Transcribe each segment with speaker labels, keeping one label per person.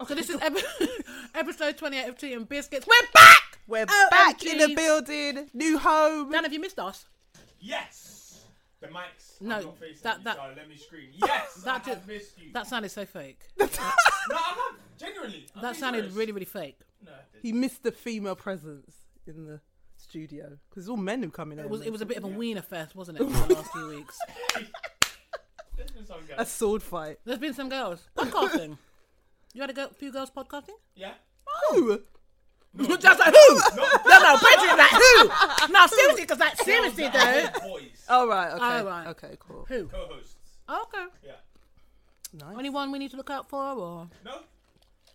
Speaker 1: Okay, this is epi- episode 28 of Tea and Biscuits. We're back!
Speaker 2: We're
Speaker 1: Oh,
Speaker 2: back
Speaker 1: OMG.
Speaker 2: in the building, new home.
Speaker 1: Dan, have you missed us?
Speaker 3: Yes. The mics.
Speaker 1: No,
Speaker 3: I'm not facing
Speaker 1: that-
Speaker 3: you,
Speaker 1: that-
Speaker 3: so let me scream. Yes.
Speaker 1: that
Speaker 3: I have
Speaker 1: did-
Speaker 3: missed you.
Speaker 1: That sounded so fake.
Speaker 3: no, I'm not. Genuinely. I'm
Speaker 1: That
Speaker 3: being
Speaker 1: sounded
Speaker 3: serious.
Speaker 1: really, really fake.
Speaker 3: No, I didn't.
Speaker 2: He missed the female presence in the studio because it's all men who come in.
Speaker 1: It was, it was a bit of a wiener fest, wasn't it, for the last few weeks?
Speaker 3: There's been some
Speaker 2: a
Speaker 3: girls.
Speaker 2: sword fight.
Speaker 1: There's been some girls. Podcasting. You had a go- few girls podcasting?
Speaker 3: Yeah.
Speaker 2: Oh,
Speaker 1: Just like who? No, no, Bridget, like who? No, seriously, because like seriously though. Oh.
Speaker 3: Boys.
Speaker 2: all right, okay,
Speaker 1: All right.
Speaker 2: okay, cool,
Speaker 1: Who?
Speaker 3: Co-hosts.
Speaker 1: Oh, okay.
Speaker 3: Yeah.
Speaker 2: nice.
Speaker 1: Anyone we need to look out for or?
Speaker 3: No.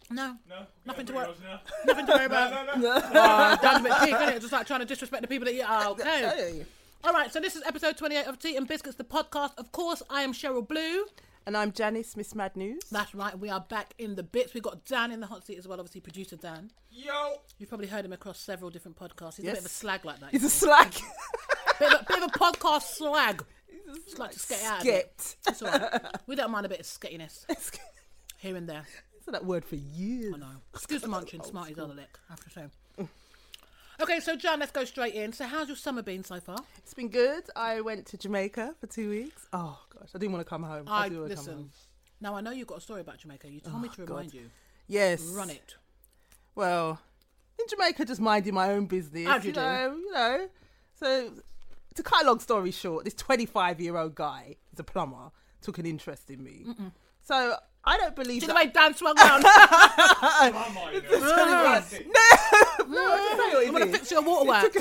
Speaker 1: No.
Speaker 3: No.
Speaker 1: Nothing to
Speaker 3: worry.
Speaker 1: worry-
Speaker 3: No,
Speaker 1: Nothing to worry about.
Speaker 3: no, no.
Speaker 1: Oh, that's a bit peak, isn't it? Just like trying to disrespect the people that you are. Okay.
Speaker 2: Hey.
Speaker 1: All right, so this is episode 28 of Tea and Biscuits, the podcast. Of course, I am Cheryl Blue.
Speaker 2: And I'm Janice, Miss Mad News.
Speaker 1: That's right, we are back in the bits. We got Dan in the hot seat as well, obviously, producer Dan.
Speaker 3: Yo.
Speaker 1: You've probably heard him across several different podcasts. He's a bit
Speaker 2: Yes.
Speaker 1: of a slag like that.
Speaker 2: He's a slag.
Speaker 1: bit, of a, bit of a podcast slag. Just like to skate out. of it.
Speaker 2: Sket.
Speaker 1: It's all right. We don't mind a bit of skittiness
Speaker 2: It's
Speaker 1: here and there.
Speaker 2: that word for years.
Speaker 1: I know. Excuse the munching, smarties are the lick, I have to say. Okay, so John, let's go straight in. So, how's your summer been so far?
Speaker 2: It's been good. I went to Jamaica for two weeks. Oh gosh, I didn't want to come home. I,
Speaker 1: I
Speaker 2: didn't want to come
Speaker 1: listen.
Speaker 2: home.
Speaker 1: Now I know you've got a story about Jamaica. You told me
Speaker 2: Oh,
Speaker 1: to remind you.
Speaker 2: Yes,
Speaker 1: Run it.
Speaker 2: well, in Jamaica, just minding my own business.
Speaker 1: As you do.
Speaker 2: know, you know. So, to cut a long story short, this 25 year old guy, he's a plumber, took an interest in me. So, I don't believe
Speaker 1: Do the
Speaker 2: that.
Speaker 1: way Dan swung round. Uh,
Speaker 3: Come on. you know.
Speaker 2: No, I just say what it
Speaker 1: I'm gonna
Speaker 2: is.
Speaker 1: fix your waterwork.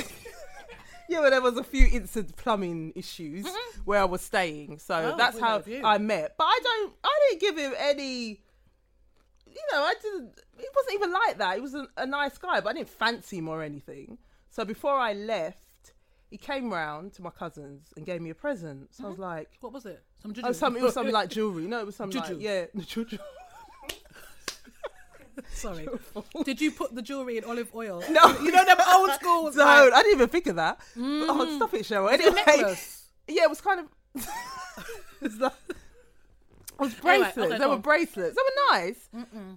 Speaker 2: Yeah, well, there was a few instant plumbing issues where I was staying, so
Speaker 1: Oh,
Speaker 2: that's
Speaker 1: we
Speaker 2: how
Speaker 1: love you.
Speaker 2: I met. But I don't, I didn't give him any. You know, I didn't. It wasn't even like that. He was a, a nice guy, but I didn't fancy him or anything. So before I left, he came round to my cousins and gave me a present. So I was like,
Speaker 1: What was it? Some juju.
Speaker 2: oh, some, it was something like jewelry. No, it was something
Speaker 1: Juju.
Speaker 2: like yeah, juju.
Speaker 1: Sorry. Did you put the jewelry in olive oil?
Speaker 2: No, you know them old
Speaker 1: school,
Speaker 2: Don't.
Speaker 1: like-
Speaker 2: I didn't even think of that. Oh, stop it, Cheryl. Anyway,
Speaker 1: necklace?
Speaker 2: yeah, it was kind of. it's like- it was
Speaker 1: Anyway,
Speaker 2: bracelets.
Speaker 1: okay,
Speaker 2: they
Speaker 1: go
Speaker 2: were
Speaker 1: on.
Speaker 2: bracelets. They were nice.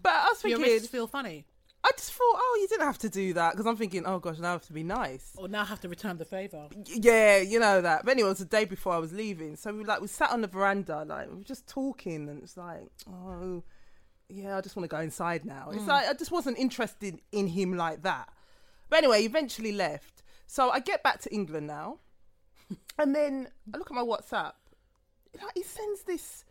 Speaker 2: But I was
Speaker 1: Your
Speaker 2: thinking,
Speaker 1: wrists feel funny,
Speaker 2: I just thought, oh, you didn't have to do that because I'm thinking, oh gosh, now I have to be nice.
Speaker 1: or Oh, now I have to return the favour.
Speaker 2: Y- Yeah, you know that. But anyway, it was the day before I was leaving, so we like we sat on the veranda, like we were just talking, and it's like, oh, yeah, I just want to go inside now. It's like I just wasn't interested in him like that. But anyway, he eventually left. So I get back to England now, and then I look at my WhatsApp. Like he sends this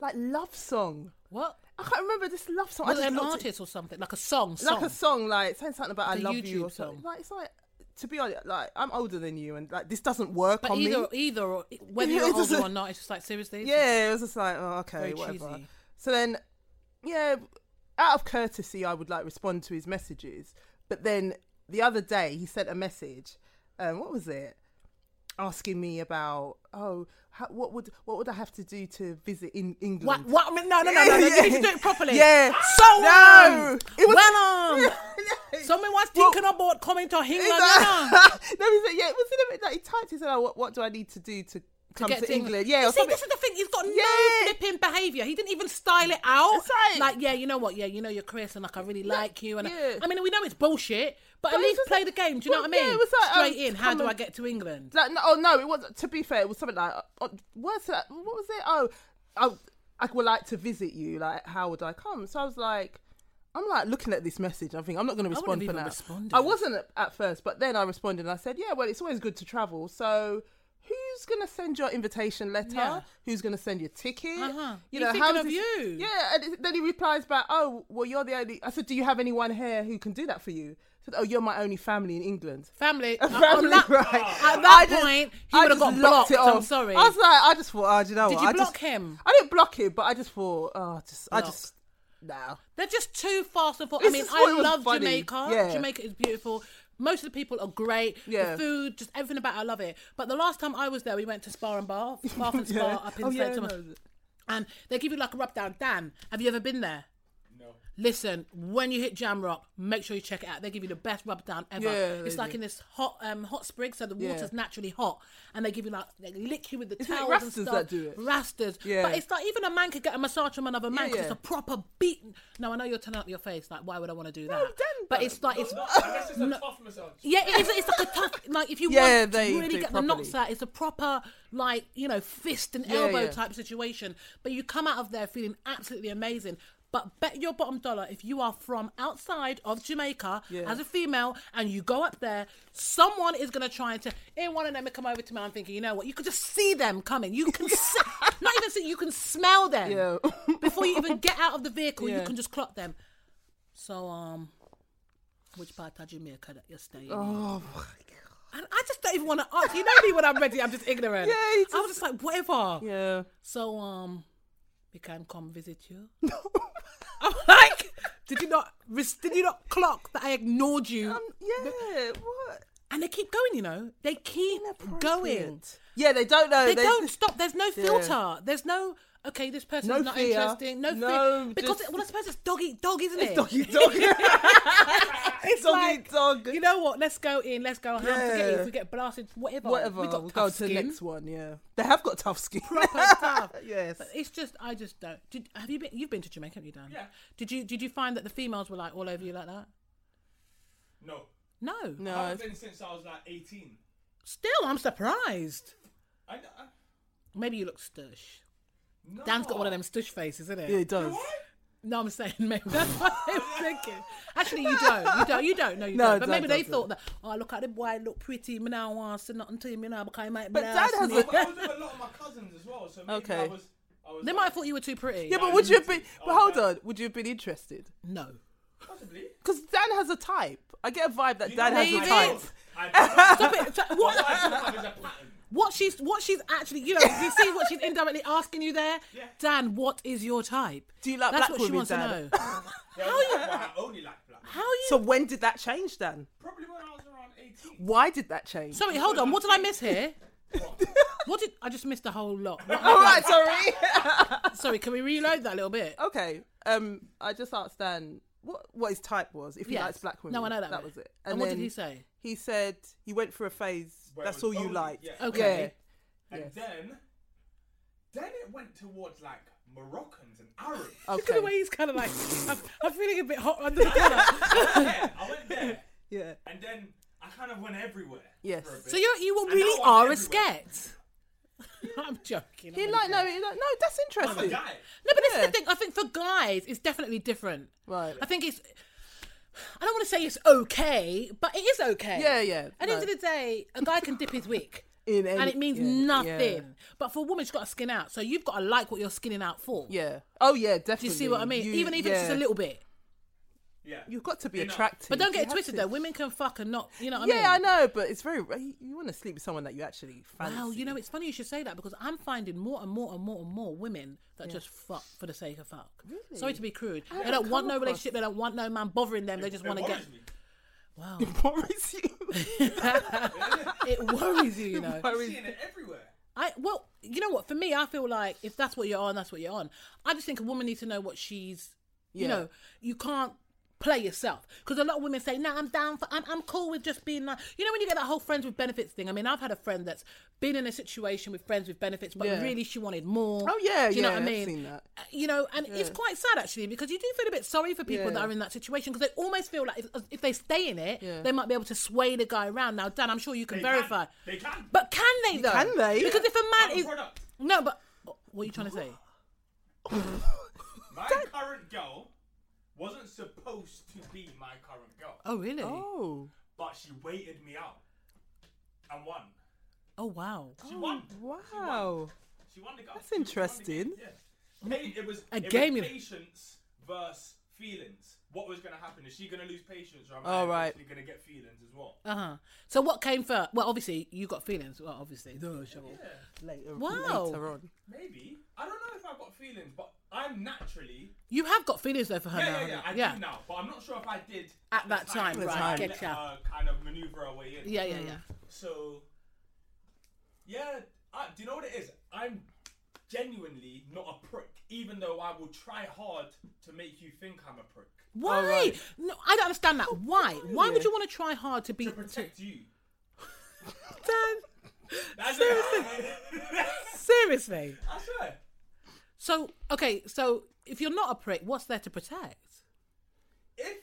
Speaker 2: like love song.
Speaker 1: What?
Speaker 2: I can't remember this love song.
Speaker 1: Was
Speaker 2: I
Speaker 1: it
Speaker 2: just
Speaker 1: an
Speaker 2: looked at-
Speaker 1: artist or something like a song?
Speaker 2: like
Speaker 1: song.
Speaker 2: a song, like saying something about
Speaker 1: It's
Speaker 2: "I
Speaker 1: a
Speaker 2: love you" or
Speaker 1: YouTube
Speaker 2: something.
Speaker 1: song.
Speaker 2: Like it's like, to be honest, like I'm older than you, and like this doesn't work
Speaker 1: But
Speaker 2: on
Speaker 1: either,
Speaker 2: me.
Speaker 1: either, or, whether
Speaker 2: Yeah,
Speaker 1: you're
Speaker 2: it
Speaker 1: older
Speaker 2: doesn't-
Speaker 1: or not, it's just like seriously. it's
Speaker 2: Yeah, it was just like, oh, okay,
Speaker 1: Very
Speaker 2: whatever.
Speaker 1: cheesy.
Speaker 2: So then, yeah, out of courtesy, I would like respond to his messages. But then the other day, he sent a message. Um, what was it? Asking me about, oh, how, what would what would I have to do to visit in England?
Speaker 1: What? What? I mean, no, no, no, no. no. You
Speaker 2: Yeah,
Speaker 1: need to do
Speaker 2: yeah.
Speaker 1: it properly.
Speaker 2: Yeah.
Speaker 1: So
Speaker 2: No.
Speaker 1: on.
Speaker 2: It was-
Speaker 1: well on. Someone was thinking about coming to England. you know.
Speaker 2: no, he said, yeah, it was in a bit like he typed, he said, oh, what, what do I need to do to come to,
Speaker 1: Get to
Speaker 2: England? Yeah,
Speaker 1: You
Speaker 2: or
Speaker 1: see,
Speaker 2: something.
Speaker 1: this is the thing. He's got
Speaker 2: Yeah.
Speaker 1: no flipping behaviour. He didn't even style it out.
Speaker 2: It's like-
Speaker 1: like, yeah, you know what? Yeah, you know you're Chris, and like I really like you. And
Speaker 2: yeah.
Speaker 1: I mean, we know it's bullshit, but, at
Speaker 2: it's
Speaker 1: least
Speaker 2: just
Speaker 1: play
Speaker 2: like-
Speaker 1: the game. Do you know
Speaker 2: well,
Speaker 1: what I mean?
Speaker 2: yeah, it was like,
Speaker 1: Straight
Speaker 2: um,
Speaker 1: in. How
Speaker 2: come
Speaker 1: do I
Speaker 2: and-
Speaker 1: get to England?
Speaker 2: Like, no, oh no, it was. To be fair, it was something like, oh, what's that? What was it? Oh, I, I would like to visit you. Like, how would I come? So I was like, I'm like looking at this message. I think I'm not going to
Speaker 1: wouldn't
Speaker 2: respond
Speaker 1: have
Speaker 2: for
Speaker 1: even
Speaker 2: now.
Speaker 1: responded.
Speaker 2: I wasn't at, at first, but then I responded and I said, yeah, well, it's always good to travel. So. Who's gonna send your invitation letter?
Speaker 1: Yeah.
Speaker 2: Who's gonna send your ticket?
Speaker 1: Uh-huh. He's
Speaker 2: You know,
Speaker 1: thinking
Speaker 2: how's
Speaker 1: of
Speaker 2: this-
Speaker 1: you.
Speaker 2: Yeah, and it- then he replies back, "Oh, well, you're the only." I said, "Do you have anyone here who can do that for you?" I said, "Oh, you're my only family in England."
Speaker 1: Family. uh,
Speaker 2: Family,
Speaker 1: on that,
Speaker 2: right.
Speaker 1: At that
Speaker 2: I just-
Speaker 1: point, he
Speaker 2: I
Speaker 1: would have
Speaker 2: just
Speaker 1: got blocked.
Speaker 2: locked it
Speaker 1: I'm
Speaker 2: off.
Speaker 1: sorry.
Speaker 2: I was like, I just thought, oh, do you know
Speaker 1: Did
Speaker 2: what?
Speaker 1: you
Speaker 2: I
Speaker 1: block
Speaker 2: just-
Speaker 1: him?
Speaker 2: I didn't block him, but I just thought, oh, just, I
Speaker 1: Block.
Speaker 2: just, no.
Speaker 1: They're just too fast and full. I
Speaker 2: This
Speaker 1: mean,
Speaker 2: is what
Speaker 1: I
Speaker 2: was
Speaker 1: love
Speaker 2: funny.
Speaker 1: Jamaica.
Speaker 2: Yeah.
Speaker 1: Jamaica is beautiful. Most of the people are great.
Speaker 2: Yeah.
Speaker 1: The food, just everything about it, I love it. But the last time I was there, we went to Spa and Bar, Bath and Spa up in
Speaker 2: oh,
Speaker 1: St.
Speaker 2: yeah,
Speaker 1: Thomas.
Speaker 2: no.
Speaker 1: And they give you like a rub down. Dan, have you ever been there?
Speaker 3: No. go.
Speaker 1: Listen, when you hit Jam Rock, make sure you check it out. They give you the best rub down ever.
Speaker 2: Yeah,
Speaker 1: it's
Speaker 2: they
Speaker 1: like
Speaker 2: do.
Speaker 1: in this hot um, hot spring, so the
Speaker 2: Yeah.
Speaker 1: water's naturally hot, and they give you like they lick you with the
Speaker 2: Isn't it
Speaker 1: towels and
Speaker 2: Rastas
Speaker 1: stuff.
Speaker 2: that do it?
Speaker 1: Rastas.
Speaker 2: Yeah.
Speaker 1: But it's like even a man could get a massage from another man
Speaker 2: Yeah,
Speaker 1: 'cause
Speaker 2: yeah.
Speaker 1: it's a proper beating. No, I know you're turning up your face. Like, why would I want to do that?
Speaker 2: damn
Speaker 1: but
Speaker 2: no.
Speaker 1: it's like it's.
Speaker 3: Not, unless it's a tough massage.
Speaker 1: Yeah, it is, it's like a tough, like if you
Speaker 2: Yeah,
Speaker 1: want to
Speaker 2: they
Speaker 1: really
Speaker 2: do
Speaker 1: get
Speaker 2: it
Speaker 1: the
Speaker 2: properly.
Speaker 1: knots out, it's a proper, like, you know, fist and
Speaker 2: Yeah,
Speaker 1: elbow
Speaker 2: yeah.
Speaker 1: type situation. But you come out of there feeling absolutely amazing. But bet your bottom dollar if you are from outside of Jamaica
Speaker 2: Yeah.
Speaker 1: as a female and you go up there, someone is going to try and, to, in one of them, come over to me. I'm thinking, you know what? You could just see them coming. You can, se- not even see, you can smell them.
Speaker 2: Yeah.
Speaker 1: Before you even get out of the vehicle, you
Speaker 2: Yeah.
Speaker 1: can just clock them. So, um, which part of Jamaica that you're staying in?
Speaker 2: Oh my god.
Speaker 1: And I just don't even want to ask. You know me when I'm ready, I'm just ignorant.
Speaker 2: Yeah, you
Speaker 1: I was just like, whatever.
Speaker 2: Yeah.
Speaker 1: So, um, we can come visit you. I'm like, did you not, res- did you not clock that I ignored you?
Speaker 2: Um, yeah. What?
Speaker 1: and they keep going, you know? They keep going.
Speaker 2: Inappropriate. Yeah, they don't know.
Speaker 1: They don't stop. There's no
Speaker 2: Yeah.
Speaker 1: filter. There's no, okay, this person's
Speaker 2: No
Speaker 1: not
Speaker 2: fear.
Speaker 1: interesting. No,
Speaker 2: No,
Speaker 1: fear. Because,
Speaker 2: just-
Speaker 1: well, I suppose it's dog eat dog, isn't it?
Speaker 2: Doggy dog. it's doggy
Speaker 1: like,
Speaker 2: dog.
Speaker 1: You know what? Let's go in. Let's go ham. Forget it.
Speaker 2: Yeah.
Speaker 1: If we get blasted, whatever.
Speaker 2: Whatever.
Speaker 1: We got
Speaker 2: we'll
Speaker 1: tough
Speaker 2: go to
Speaker 1: skin.
Speaker 2: the next one. Yeah, they have got tough skin.
Speaker 1: proper tough.
Speaker 2: Yes.
Speaker 1: But it's just I just don't. Did have you been? You've been to Jamaica, haven't you, Dan?
Speaker 3: Yeah.
Speaker 1: Did you Did you find that the females were like all over you like that?
Speaker 3: No.
Speaker 1: No.
Speaker 2: No.
Speaker 3: I haven't been since I was like 18.
Speaker 1: Still, I'm surprised.
Speaker 3: I, I,
Speaker 1: Maybe you look stush.
Speaker 3: no.
Speaker 1: Dan's got one of them stush faces, isn't it?
Speaker 2: yeah, it does.
Speaker 3: What?
Speaker 1: No, I'm saying maybe that's what I'm thinking. Actually, you don't. You don't. You don't. No, you
Speaker 2: No,
Speaker 1: don't. But
Speaker 2: Dan
Speaker 1: maybe they
Speaker 2: doesn't.
Speaker 1: thought that. Oh, look at the boy. Look pretty. Me now want to say nothing to him. You know, because he might.
Speaker 2: But
Speaker 1: blast
Speaker 2: Dan
Speaker 1: me."
Speaker 3: I,
Speaker 2: has
Speaker 3: was- I was with a lot of my cousins as well, so maybe
Speaker 2: Okay.
Speaker 3: I was. I was
Speaker 1: They might have thought you were too pretty.
Speaker 2: Yeah, but
Speaker 3: I
Speaker 2: would you have
Speaker 3: need
Speaker 2: been?
Speaker 3: to.
Speaker 2: But
Speaker 3: Oh,
Speaker 2: hold
Speaker 3: no.
Speaker 2: on, would you have been interested?
Speaker 1: No.
Speaker 3: Possibly.
Speaker 2: Because Dan has a type. I get a vibe that
Speaker 3: You
Speaker 2: Dan
Speaker 3: know
Speaker 2: has
Speaker 1: what I
Speaker 2: a type.
Speaker 1: do?
Speaker 3: I-
Speaker 1: Stop it. So-
Speaker 3: What
Speaker 1: What?
Speaker 3: I do have is a pattern.
Speaker 1: What she's what she's actually you know you see what she's indirectly asking you there,
Speaker 3: Yeah.
Speaker 1: Dan. What is your type?
Speaker 2: Do you like
Speaker 1: That's
Speaker 2: black
Speaker 1: what she
Speaker 2: women,
Speaker 1: wants
Speaker 2: Dan?
Speaker 1: to know.
Speaker 3: Yeah, well, I only like black.
Speaker 1: How you?
Speaker 2: So when did that change, Dan?
Speaker 3: Probably when I was around 18.
Speaker 2: Why did that change?
Speaker 1: Sorry, hold on. What did I miss here?
Speaker 3: What?
Speaker 1: What did I just missed a whole lot?
Speaker 2: All
Speaker 1: What-
Speaker 2: right, sorry.
Speaker 1: Sorry, can we reload that a little bit?
Speaker 2: okay. Um, I just asked Dan what what his type was. If he
Speaker 1: Yes.
Speaker 2: likes black women.
Speaker 1: No, I know that
Speaker 2: That
Speaker 1: bit.
Speaker 2: was it.
Speaker 1: And, what did
Speaker 2: then
Speaker 1: he say?
Speaker 2: He said he went through a phase.
Speaker 3: Where it
Speaker 2: that's
Speaker 3: was
Speaker 2: all you
Speaker 3: only-
Speaker 2: liked.
Speaker 3: yeah.
Speaker 1: Okay.
Speaker 3: And
Speaker 2: Yes.
Speaker 3: then, then it went towards like Moroccans and Arabs.
Speaker 1: Look at the way
Speaker 2: Okay.
Speaker 1: he's kind of like. I'm, I'm feeling a bit hot under the collar.
Speaker 3: yeah, I went there,
Speaker 2: Yeah.
Speaker 3: and then I kind of went everywhere.
Speaker 2: Yes.
Speaker 3: for a bit.
Speaker 1: So you you
Speaker 3: I know
Speaker 1: really
Speaker 3: I'm
Speaker 1: are a
Speaker 3: everywhere.
Speaker 1: sket. I'm joking.
Speaker 2: He
Speaker 1: I'm
Speaker 2: like no,
Speaker 1: joking.
Speaker 2: he like no. That's
Speaker 3: I'm a
Speaker 2: interesting.
Speaker 3: guy.
Speaker 1: No, but this is
Speaker 2: Yeah.
Speaker 1: the thing. I think for guys, it's definitely different.
Speaker 2: Right.
Speaker 1: I think it's. I don't want to say it's okay, but it is okay.
Speaker 2: Yeah, yeah,
Speaker 1: At the end of
Speaker 2: no.
Speaker 1: the day, a guy can dip his wick.
Speaker 2: In
Speaker 1: and
Speaker 2: any-
Speaker 1: it means
Speaker 2: yeah,
Speaker 1: nothing.
Speaker 2: yeah.
Speaker 1: But for a woman, she's got to skin out. So you've got to like what you're skinning out for.
Speaker 2: Yeah. Oh yeah,
Speaker 1: Do
Speaker 2: definitely.
Speaker 1: you see what I mean?
Speaker 2: You-
Speaker 1: even if it's just a
Speaker 2: yeah.
Speaker 1: little bit.
Speaker 3: Yeah.
Speaker 2: You've got to be
Speaker 3: Enough.
Speaker 2: attractive.
Speaker 1: But don't
Speaker 2: You
Speaker 1: get it
Speaker 2: have
Speaker 1: twisted
Speaker 2: to.
Speaker 1: though. Women can fuck and not. You know what I mean?
Speaker 2: Yeah, I know, but it's very. You want to sleep with someone that you actually fancy.
Speaker 1: Wow, you know, it's funny you should say that because I'm finding more and more and more and more women that just fuck for the sake of fuck. Sorry to be crude. They
Speaker 2: haven't
Speaker 1: don't want
Speaker 2: come
Speaker 1: no
Speaker 2: across-
Speaker 1: relationship. They don't want no man bothering them. They just
Speaker 3: It
Speaker 1: want to get.
Speaker 3: worries me.
Speaker 1: Wow.
Speaker 2: It worries you.
Speaker 1: it worries you, you know.
Speaker 3: I'm
Speaker 2: worries-
Speaker 3: seeing it everywhere.
Speaker 1: I well, you know what? For me, I feel like if that's what you're on, that's what you're on. I just think a woman needs to know what she's. You
Speaker 2: Yeah.
Speaker 1: know, you can't play yourself because a lot of women say, "No, I'm down for. I'm, I'm cool with just being like." You know, when you get that whole friends with benefits thing. I mean, I've had a friend that's been in a situation with friends with benefits, but
Speaker 2: Yeah.
Speaker 1: really she wanted more.
Speaker 2: Oh yeah,
Speaker 1: Do you
Speaker 2: yeah,
Speaker 1: know what I
Speaker 2: I've
Speaker 1: mean? Uh,
Speaker 2: seen that.
Speaker 1: you know, and it's quite sad actually because you do feel a bit sorry for people that
Speaker 2: Yeah.
Speaker 1: are in that situation because they almost feel like if, if they stay in it,
Speaker 2: Yeah.
Speaker 1: they might be able to sway the guy around. Now, Dan, I'm sure you can
Speaker 3: They
Speaker 1: verify.
Speaker 3: Can. They can.
Speaker 1: But can they though?
Speaker 2: Can they?
Speaker 1: Because if a
Speaker 3: I'm
Speaker 1: man
Speaker 3: a
Speaker 1: is
Speaker 3: product.
Speaker 1: no, but what are you trying to say?
Speaker 3: My current girl wasn't supposed to be my current girl,
Speaker 1: Oh really? Oh,
Speaker 2: Oh
Speaker 3: but she waited me out and won.
Speaker 1: Oh, wow.
Speaker 3: She won.
Speaker 2: wow.
Speaker 3: She won the game.
Speaker 2: That's
Speaker 3: She won the
Speaker 2: interesting.
Speaker 3: game, yeah. Pa- It was
Speaker 1: A
Speaker 3: it was
Speaker 1: game, you know.
Speaker 3: patience versus feelings. What was going to happen? Is she going to lose patience, or am
Speaker 2: Oh,
Speaker 3: I
Speaker 2: right.
Speaker 3: actually going to get feelings as well?
Speaker 1: Uh huh. So what came first? Well, obviously you got feelings. Well, obviously. No, sure.
Speaker 2: Later,
Speaker 1: Wow.
Speaker 2: later on.
Speaker 3: Maybe I don't know if I've got feelings, but I'm naturally
Speaker 1: You have got feelings though for her
Speaker 3: yeah,
Speaker 1: now.
Speaker 3: yeah, yeah. I
Speaker 1: haven't you?
Speaker 3: do now, but I'm not sure if I did
Speaker 1: At that
Speaker 3: the
Speaker 1: time,
Speaker 3: when
Speaker 2: right,
Speaker 3: I
Speaker 1: get
Speaker 3: let
Speaker 1: ya.
Speaker 3: her kind of maneuver her way in.
Speaker 1: yeah,
Speaker 3: Mm.
Speaker 1: yeah, yeah.
Speaker 3: So, yeah, I, do you know what it is? I'm genuinely not a prick, even though I will try hard to make you think I'm a prick
Speaker 1: Why?
Speaker 2: right.
Speaker 1: No, I don't understand
Speaker 3: Oh,
Speaker 1: that. Why? Why would you want to try hard to be?
Speaker 3: to protect you.
Speaker 1: Dan,
Speaker 3: That's it.
Speaker 1: seriously.
Speaker 3: I swear.
Speaker 1: So okay, so if you're not a prick, what's there to protect?
Speaker 3: If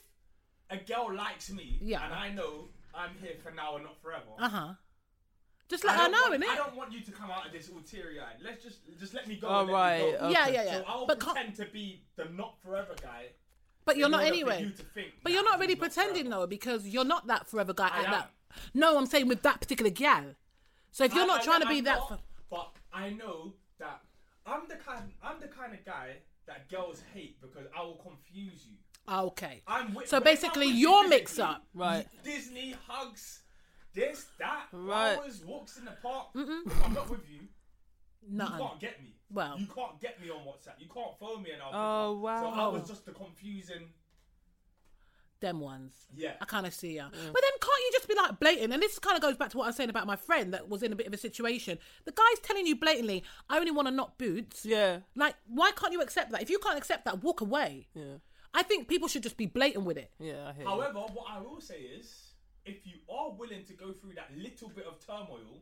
Speaker 3: a girl likes me,
Speaker 1: Yeah.
Speaker 3: and I know I'm here for now and not forever.
Speaker 1: Uh huh. Just let her
Speaker 3: don't
Speaker 1: know,
Speaker 3: want-
Speaker 1: innit?
Speaker 3: I don't want you to come out of this all teary-eyed. Let's just just let me go.
Speaker 2: All
Speaker 3: and let me
Speaker 2: right,
Speaker 3: go.
Speaker 2: okay.
Speaker 1: Yeah, yeah, yeah.
Speaker 3: So I'll
Speaker 1: but can't-
Speaker 3: pretend to be the not forever guy.
Speaker 1: but you're
Speaker 3: in
Speaker 1: not
Speaker 3: order for
Speaker 1: anyway.
Speaker 3: you to think
Speaker 1: but
Speaker 3: that
Speaker 1: you're not
Speaker 3: I'm
Speaker 1: really
Speaker 3: not
Speaker 1: pretending
Speaker 3: forever.
Speaker 1: though, because you're not that forever guy
Speaker 3: I
Speaker 1: at
Speaker 3: am.
Speaker 1: that. No, I'm saying with that particular gal. So if you're
Speaker 3: I-
Speaker 1: not
Speaker 3: I-
Speaker 1: trying to
Speaker 3: I'm
Speaker 1: be that,
Speaker 3: not,
Speaker 1: f-
Speaker 3: but I know that I'm the kind. I'm the kind of guy that girls hate because I will confuse you.
Speaker 1: Ah, okay.
Speaker 3: I'm with,
Speaker 1: so
Speaker 3: when I'm
Speaker 1: basically,
Speaker 3: with you
Speaker 1: your
Speaker 3: physically,
Speaker 1: mix up.
Speaker 2: Right.
Speaker 3: Disney hugs, this that
Speaker 2: Right.
Speaker 3: flowers, walks in the park. If I'm not with you.
Speaker 1: No.
Speaker 3: You can't get me.
Speaker 1: Well.
Speaker 3: you can't get me on WhatsApp. You can't phone me and I'll. pick
Speaker 2: Oh,
Speaker 3: up. So I
Speaker 2: wow.
Speaker 3: was just the confusing.
Speaker 1: them ones.
Speaker 3: Yeah.
Speaker 1: I kind of see ya.
Speaker 3: Mm.
Speaker 1: But then can't you just be like blatant? And this kind of goes back to what I was saying about my friend that was in a bit of a situation. The guy's telling you blatantly, I only want to knock boots.
Speaker 2: Yeah.
Speaker 1: Like, why can't you accept that? If you can't accept that, walk away.
Speaker 2: Yeah.
Speaker 1: I think people should just be blatant with it.
Speaker 2: Yeah. I hear. you.
Speaker 3: However, what I will say is, if you are willing to go through that little bit of turmoil,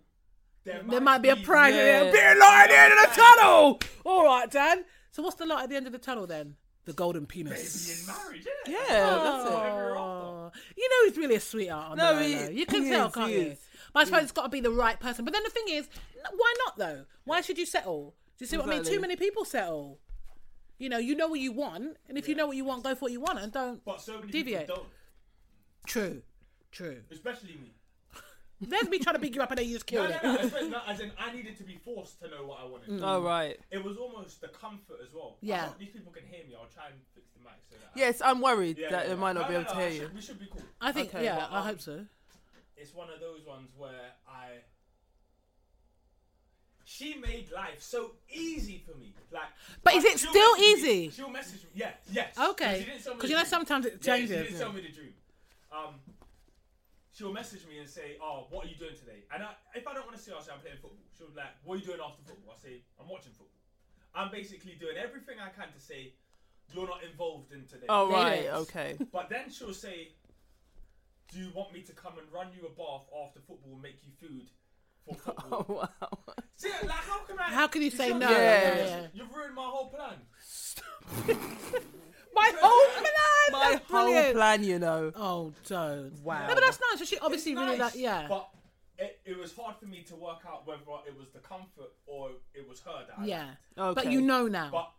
Speaker 3: there,
Speaker 1: There might be a prize
Speaker 2: Yeah.
Speaker 1: there. Be a light at the end of the tunnel. All right, Dan. So what's the light at the end of the tunnel then? The golden penis.
Speaker 3: in marriage. Isn't
Speaker 2: Yeah.
Speaker 3: it?
Speaker 2: Oh, That's it.
Speaker 3: Whatever you're after.
Speaker 1: Oh, you know he's really a sweetheart. On
Speaker 2: No,
Speaker 1: the
Speaker 2: he-
Speaker 1: low, low. you can
Speaker 2: he
Speaker 1: tell,
Speaker 2: is,
Speaker 1: can't
Speaker 2: he
Speaker 1: you?
Speaker 2: is.
Speaker 1: But I suppose it's got to be the right person. But then the thing is, n- why not though? Why should you settle? Do you see what I mean?
Speaker 2: Exactly.
Speaker 1: Too many people settle. You know, you know what you want, and if you know what you want, go for what you want, and don't.
Speaker 3: But so many
Speaker 1: Deviate.
Speaker 3: people don't,
Speaker 1: True, true.
Speaker 3: especially me.
Speaker 1: There's me trying to pick you up, and then you just
Speaker 3: No,
Speaker 1: killed
Speaker 3: no,
Speaker 1: it.
Speaker 3: no. especially- no, As in, I needed to be forced to know what I wanted.
Speaker 2: All right.
Speaker 3: It was almost the comfort as well. I
Speaker 1: Yeah.
Speaker 3: hope These people can hear me. I'll try and fix the mic so that. I-
Speaker 2: Yes, I'm worried
Speaker 3: Yeah,
Speaker 2: that
Speaker 3: yeah,
Speaker 2: they might not
Speaker 3: No,
Speaker 2: be
Speaker 3: no,
Speaker 2: able
Speaker 3: no,
Speaker 2: to
Speaker 3: I
Speaker 2: hear you.
Speaker 3: should- We should be cool.
Speaker 1: I think,
Speaker 2: Okay,
Speaker 1: yeah,
Speaker 3: but,
Speaker 1: I
Speaker 3: um,
Speaker 1: hope so.
Speaker 3: it's one of those ones where I. She made life so easy for me. Like,
Speaker 1: But is
Speaker 3: I-
Speaker 1: it
Speaker 3: she'll
Speaker 1: still
Speaker 3: message me-
Speaker 1: easy?
Speaker 3: she'll message me. Yeah, yes.
Speaker 1: Okay,
Speaker 3: she didn't tell me
Speaker 1: because
Speaker 3: the
Speaker 1: you know
Speaker 3: dream.
Speaker 1: sometimes it
Speaker 3: Yeah, she
Speaker 1: changes.
Speaker 3: didn't tell me the dream. Um, she'll message me and say, "Oh, what are you doing today?" And I, if I don't want to see her, I'll say I'm playing football. She'll be like, "What are you doing after football?" I say, "I'm watching football." I'm basically doing everything I can to say you're not involved in today.
Speaker 1: Oh.
Speaker 2: All right.
Speaker 1: Yes.
Speaker 2: Okay.
Speaker 3: But then she'll say, "Do you want me to come and run you a bath after football and make you food for
Speaker 2: Oh
Speaker 3: football?"
Speaker 2: wow.
Speaker 3: See, like, how can I?
Speaker 1: How can you say
Speaker 3: see what
Speaker 1: no?
Speaker 3: I'm
Speaker 2: Yeah.
Speaker 3: saying?
Speaker 1: Yeah, yeah.
Speaker 3: You've ruined my whole plan.
Speaker 1: My whole plan.
Speaker 2: My
Speaker 1: that's
Speaker 2: whole
Speaker 1: brilliant.
Speaker 2: plan, you know.
Speaker 1: Oh, don't.
Speaker 2: Wow.
Speaker 1: No, but that's nice. So she obviously
Speaker 3: It's
Speaker 1: really
Speaker 3: nice,
Speaker 1: that. Yeah.
Speaker 3: But it, it was hard for me to work out whether it was the comfort or it was her that. I
Speaker 1: Yeah.
Speaker 3: liked.
Speaker 1: But
Speaker 2: Okay.
Speaker 1: you know now.
Speaker 3: But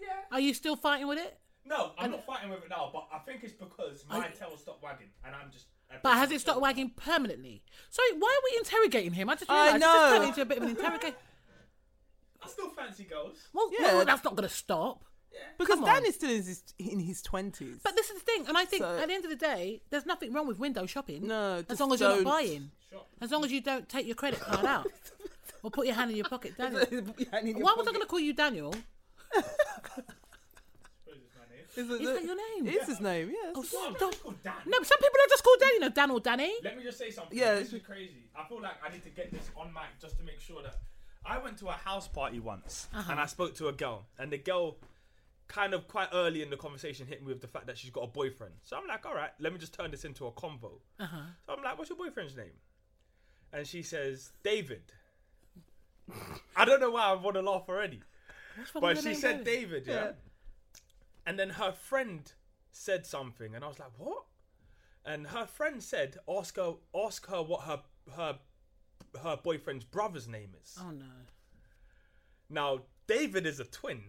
Speaker 3: yeah.
Speaker 1: Are you still fighting with it?
Speaker 3: No, I'm not fighting with it now. But I think it's because my
Speaker 1: I-
Speaker 3: tail stopped wagging, and I'm just.
Speaker 1: But has it stopped wagging permanently? So why are we interrogating him? I just
Speaker 2: I
Speaker 1: realised it's just
Speaker 2: know.
Speaker 1: turning into a bit of an interrogation.
Speaker 3: I still fancy girls.
Speaker 1: Well,
Speaker 2: Yeah.
Speaker 1: well, that's not going to stop.
Speaker 2: Because
Speaker 1: Come
Speaker 2: Dan
Speaker 1: on.
Speaker 2: is still in his in his twenties.
Speaker 1: But this is the thing, and I think
Speaker 2: So-
Speaker 1: at the end of the day, there's nothing wrong with window shopping.
Speaker 2: No,
Speaker 1: as
Speaker 2: just
Speaker 1: long as you're
Speaker 2: don't.
Speaker 1: not buying,
Speaker 3: Sure.
Speaker 1: as long as you don't take your credit card out or put your hand in your pocket, Daniel.
Speaker 2: Why
Speaker 1: Why was I going to call you Daniel?
Speaker 3: Suppose it's my name.
Speaker 1: Is that your name?
Speaker 2: It's his name. Yeah. it's his
Speaker 1: Oh,
Speaker 3: I'm not
Speaker 1: stop.
Speaker 3: just called Dan.
Speaker 1: No, but some people are just called Dan. You know, Dan or Danny.
Speaker 3: Let me just say something.
Speaker 2: Yeah,
Speaker 3: this
Speaker 2: it's-
Speaker 3: is crazy. I feel like I need to get this on mic just to make sure that I went to a house party once and I spoke to a girl, and the girl kind of quite early in the conversation hit me with the fact that she's got a boyfriend. So I'm like, all right, let me just turn this into a convo. So I'm like, what's your boyfriend's name? And she says, David. I don't know why I want to laugh already,
Speaker 1: What's wrong
Speaker 3: but
Speaker 1: with your name,
Speaker 3: she said David, yeah.
Speaker 2: Yeah.
Speaker 3: And then her friend said something, and I was like, "What?" And her friend said, "Ask her, ask her what her her her boyfriend's brother's name is."
Speaker 1: Oh no.
Speaker 3: Now, David is a twin.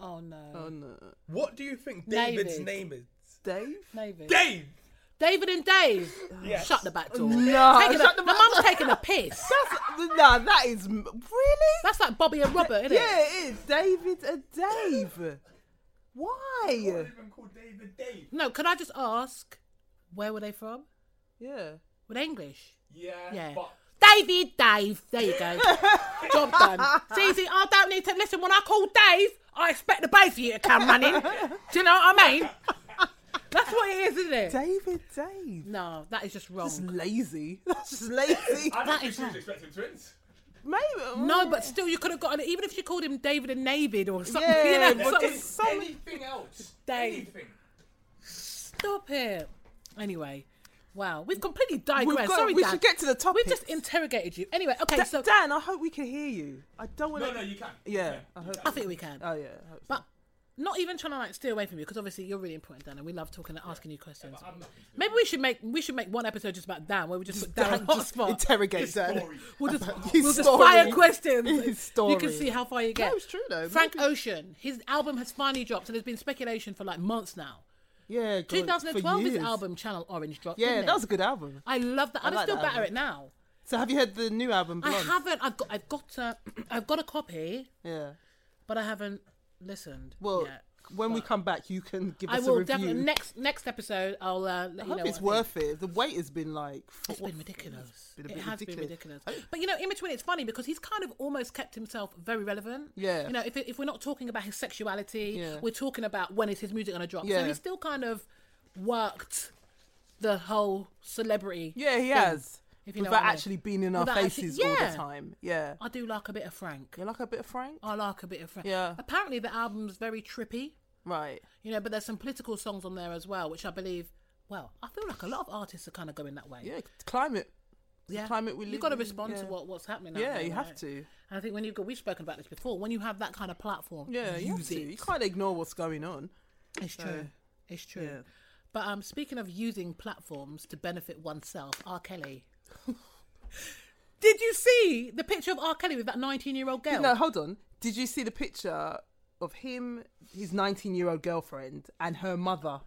Speaker 1: Oh no.
Speaker 2: Oh no.
Speaker 3: What do you think David's
Speaker 1: David.
Speaker 3: name is?
Speaker 2: Dave.
Speaker 1: David.
Speaker 3: Dave.
Speaker 1: David and Dave.
Speaker 3: Yes.
Speaker 1: Shut the back door.
Speaker 2: No,
Speaker 1: Taking
Speaker 2: shut
Speaker 1: a, my mum's taking a piss.
Speaker 2: That's nah. That is m- really.
Speaker 1: That's like Bobby and Robert, isn't
Speaker 2: yeah,
Speaker 1: it?
Speaker 2: it is. David and Dave.
Speaker 3: Not
Speaker 2: Why?
Speaker 3: even called David. Dave.
Speaker 1: No, can I just ask, where were they from?
Speaker 2: Yeah.
Speaker 1: Were they English?
Speaker 3: Yeah.
Speaker 1: Yeah.
Speaker 3: But
Speaker 1: David, Dave. There you go. Job done. See, see, I don't need to listen. When I call Dave, I expect the both of you to come running. Do you know what I mean? That's what it is, isn't it?
Speaker 2: David Dave.
Speaker 1: No, that is just wrong.
Speaker 2: That's lazy. That's just lazy.
Speaker 3: I
Speaker 1: That
Speaker 3: don't think
Speaker 1: is
Speaker 3: she was
Speaker 1: her.
Speaker 3: expecting twins.
Speaker 2: Maybe. mm,
Speaker 1: No, but still, you could have gotten it. Even if you called him David and David or something,
Speaker 2: Yeah,
Speaker 1: you know,
Speaker 2: but
Speaker 1: something-
Speaker 2: it's- so many-
Speaker 3: anything else.
Speaker 1: Dave.
Speaker 3: Anything.
Speaker 1: stop it. Anyway, wow, we've completely digressed.
Speaker 2: We've got-
Speaker 1: Sorry,
Speaker 2: we
Speaker 1: Dad.
Speaker 2: should get to the topic.
Speaker 1: We've just interrogated you. Anyway, okay,
Speaker 2: Da-
Speaker 1: so
Speaker 2: Dan, I hope we can hear you. I don't want
Speaker 3: No,
Speaker 2: to.
Speaker 3: no, you can.
Speaker 2: Yeah,
Speaker 3: You
Speaker 2: I
Speaker 3: can.
Speaker 2: hope-
Speaker 1: I think we can.
Speaker 2: Oh yeah. I hope so.
Speaker 1: But not even trying to like steer away from you because obviously you're really important, Dan, and we love talking and asking you questions.
Speaker 3: But I've nothing to do.
Speaker 1: Maybe we should make we should make one episode just about Dan where we just put Dan on
Speaker 2: just
Speaker 1: hotspot.
Speaker 2: interrogate
Speaker 3: His
Speaker 2: Dan.
Speaker 3: story.
Speaker 1: We'll just,
Speaker 2: His
Speaker 1: we'll just
Speaker 2: story.
Speaker 1: fire questions.
Speaker 2: His
Speaker 1: You
Speaker 2: story.
Speaker 1: can see how far you get.
Speaker 2: No, it's true though.
Speaker 1: Frank
Speaker 2: Maybe-
Speaker 1: Ocean, his album has finally dropped, and there's been speculation for like months now.
Speaker 2: Yeah. God, for
Speaker 1: 2012, his
Speaker 2: years.
Speaker 1: album Channel Orange dropped.
Speaker 2: Yeah,
Speaker 1: didn't
Speaker 2: that
Speaker 1: it?
Speaker 2: was a good album.
Speaker 1: I love that.
Speaker 2: I
Speaker 1: and I
Speaker 2: like
Speaker 1: still
Speaker 2: that
Speaker 1: batter
Speaker 2: album.
Speaker 1: it now.
Speaker 2: So have you heard the new album?
Speaker 1: I
Speaker 2: Blonde?
Speaker 1: haven't. I've got. I've got. A, I've got a copy,
Speaker 2: Yeah.
Speaker 1: but I haven't listened.
Speaker 2: Well,
Speaker 1: yet.
Speaker 2: when we
Speaker 1: But
Speaker 2: come back, you can give
Speaker 1: I
Speaker 2: us
Speaker 1: will
Speaker 2: a review.
Speaker 1: definitely next next episode. I'll uh, let
Speaker 2: I
Speaker 1: you
Speaker 2: hope
Speaker 1: know.
Speaker 2: it's
Speaker 1: what I think.
Speaker 2: worth it. The wait has been like. f-
Speaker 1: It's
Speaker 2: what-
Speaker 1: been ridiculous.
Speaker 2: been a
Speaker 1: it
Speaker 2: bit
Speaker 1: has been ridiculous.
Speaker 2: ridiculous.
Speaker 1: But you know, in between, it's funny because he's kind of almost kept himself very relevant.
Speaker 2: Yeah.
Speaker 1: You know, if, if we're not talking about his sexuality,
Speaker 2: Yeah.
Speaker 1: we're talking about when is his music going to drop. So
Speaker 2: Yeah.
Speaker 1: he's still kind of worked the whole celebrity.
Speaker 2: Yeah, he
Speaker 1: thing,
Speaker 2: has.
Speaker 1: If you know
Speaker 2: Without
Speaker 1: what I mean.
Speaker 2: actually being in our
Speaker 1: Without actually-
Speaker 2: faces all
Speaker 1: yeah.
Speaker 2: the time. Yeah.
Speaker 1: I do like a bit of Frank.
Speaker 2: You like a bit of Frank?
Speaker 1: I like a bit of Frank.
Speaker 2: Yeah.
Speaker 1: Apparently, the album's very trippy.
Speaker 2: Right.
Speaker 1: You know, but there's some political songs on there as well, which I believe. Well, I feel like a lot of artists are kind of going that way.
Speaker 2: Yeah. Climate.
Speaker 1: yeah.
Speaker 2: climate we
Speaker 1: You've
Speaker 2: live
Speaker 1: got to
Speaker 2: in,
Speaker 1: respond to
Speaker 2: yeah.
Speaker 1: what, what's happening. out
Speaker 2: Yeah,
Speaker 1: there,
Speaker 2: you have
Speaker 1: right?
Speaker 2: to.
Speaker 1: And I think when you've got, we've spoken about this before. When you have that kind of platform,
Speaker 2: Yeah, you have
Speaker 1: use
Speaker 2: to.
Speaker 1: it.
Speaker 2: You can't ignore what's going on.
Speaker 1: It's true. It's true.
Speaker 2: yeah.
Speaker 1: But um, speaking of using platforms to benefit oneself, R. Kelly. Did you see the picture of R. Kelly with that 19 year old girl?
Speaker 2: No, hold on. Did you see the picture of him, his 19 year old girlfriend, and her mother?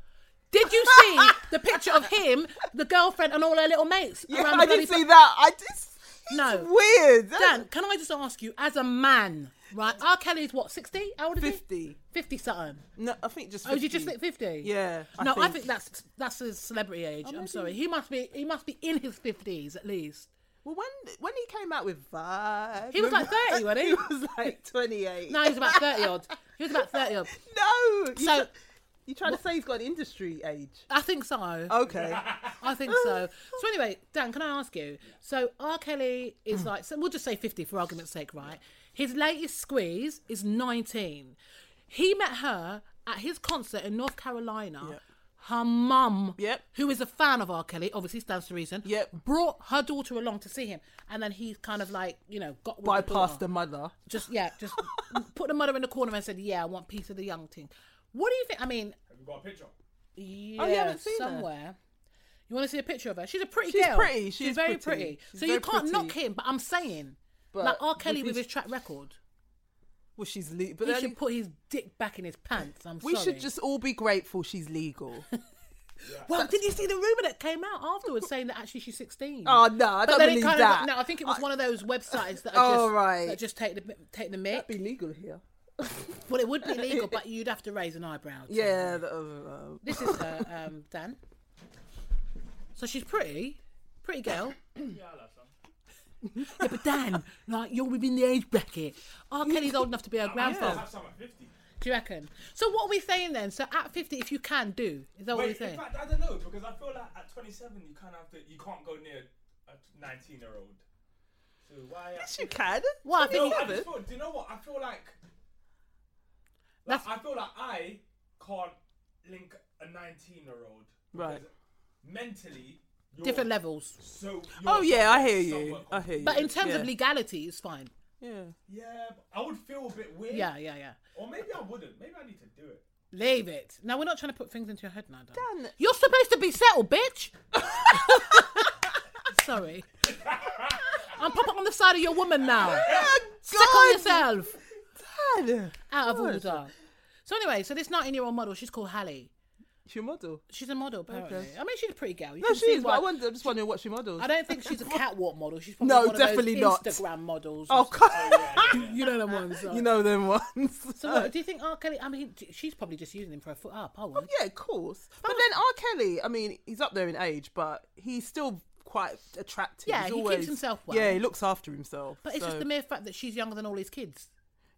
Speaker 1: Did you see the picture of him, the girlfriend, and all her little mates?
Speaker 2: Yeah,
Speaker 1: around the
Speaker 2: I
Speaker 1: bloody
Speaker 2: did see that. I just. It's
Speaker 1: No.
Speaker 2: weird.
Speaker 1: Dan, can I just ask you, as a man, right? R. Kelly's what, 60? How old is he?
Speaker 2: 50.
Speaker 1: 50 something.
Speaker 2: No, I think just. 50.
Speaker 1: Oh, you just think 50?
Speaker 2: Yeah.
Speaker 1: no, I think that's that's his celebrity age. I'm
Speaker 2: maybe-
Speaker 1: sorry. He must be he must be in his 50s at least.
Speaker 2: Well, when when he came out with Vibe,
Speaker 1: He was like 30, wasn't he?
Speaker 2: he was like 28.
Speaker 1: No, he was about 30 odd. He was about 30 odd.
Speaker 2: no. You
Speaker 1: So-
Speaker 2: tr- you trying to say he's got an industry age?
Speaker 1: I think so.
Speaker 2: Okay.
Speaker 1: I think so. So anyway, Dan, can I ask you? So R. Kelly is like, so we'll just say 50 for argument's sake, right? His latest squeeze is 19. He met her at his concert in North Carolina.
Speaker 2: Yep.
Speaker 1: Her mum,
Speaker 2: Yep.
Speaker 1: who is a fan of R. Kelly, obviously stands to reason,
Speaker 2: Yep.
Speaker 1: brought her daughter along to see him. And then he kind of like, you know, got with the
Speaker 2: Bypassed
Speaker 1: daughter.
Speaker 2: the mother.
Speaker 1: Just, yeah, just put the mother in the corner and said, yeah, I want piece of the young thing. What do you think? I mean,
Speaker 3: Have you got a picture?
Speaker 1: yeah,
Speaker 2: Oh, you haven't seen her?
Speaker 1: somewhere. You want to see a picture of her? She's a pretty
Speaker 2: She's
Speaker 1: girl.
Speaker 2: pretty, she is
Speaker 1: very
Speaker 2: pretty.
Speaker 1: pretty.
Speaker 2: She's
Speaker 1: so
Speaker 2: very
Speaker 1: you can't
Speaker 2: pretty.
Speaker 1: knock him, but I'm saying,
Speaker 2: But
Speaker 1: like R.
Speaker 2: with
Speaker 1: Kelly with
Speaker 2: his-
Speaker 1: his track record,
Speaker 2: Well, she's le- but
Speaker 1: he
Speaker 2: then
Speaker 1: should put his dick back in his pants. I'm
Speaker 2: we
Speaker 1: sorry.
Speaker 2: should just all be grateful she's legal.
Speaker 1: Well, did you see the rumor that came out afterwards saying that actually she's 16?
Speaker 2: oh no, I
Speaker 1: but
Speaker 2: don't
Speaker 1: then
Speaker 2: believe
Speaker 1: it kind
Speaker 2: that.
Speaker 1: of no. I think it was
Speaker 2: I-
Speaker 1: one of those websites that are
Speaker 2: Oh,
Speaker 1: just
Speaker 2: right.
Speaker 1: that just take the take the mic.
Speaker 2: be legal here.
Speaker 1: Well, it would be legal, but you'd have to raise an eyebrow. to-
Speaker 2: Yeah. that- uh, uh,
Speaker 1: This is her, um, Dan. So she's pretty, pretty girl.
Speaker 3: Yeah, I love some.
Speaker 1: Yeah, but Dan, like you're within the age bracket. R. Kelly's old enough to be her
Speaker 3: I
Speaker 1: grandfather.
Speaker 3: have some at 50.
Speaker 1: Oh, Do you reckon? So what are we saying then? So at fifty, if you can do, is that what we're
Speaker 3: Wait, in
Speaker 1: saying?
Speaker 3: fact, I don't know because I feel like at 27 you kind of have to, you can't go near a 19 year old. So why?
Speaker 2: yes, you can.
Speaker 1: Well, I
Speaker 3: No,
Speaker 1: think
Speaker 3: I just feel, do you know what? I feel like, like
Speaker 1: That's-
Speaker 3: I feel like I can't link a 19 year old.
Speaker 2: Right.
Speaker 3: Mentally, you're
Speaker 1: different levels,
Speaker 3: So
Speaker 2: Oh
Speaker 3: you're
Speaker 2: yeah, I hear
Speaker 3: somewhat
Speaker 2: you. Uh, I hear you.
Speaker 1: but in terms
Speaker 2: yeah.
Speaker 1: of legality, it's fine.
Speaker 2: yeah.
Speaker 3: Yeah, but I would feel a bit weird.
Speaker 1: Yeah, yeah, yeah.
Speaker 3: Or maybe I wouldn't. Maybe I need to do it.
Speaker 1: Leave it. Now we're not trying to put things into your head, now, Dan.
Speaker 2: Dan.
Speaker 1: You're supposed to be settled, bitch. Sorry. I'm proper on the side of your woman now.
Speaker 2: Oh,
Speaker 1: Stick on yourself.
Speaker 2: God.
Speaker 1: Out of order. So anyway, so this 19-year-old model, she's called Hallie.
Speaker 2: She model.
Speaker 1: She's a model, apparently.
Speaker 2: Okay.
Speaker 1: I mean, she's a pretty girl. You
Speaker 2: No,
Speaker 1: can
Speaker 2: she
Speaker 1: see
Speaker 2: is. But I
Speaker 1: why-
Speaker 2: wonder. I'm just wondering what she models.
Speaker 1: I don't think she's a catwalk model. She's probably
Speaker 2: No,
Speaker 1: one
Speaker 2: definitely
Speaker 1: of those
Speaker 2: not.
Speaker 1: Instagram models.
Speaker 2: Oh, God.
Speaker 1: you know the ones. uh,
Speaker 2: you know uh, them ones.
Speaker 1: So what, do you think R. Kelly? I mean, d- she's probably just using him for a foot up. I would.
Speaker 2: Oh, yeah, of course. But then R. Kelly, I mean, he's up there in age, but he's still quite attractive.
Speaker 1: Yeah,
Speaker 2: He's
Speaker 1: he keeps
Speaker 2: always-
Speaker 1: himself well.
Speaker 2: Yeah, he looks after himself.
Speaker 1: But it's
Speaker 2: so-
Speaker 1: just the mere fact that she's younger than all his kids.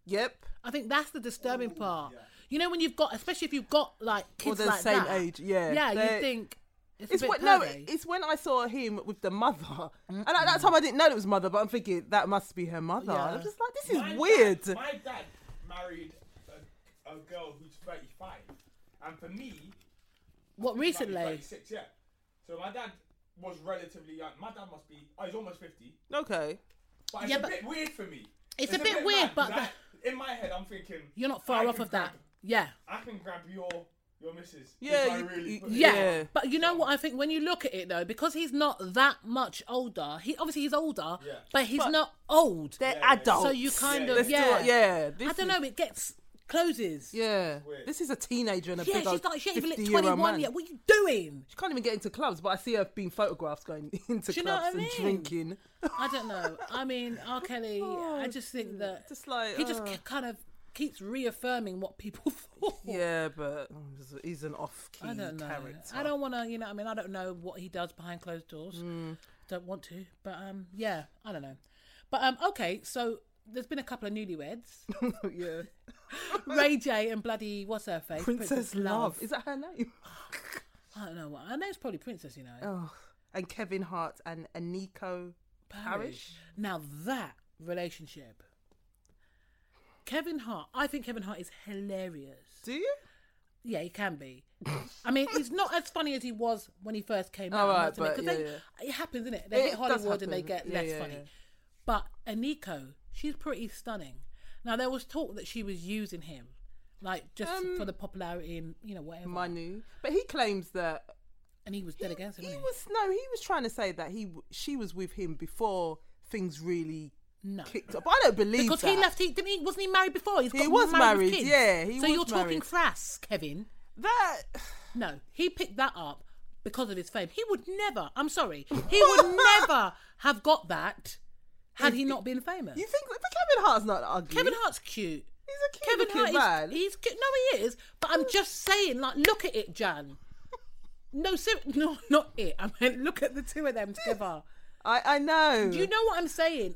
Speaker 2: yep,
Speaker 1: I think that's the disturbing part. You know, when you've got, especially if you've got like kids
Speaker 2: they're
Speaker 1: like
Speaker 2: same
Speaker 1: that,
Speaker 2: age, yeah.
Speaker 1: yeah, you
Speaker 2: They-
Speaker 1: think It's a
Speaker 2: It's
Speaker 1: bit
Speaker 2: what no,
Speaker 1: pervy. Mm.
Speaker 2: it's when I saw him with the mother, and at that time I didn't know it was mother, but I'm thinking that must be her mother.
Speaker 1: Yeah.
Speaker 2: I'm just like, this is
Speaker 3: My dad-
Speaker 2: weird.
Speaker 3: my dad married a, a girl who's 35, and for me,
Speaker 1: what
Speaker 3: he's like
Speaker 1: recently?
Speaker 3: 36, yeah. So my dad was relatively young. My dad must be, oh, he's almost 50.
Speaker 2: Okay,
Speaker 3: But it's
Speaker 1: Yeah,
Speaker 3: a
Speaker 1: but-
Speaker 3: bit weird for me.
Speaker 1: It's a bit weird,
Speaker 3: mad, 'cause
Speaker 1: but
Speaker 3: I- in my head, I'm thinking
Speaker 1: You're not
Speaker 3: I
Speaker 1: far off
Speaker 3: can
Speaker 1: of that.
Speaker 3: grab-
Speaker 1: Yeah.
Speaker 3: I can grab your your missus.
Speaker 2: Yeah,
Speaker 3: if I
Speaker 2: you-
Speaker 3: really
Speaker 2: you-
Speaker 3: put it
Speaker 1: Yeah.
Speaker 2: Yeah.
Speaker 1: But you know what? I think when you look at it though, because he's not that much older, he obviously he's older,
Speaker 3: Yeah.
Speaker 1: but he's
Speaker 2: But-
Speaker 1: not old.
Speaker 2: they're
Speaker 3: yeah.
Speaker 2: adults.
Speaker 1: So you kind
Speaker 3: Yeah,
Speaker 1: of
Speaker 2: Let's do
Speaker 1: yeah.
Speaker 2: it. yeah. This
Speaker 1: I don't
Speaker 2: is-
Speaker 1: know. It gets closes.
Speaker 2: Yeah,
Speaker 3: Weird.
Speaker 2: this is a teenager and a
Speaker 1: Yeah,
Speaker 2: big
Speaker 1: she's
Speaker 2: old
Speaker 1: like she ain't even like
Speaker 2: 50-year-old man.
Speaker 1: 21 yet. What are you doing?
Speaker 2: She can't even get into clubs, but I see her being photographed going into
Speaker 1: Do you know what
Speaker 2: clubs
Speaker 1: I
Speaker 2: and
Speaker 1: mean?
Speaker 2: drinking.
Speaker 1: I don't know. I mean, R. Kelly. I
Speaker 2: Oh,
Speaker 1: just think that
Speaker 2: Just like
Speaker 1: he just
Speaker 2: uh,
Speaker 1: k- kind of keeps reaffirming what people thought.
Speaker 2: yeah, but oh, he's an off-key
Speaker 1: I don't know.
Speaker 2: character.
Speaker 1: I don't want to. You know, what I mean, I don't know what he does behind closed doors.
Speaker 2: Mm.
Speaker 1: Don't want to. But um, yeah, I don't know. But um, okay. So there's been a couple of newlyweds,
Speaker 2: yeah,
Speaker 1: Ray J and bloody what's her face,
Speaker 2: Princess, Love. Is that her name?
Speaker 1: I don't know. What her name's probably Princess. You know,
Speaker 2: Oh, and Kevin Hart and Aniko Parish.
Speaker 1: Now that relationship, Kevin Hart. I think Kevin Hart is hilarious.
Speaker 2: Do you?
Speaker 1: Yeah, he can be. I mean, he's not as funny as he was when he first came out.
Speaker 2: Oh, right,
Speaker 1: that's what I mean,
Speaker 2: but
Speaker 1: 'cause
Speaker 2: yeah,
Speaker 1: they- It happens, isn't it? They
Speaker 2: It
Speaker 1: hit
Speaker 2: does
Speaker 1: Hollywood and they
Speaker 2: happen.
Speaker 1: get
Speaker 2: Yeah,
Speaker 1: less
Speaker 2: yeah,
Speaker 1: funny.
Speaker 2: yeah.
Speaker 1: But Aniko, she's pretty stunning. Now there was talk that she was using him, like just
Speaker 2: Um,
Speaker 1: for the popularity and you know whatever.
Speaker 2: Manu, but he claims that
Speaker 1: and he was dead against him.
Speaker 2: he
Speaker 1: wasn't
Speaker 2: was no, he was trying to say that he w- she was with him before things really
Speaker 1: he? no,
Speaker 2: kicked up. I don't believe
Speaker 1: because
Speaker 2: that.
Speaker 1: he left. He didn't. He wasn't he married before. He's
Speaker 2: He
Speaker 1: got
Speaker 2: was
Speaker 1: with
Speaker 2: married,
Speaker 1: kids.
Speaker 2: yeah, he
Speaker 1: so
Speaker 2: was
Speaker 1: you're talking
Speaker 2: married.
Speaker 1: crass, Kevin.
Speaker 2: that.
Speaker 1: No, he picked that up because of his fame. He would never, I'm sorry, he would never have got that had he not been famous.
Speaker 2: You think? But Kevin Hart's not ugly.
Speaker 1: Kevin Hart's cute.
Speaker 2: He's a cute
Speaker 1: Kevin
Speaker 2: looking
Speaker 1: Hart
Speaker 2: man.
Speaker 1: is he's cute. No, he is. But I'm just saying, like, look at it, Jan. No, ser- no, not it. I mean, look at the two of them together.
Speaker 2: I, I know.
Speaker 1: Do you know what I'm saying?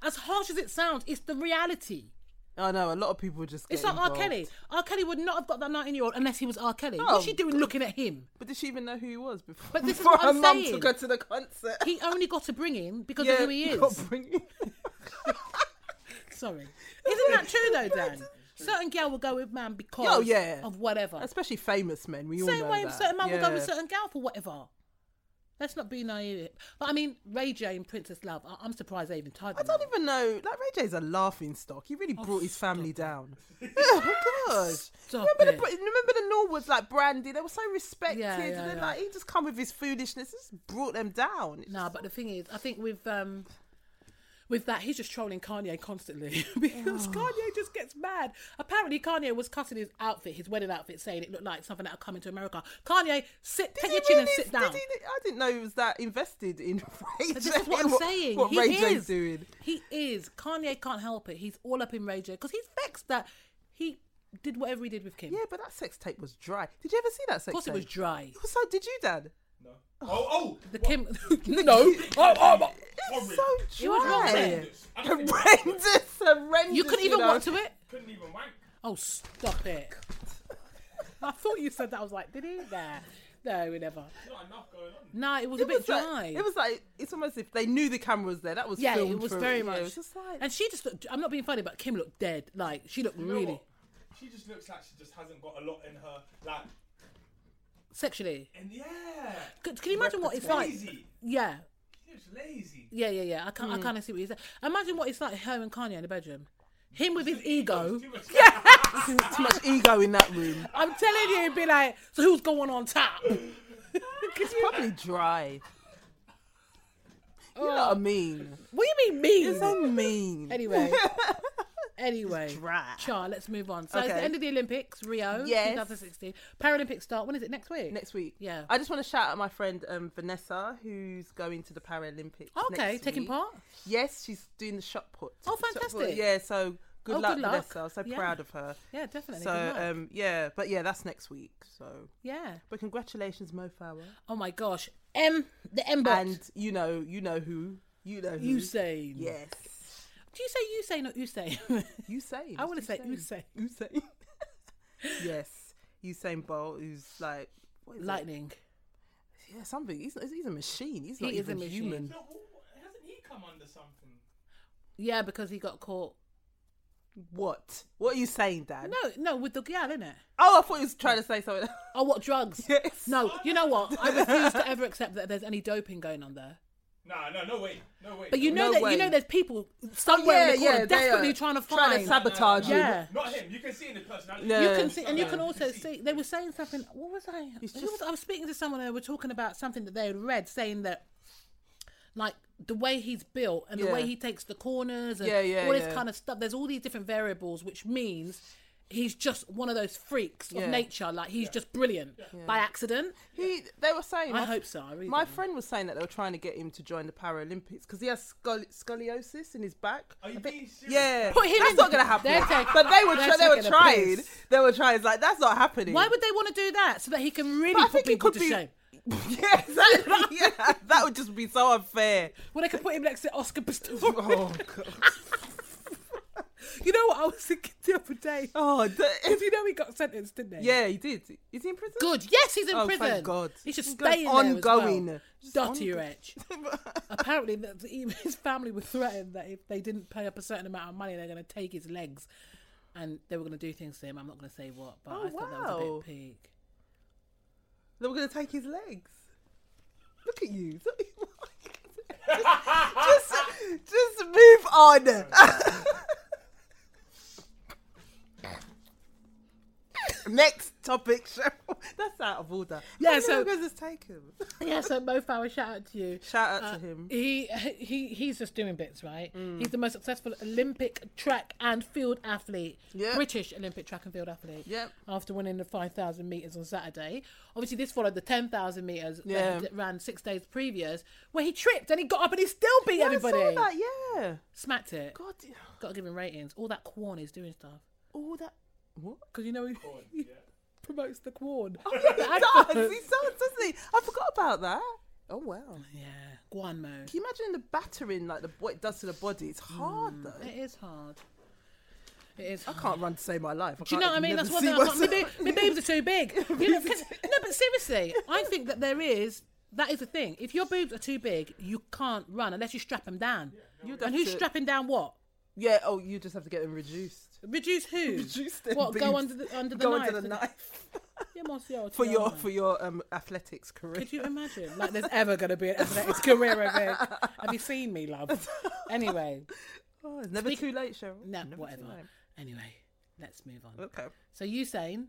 Speaker 1: As harsh as it sounds, it's the reality.
Speaker 2: I know a lot of people just. Get
Speaker 1: It's like R.
Speaker 2: involved.
Speaker 1: Kelly. R. Kelly would not have got that 19 year old unless he was R. Kelly.
Speaker 2: Oh,
Speaker 1: What's she doing looking at him?
Speaker 2: But did she even know who he was before?
Speaker 1: But this is
Speaker 2: before
Speaker 1: what
Speaker 2: her
Speaker 1: I'm
Speaker 2: mum
Speaker 1: saying.
Speaker 2: took her to the concert.
Speaker 1: He only got to bring him because of who he is.
Speaker 2: God, bring him.
Speaker 1: Sorry. Isn't that true though, Dan? Certain girl will go with man because
Speaker 2: Oh, yeah.
Speaker 1: of whatever.
Speaker 2: Especially famous men. We all
Speaker 1: Same
Speaker 2: know
Speaker 1: way
Speaker 2: that.
Speaker 1: certain man will go with
Speaker 2: Yeah.
Speaker 1: certain girl for whatever. Let's not be naive. But I mean, Ray J and Princess Love, I- I'm surprised they even tied
Speaker 2: I
Speaker 1: them.
Speaker 2: don't
Speaker 1: up.
Speaker 2: even know. Like Ray J's a laughing stock. He
Speaker 1: Oh,
Speaker 2: really brought his family down. oh gosh.
Speaker 1: Stop
Speaker 2: remember
Speaker 1: it.
Speaker 2: the remember the Norwoods like Brandy? They were so respected,
Speaker 1: Yeah, yeah,
Speaker 2: and then
Speaker 1: yeah.
Speaker 2: like he just come with his foolishness, just brought them down. It's
Speaker 1: Nah,
Speaker 2: just-
Speaker 1: but the thing is, I think with um, with that, he's just trolling Kanye constantly because
Speaker 2: Oh.
Speaker 1: Kanye just gets mad. Apparently, Kanye was cutting his outfit, his wedding outfit, saying it looked like something that had come into America. Kanye, sit,
Speaker 2: Did
Speaker 1: take
Speaker 2: he
Speaker 1: your chin and
Speaker 2: really-
Speaker 1: sit down.
Speaker 2: Did he, I didn't know he was that invested in Ray J.
Speaker 1: But this is what I'm saying.
Speaker 2: What
Speaker 1: he
Speaker 2: Ray
Speaker 1: is.
Speaker 2: J's doing.
Speaker 1: He is. Kanye can't help it. He's all up in Ray J because he's vexed that he did whatever he did with Kim.
Speaker 2: Yeah, but that sex tape was dry. Did you ever see that sex tape?
Speaker 1: of course, it was dry.
Speaker 2: So did you, Dad?
Speaker 3: No. Oh, oh!
Speaker 1: The
Speaker 3: what-
Speaker 1: Kim. no. Oh, oh, my-
Speaker 2: It's
Speaker 3: Horrid.
Speaker 2: so
Speaker 1: It was
Speaker 2: dry.
Speaker 1: horrendous.
Speaker 3: I don't think-
Speaker 2: Horrendous, horrendous.
Speaker 1: You couldn't even
Speaker 2: know.
Speaker 1: walk to it.
Speaker 3: Couldn't even wank.
Speaker 1: Oh, stop it. I thought you said that. I was like, did he? Nah. No, we never.
Speaker 3: Not enough going on.
Speaker 1: No, it was a
Speaker 2: It
Speaker 1: bit
Speaker 2: was like-
Speaker 1: dry.
Speaker 2: it was like it's almost if they knew the camera was there. That was
Speaker 1: yeah, it
Speaker 2: filmed
Speaker 1: was
Speaker 2: for-
Speaker 1: very
Speaker 2: yeah,
Speaker 1: much.
Speaker 2: It was just like
Speaker 1: and she just looked. I'm not being funny, but Kim looked dead. Like she looked
Speaker 3: You know
Speaker 1: really
Speaker 3: what? She just looks like she just hasn't got a lot in her. Like,
Speaker 1: sexually.
Speaker 3: and yeah.
Speaker 1: C- Can you imagine what it's like?
Speaker 3: Lazy.
Speaker 1: Yeah,
Speaker 3: She looks lazy.
Speaker 1: Yeah, yeah, yeah. I can
Speaker 2: Hmm.
Speaker 1: I kind of see what you said. Imagine what it's like her and Kanye in the bedroom. Him with his ego.
Speaker 3: Too much. Yeah.
Speaker 2: too much ego in that room.
Speaker 1: I'm telling you, it'd be like, so who's going on top?
Speaker 2: It's probably dry. You know what I mean?
Speaker 1: What do you mean, me?
Speaker 2: It's so mean.
Speaker 1: Oh. Anyway. Anyway,
Speaker 2: dry.
Speaker 1: Char, let's move on. So it's the
Speaker 2: Okay.
Speaker 1: end of the Olympics, Rio
Speaker 2: Yes.
Speaker 1: 2016. Paralympics start, when is it? Next week?
Speaker 2: Next week.
Speaker 1: Yeah.
Speaker 2: I just want to shout out my friend um, Vanessa, who's going to the Paralympics.
Speaker 1: Okay,
Speaker 2: next
Speaker 1: taking
Speaker 2: week.
Speaker 1: part.
Speaker 2: Yes, she's doing the shot put.
Speaker 1: Oh,
Speaker 2: Shot put,
Speaker 1: fantastic.
Speaker 2: Yeah, so good
Speaker 1: Oh,
Speaker 2: luck,
Speaker 1: good luck.
Speaker 2: Vanessa. I'm so
Speaker 1: Yeah.
Speaker 2: proud of her.
Speaker 1: Yeah, definitely. good
Speaker 2: So
Speaker 1: luck.
Speaker 2: um, yeah, but yeah, that's next week. So,
Speaker 1: yeah.
Speaker 2: but congratulations, Mo Farah,
Speaker 1: Oh my gosh. M, the M bot.
Speaker 2: and you know, you know who, you know who.
Speaker 1: Usain.
Speaker 2: Yes.
Speaker 1: Do you say Usain or Usain?
Speaker 2: Usain.
Speaker 1: I want to
Speaker 2: it's
Speaker 1: say Usain.
Speaker 2: Usain. yes. Usain Bolt, who's like, what is it?
Speaker 1: Lightning.
Speaker 2: yeah, something. He's, he's a machine. He's
Speaker 1: He
Speaker 2: not
Speaker 1: is a
Speaker 2: even
Speaker 1: machine.
Speaker 2: human.
Speaker 3: No, wh- hasn't he come under something?
Speaker 1: Yeah, because he got caught.
Speaker 2: What? What are you saying, Dad?
Speaker 1: No, no, with the girl, innit?
Speaker 2: Oh, I thought he was trying to say something.
Speaker 1: Oh, what drugs?
Speaker 2: Yes.
Speaker 1: No, you know what? I refuse to ever accept that there's any doping going on there.
Speaker 3: Nah, no, no way, no way.
Speaker 1: But you know
Speaker 2: No
Speaker 1: that
Speaker 2: way.
Speaker 1: you know there's people somewhere in the corner
Speaker 2: they are
Speaker 1: desperately trying to find.
Speaker 2: trying to sabotage you.
Speaker 1: Yeah.
Speaker 3: Not him. You can see in the personality.
Speaker 2: Yeah.
Speaker 1: you can see, and you
Speaker 3: Yeah.
Speaker 1: can also see they were saying something. What was I?
Speaker 2: It's
Speaker 1: who
Speaker 2: just-
Speaker 1: was- I was speaking to someone and they were talking about something that they had read, saying that like the way he's built and the way
Speaker 2: Yeah.
Speaker 1: he takes the corners and
Speaker 2: Yeah, yeah,
Speaker 1: all this
Speaker 2: yeah.
Speaker 1: kind of stuff. There's all these different variables, which means he's just one of those freaks
Speaker 2: Yeah.
Speaker 1: of nature. Like he's just brilliant by accident.
Speaker 2: He, they were saying.
Speaker 1: I
Speaker 2: my-
Speaker 1: hope so. I really
Speaker 2: My
Speaker 1: do.
Speaker 2: friend was saying that they were trying to get him to join the Paralympics because he has scoli- scoliosis in his back.
Speaker 3: Are you
Speaker 2: I think-
Speaker 3: being serious?
Speaker 2: Yeah,
Speaker 1: Put him
Speaker 2: that's
Speaker 1: in-
Speaker 2: not gonna happen.
Speaker 1: They're taking-
Speaker 2: but they were
Speaker 1: they're
Speaker 2: try- they were
Speaker 1: taking a
Speaker 2: trying.
Speaker 1: piss.
Speaker 2: They were trying. It's like that's not happening.
Speaker 1: Why would they want to do that so that he can really
Speaker 2: But I
Speaker 1: put
Speaker 2: think he
Speaker 1: people to
Speaker 2: could be-
Speaker 1: shame?
Speaker 2: Yeah, exactly. yeah, that would just be so unfair.
Speaker 1: Well, they could put him next to Oscar Pistorius.
Speaker 2: Oh god.
Speaker 1: you know what I was thinking the other day?
Speaker 2: Oh, d-
Speaker 1: Because you know he got sentenced, didn't he?
Speaker 2: yeah, he did. Is he in prison?
Speaker 1: Good. Yes, he's in
Speaker 2: Oh, thank
Speaker 1: prison.
Speaker 2: God.
Speaker 1: He should
Speaker 2: He's
Speaker 1: stay in
Speaker 2: going- ongoing.
Speaker 1: there as
Speaker 2: Just
Speaker 1: well. Dirty
Speaker 2: ongo-
Speaker 1: wretch. Apparently, the, the- his family were threatened that if they didn't pay up a certain amount of money, they're going to take his legs, and they were going to do things to him. I'm not going to say what, but
Speaker 2: Oh,
Speaker 1: I thought that was a
Speaker 2: wow.
Speaker 1: bit peak.
Speaker 2: They were gonna take his legs. Look at you. just, just move on. Next topic, Cheryl. That's out of order.
Speaker 1: Yeah,
Speaker 2: How many
Speaker 1: so-
Speaker 2: Lugos has taken.
Speaker 1: Yeah, so Mo Farah, shout out to you.
Speaker 2: Shout out
Speaker 1: Uh,
Speaker 2: to him.
Speaker 1: He he he's just doing bits, right?
Speaker 2: Mm.
Speaker 1: He's the most successful Olympic track and field athlete,
Speaker 2: Yep.
Speaker 1: British Olympic track and field athlete.
Speaker 2: Yep.
Speaker 1: After winning the five thousand meters on Saturday, obviously this followed the ten thousand meters
Speaker 2: Yeah.
Speaker 1: that he ran six days previous, where he tripped and he got up and he still beat
Speaker 2: Yeah,
Speaker 1: everybody.
Speaker 2: I saw that. Yeah.
Speaker 1: Smacked it.
Speaker 2: God,
Speaker 1: Got to give him ratings. All that Quan is doing stuff
Speaker 2: all that. What?
Speaker 1: because you know he, he promotes the Quan.
Speaker 2: Oh, He does. He does, doesn't he? I forgot about that. Oh wow.
Speaker 1: yeah, Guanmo.
Speaker 2: Can you imagine the battering like the what it does to the body? It's hard though.
Speaker 1: It is hard. It is.
Speaker 2: I can't run to save my life.
Speaker 1: Do you know what I mean? That's one thing. I can't, my, boo- my boobs are too big. You know, can, no, but seriously, I think that there is. That is the thing. If your boobs are too big, you can't run unless you strap them down. and who's
Speaker 2: to-
Speaker 1: strapping down what?
Speaker 2: Yeah. Oh, you just have to get them reduced.
Speaker 1: Reduce who?
Speaker 2: Reduce them.
Speaker 1: what go
Speaker 2: boobs.
Speaker 1: under the under the
Speaker 2: go
Speaker 1: knife?
Speaker 2: under the knife
Speaker 1: Yeah, monsieur,
Speaker 2: for
Speaker 1: tiens,
Speaker 2: your
Speaker 1: man.
Speaker 2: for your um athletics career.
Speaker 1: Could you imagine? Like, there's ever going to be an athletics career again. Have you seen me, love? Anyway,
Speaker 2: Oh, it's never
Speaker 1: Speak-
Speaker 2: too late, Cheryl.
Speaker 1: no,
Speaker 2: Never too
Speaker 1: whatever.
Speaker 2: late.
Speaker 1: Anyway, let's move on.
Speaker 2: Okay.
Speaker 1: So Usain,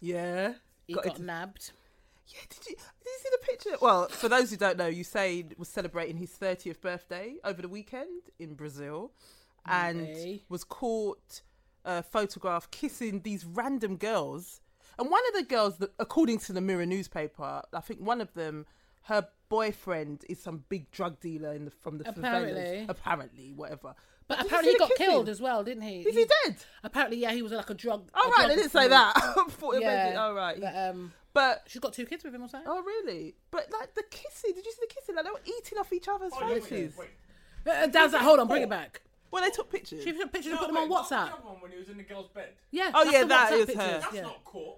Speaker 2: Yeah.
Speaker 1: he
Speaker 2: Got
Speaker 1: got,
Speaker 2: it.
Speaker 1: nabbed.
Speaker 2: Yeah. Did you did you see the picture? Well, for those who don't know, Usain was celebrating his 30th birthday over the weekend in Brazil, and
Speaker 1: Maybe.
Speaker 2: was caught uh, photographed kissing these random girls. And one of the girls, that, according to the Mirror newspaper, I think one of them, her boyfriend is some big drug dealer in the, from the favelas.
Speaker 1: Apparently.
Speaker 2: apparently, whatever.
Speaker 1: But
Speaker 2: did you
Speaker 1: apparently he
Speaker 2: see the
Speaker 1: got killed
Speaker 2: kissing?
Speaker 1: as well, didn't he?
Speaker 2: Is he dead?
Speaker 1: Apparently, yeah, he was like a drug.
Speaker 2: Oh
Speaker 1: a
Speaker 2: right, they
Speaker 1: drug
Speaker 2: didn't say
Speaker 1: free.
Speaker 2: that. I thought it meant it.
Speaker 1: Yeah.
Speaker 2: Oh right,
Speaker 1: But, um,
Speaker 2: but
Speaker 1: she's got two kids with him or something.
Speaker 2: oh really? But like the kissing, did you see the kissing? Like they were eating off each other's
Speaker 3: Oh, wait,
Speaker 2: faces.
Speaker 3: wait, wait.
Speaker 1: Uh,
Speaker 2: Oh.
Speaker 1: uh, Dad's like, hold on, bring it back.
Speaker 2: Well, they took pictures.
Speaker 1: She took pictures and
Speaker 3: No,
Speaker 1: put them
Speaker 3: wait,
Speaker 1: on
Speaker 3: what was the
Speaker 1: WhatsApp.
Speaker 3: other one when he was in the girl's bed.
Speaker 1: Yeah.
Speaker 2: Oh,
Speaker 1: that's
Speaker 2: yeah,
Speaker 1: the
Speaker 2: that
Speaker 1: WhatsApp
Speaker 2: is
Speaker 1: pictures,
Speaker 2: her.
Speaker 3: That's
Speaker 1: yeah.
Speaker 3: not caught.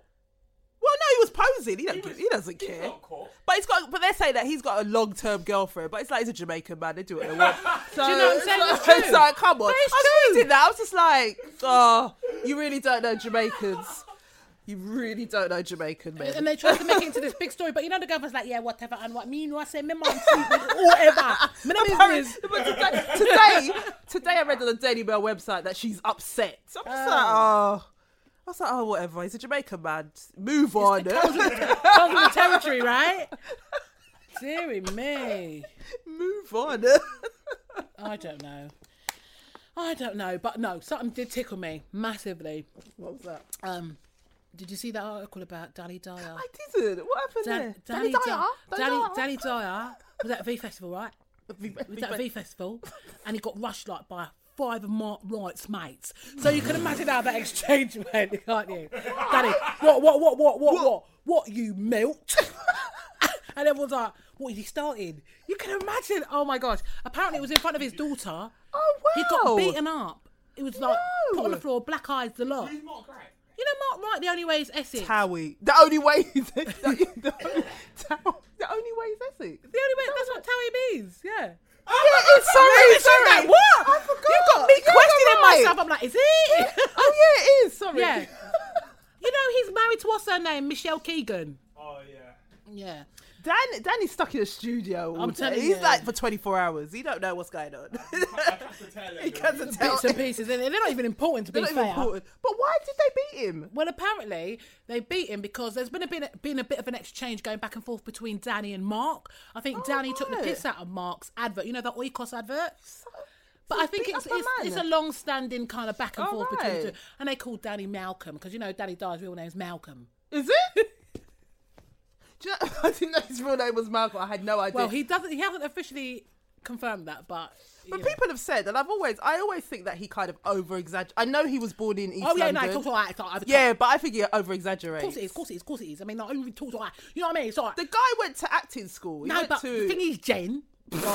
Speaker 2: Well, no, he was posing. He, don't
Speaker 3: He
Speaker 2: give-
Speaker 3: was-
Speaker 2: he doesn't
Speaker 3: he's
Speaker 2: care.
Speaker 3: not caught.
Speaker 2: But it's got. But they say that he's got a long-term girlfriend. But it's like he's a Jamaican man. They do what they want. So
Speaker 1: Do you know what I'm saying?
Speaker 2: It's
Speaker 1: It's
Speaker 2: like,
Speaker 1: true.
Speaker 2: it's like, come on.
Speaker 1: But it's
Speaker 2: I was
Speaker 1: true.
Speaker 2: reading that. I was just like, oh, you really don't know Jamaicans. You really don't know Jamaican men.
Speaker 1: And they tried to make it into this big story, but you know the government's like, yeah, whatever, and what me no, I say, me man, whatever, me no business.
Speaker 2: But today, today, today I read on the Daily Mail website that she's upset. So I'm just like, oh. I was like, oh, whatever. He's a Jamaican man. Just Move on.
Speaker 1: Comes with the territory, right? Deary me,
Speaker 2: Move on.
Speaker 1: I don't know, I don't know, but no, something did tickle me massively.
Speaker 2: what was that?
Speaker 1: Um, did you see that article about Danny Dyer?
Speaker 2: I didn't. What happened
Speaker 1: Dan-
Speaker 2: there? Danny, Dyer.
Speaker 1: Danny, Danny Dyer was at V Festival, right?
Speaker 2: Danny
Speaker 1: Was at V Festival, and he got rushed like by five of Mark Wright's mates. So you can imagine how that exchange went, can't you? Danny, what, what, what, what, what, what, what, you melt? and everyone's like, what is he starting? You can imagine. Oh my gosh! Apparently, it was in front of his daughter.
Speaker 2: Oh,
Speaker 1: He
Speaker 2: wow.
Speaker 1: got beaten up. It was like
Speaker 2: No.
Speaker 1: put on the floor, black eyes, the lot.
Speaker 3: He's not right.
Speaker 1: You know, Mark Wright, the only way is Essex.
Speaker 2: Howie. The only way. the, the, the only way Uh, Oh,
Speaker 3: Oh,
Speaker 1: Yeah.
Speaker 2: Dan Danny's stuck in the studio. All
Speaker 1: I'm
Speaker 2: day.
Speaker 1: telling
Speaker 2: He's
Speaker 1: you.
Speaker 2: like for 24 hours. He don't know what's going on. he doesn't tell.
Speaker 1: Bits and pieces. and They're not even important to be
Speaker 2: They're not even
Speaker 1: fair.
Speaker 2: important. But why did they beat him?
Speaker 1: Well, apparently they beat him because there's been a bit, been a bit of an exchange going back and forth between Danny and Mark. I think Danny took the
Speaker 2: Oh, right.
Speaker 1: piss out of Mark's advert. You know the Oikos advert.
Speaker 2: So-
Speaker 1: But
Speaker 2: so
Speaker 1: I think
Speaker 2: beat
Speaker 1: it's
Speaker 2: up a
Speaker 1: it's,
Speaker 2: man.
Speaker 1: it's a long-standing kind of back and
Speaker 2: Oh,
Speaker 1: forth between the
Speaker 2: right.
Speaker 1: two. And they called Danny Malcolm because you know Danny Dyer's real name's Malcolm.
Speaker 2: Is it? Do you know, I didn't know his real name was Malcolm. I had no idea.
Speaker 1: Well, he doesn't. He hasn't officially confirmed that, but.
Speaker 2: but
Speaker 1: you know.
Speaker 2: people have said, and I've always, I always think that he kind of over exaggerates. I know he was born in East
Speaker 1: Oh yeah, no,
Speaker 2: London.
Speaker 1: of course, all right, all right, of
Speaker 2: yeah, but I think he over
Speaker 1: course
Speaker 2: exaggerates.
Speaker 1: it is, of course it is, of course it is. I mean, I only talk all right. You know what I mean? It's all right.
Speaker 2: The guy went to acting school. He
Speaker 1: No,
Speaker 2: went
Speaker 1: but
Speaker 2: to
Speaker 1: the thing is, Jen. it's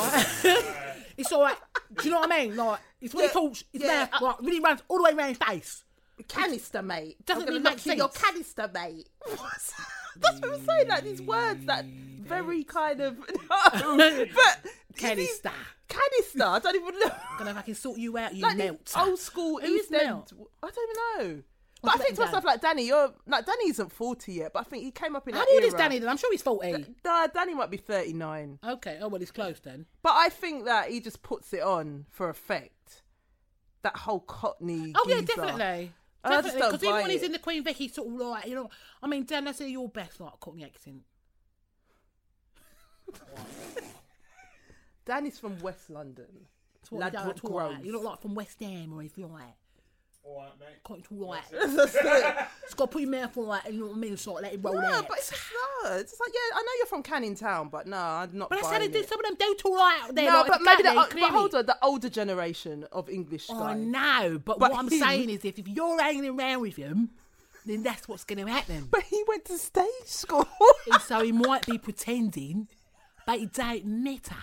Speaker 1: all right. Do you know what I mean? Like, it's when
Speaker 2: Yeah,
Speaker 1: he talks, it's
Speaker 2: yeah, uh,
Speaker 1: there, like, really runs all the way around his face.
Speaker 2: canister mate.
Speaker 1: Doesn't
Speaker 2: I'm gonna
Speaker 1: really
Speaker 2: knock
Speaker 1: make
Speaker 2: you in Your
Speaker 1: sense.
Speaker 2: canister mate. That's what I'm saying. Like these words that very kind of no, but
Speaker 1: Canister.
Speaker 2: Canister. I don't even know.
Speaker 1: Gonna fucking sort you out, you
Speaker 2: like these
Speaker 1: melt.
Speaker 2: old school
Speaker 1: Who's
Speaker 2: East End.
Speaker 1: Melt?
Speaker 2: I don't even know. But I
Speaker 1: put that
Speaker 2: think to myself
Speaker 1: down.
Speaker 2: like Danny, you're like Danny isn't forty yet, but I think he came up in
Speaker 1: How
Speaker 2: that
Speaker 1: old is
Speaker 2: era.
Speaker 1: Danny then? I'm sure he's 40.
Speaker 2: Nah, Danny might be thirty nine,
Speaker 1: Okay, oh well, he's close then.
Speaker 2: but I think that he just puts it on for effect. That whole Cockney.
Speaker 1: Oh yeah,
Speaker 2: geezer.
Speaker 1: definitely.
Speaker 2: I just
Speaker 1: Definitely,
Speaker 2: don't
Speaker 1: because even
Speaker 2: buy
Speaker 1: when he's
Speaker 2: it.
Speaker 1: in the Queen Vic, he's sort of like, you know, I mean, Dan, that's your best like Cockney accent.
Speaker 2: Danny's from West London.
Speaker 1: It's what
Speaker 2: Lad
Speaker 1: you, do,
Speaker 2: with
Speaker 1: it's all right.
Speaker 2: growth.
Speaker 1: you look like from West Ham or anything like that.
Speaker 3: Alright, mate.
Speaker 1: Cockney, it's all right.
Speaker 2: That's it.
Speaker 1: It's got to put your mouth on like, you know what I mean, sort of let it roll
Speaker 2: No,
Speaker 1: out.
Speaker 2: but it's just no. It's just like yeah, I know you're from Canning Town, but no, I'm not.
Speaker 1: But I said
Speaker 2: buying
Speaker 1: it did.
Speaker 2: it.
Speaker 1: Some of them don't all right out there.
Speaker 2: No,
Speaker 1: like,
Speaker 2: but
Speaker 1: the cat
Speaker 2: maybe the,
Speaker 1: lady,
Speaker 2: but
Speaker 1: clearly. Oh,
Speaker 2: hold on, the older generation of English
Speaker 1: I
Speaker 2: guys.
Speaker 1: know, but,
Speaker 2: But
Speaker 1: what I'm
Speaker 2: he-
Speaker 1: saying is, if, if you're hanging around with him, then that's what's going to happen.
Speaker 2: But he went to stage school.
Speaker 1: And so he might be pretending, but it don't matter.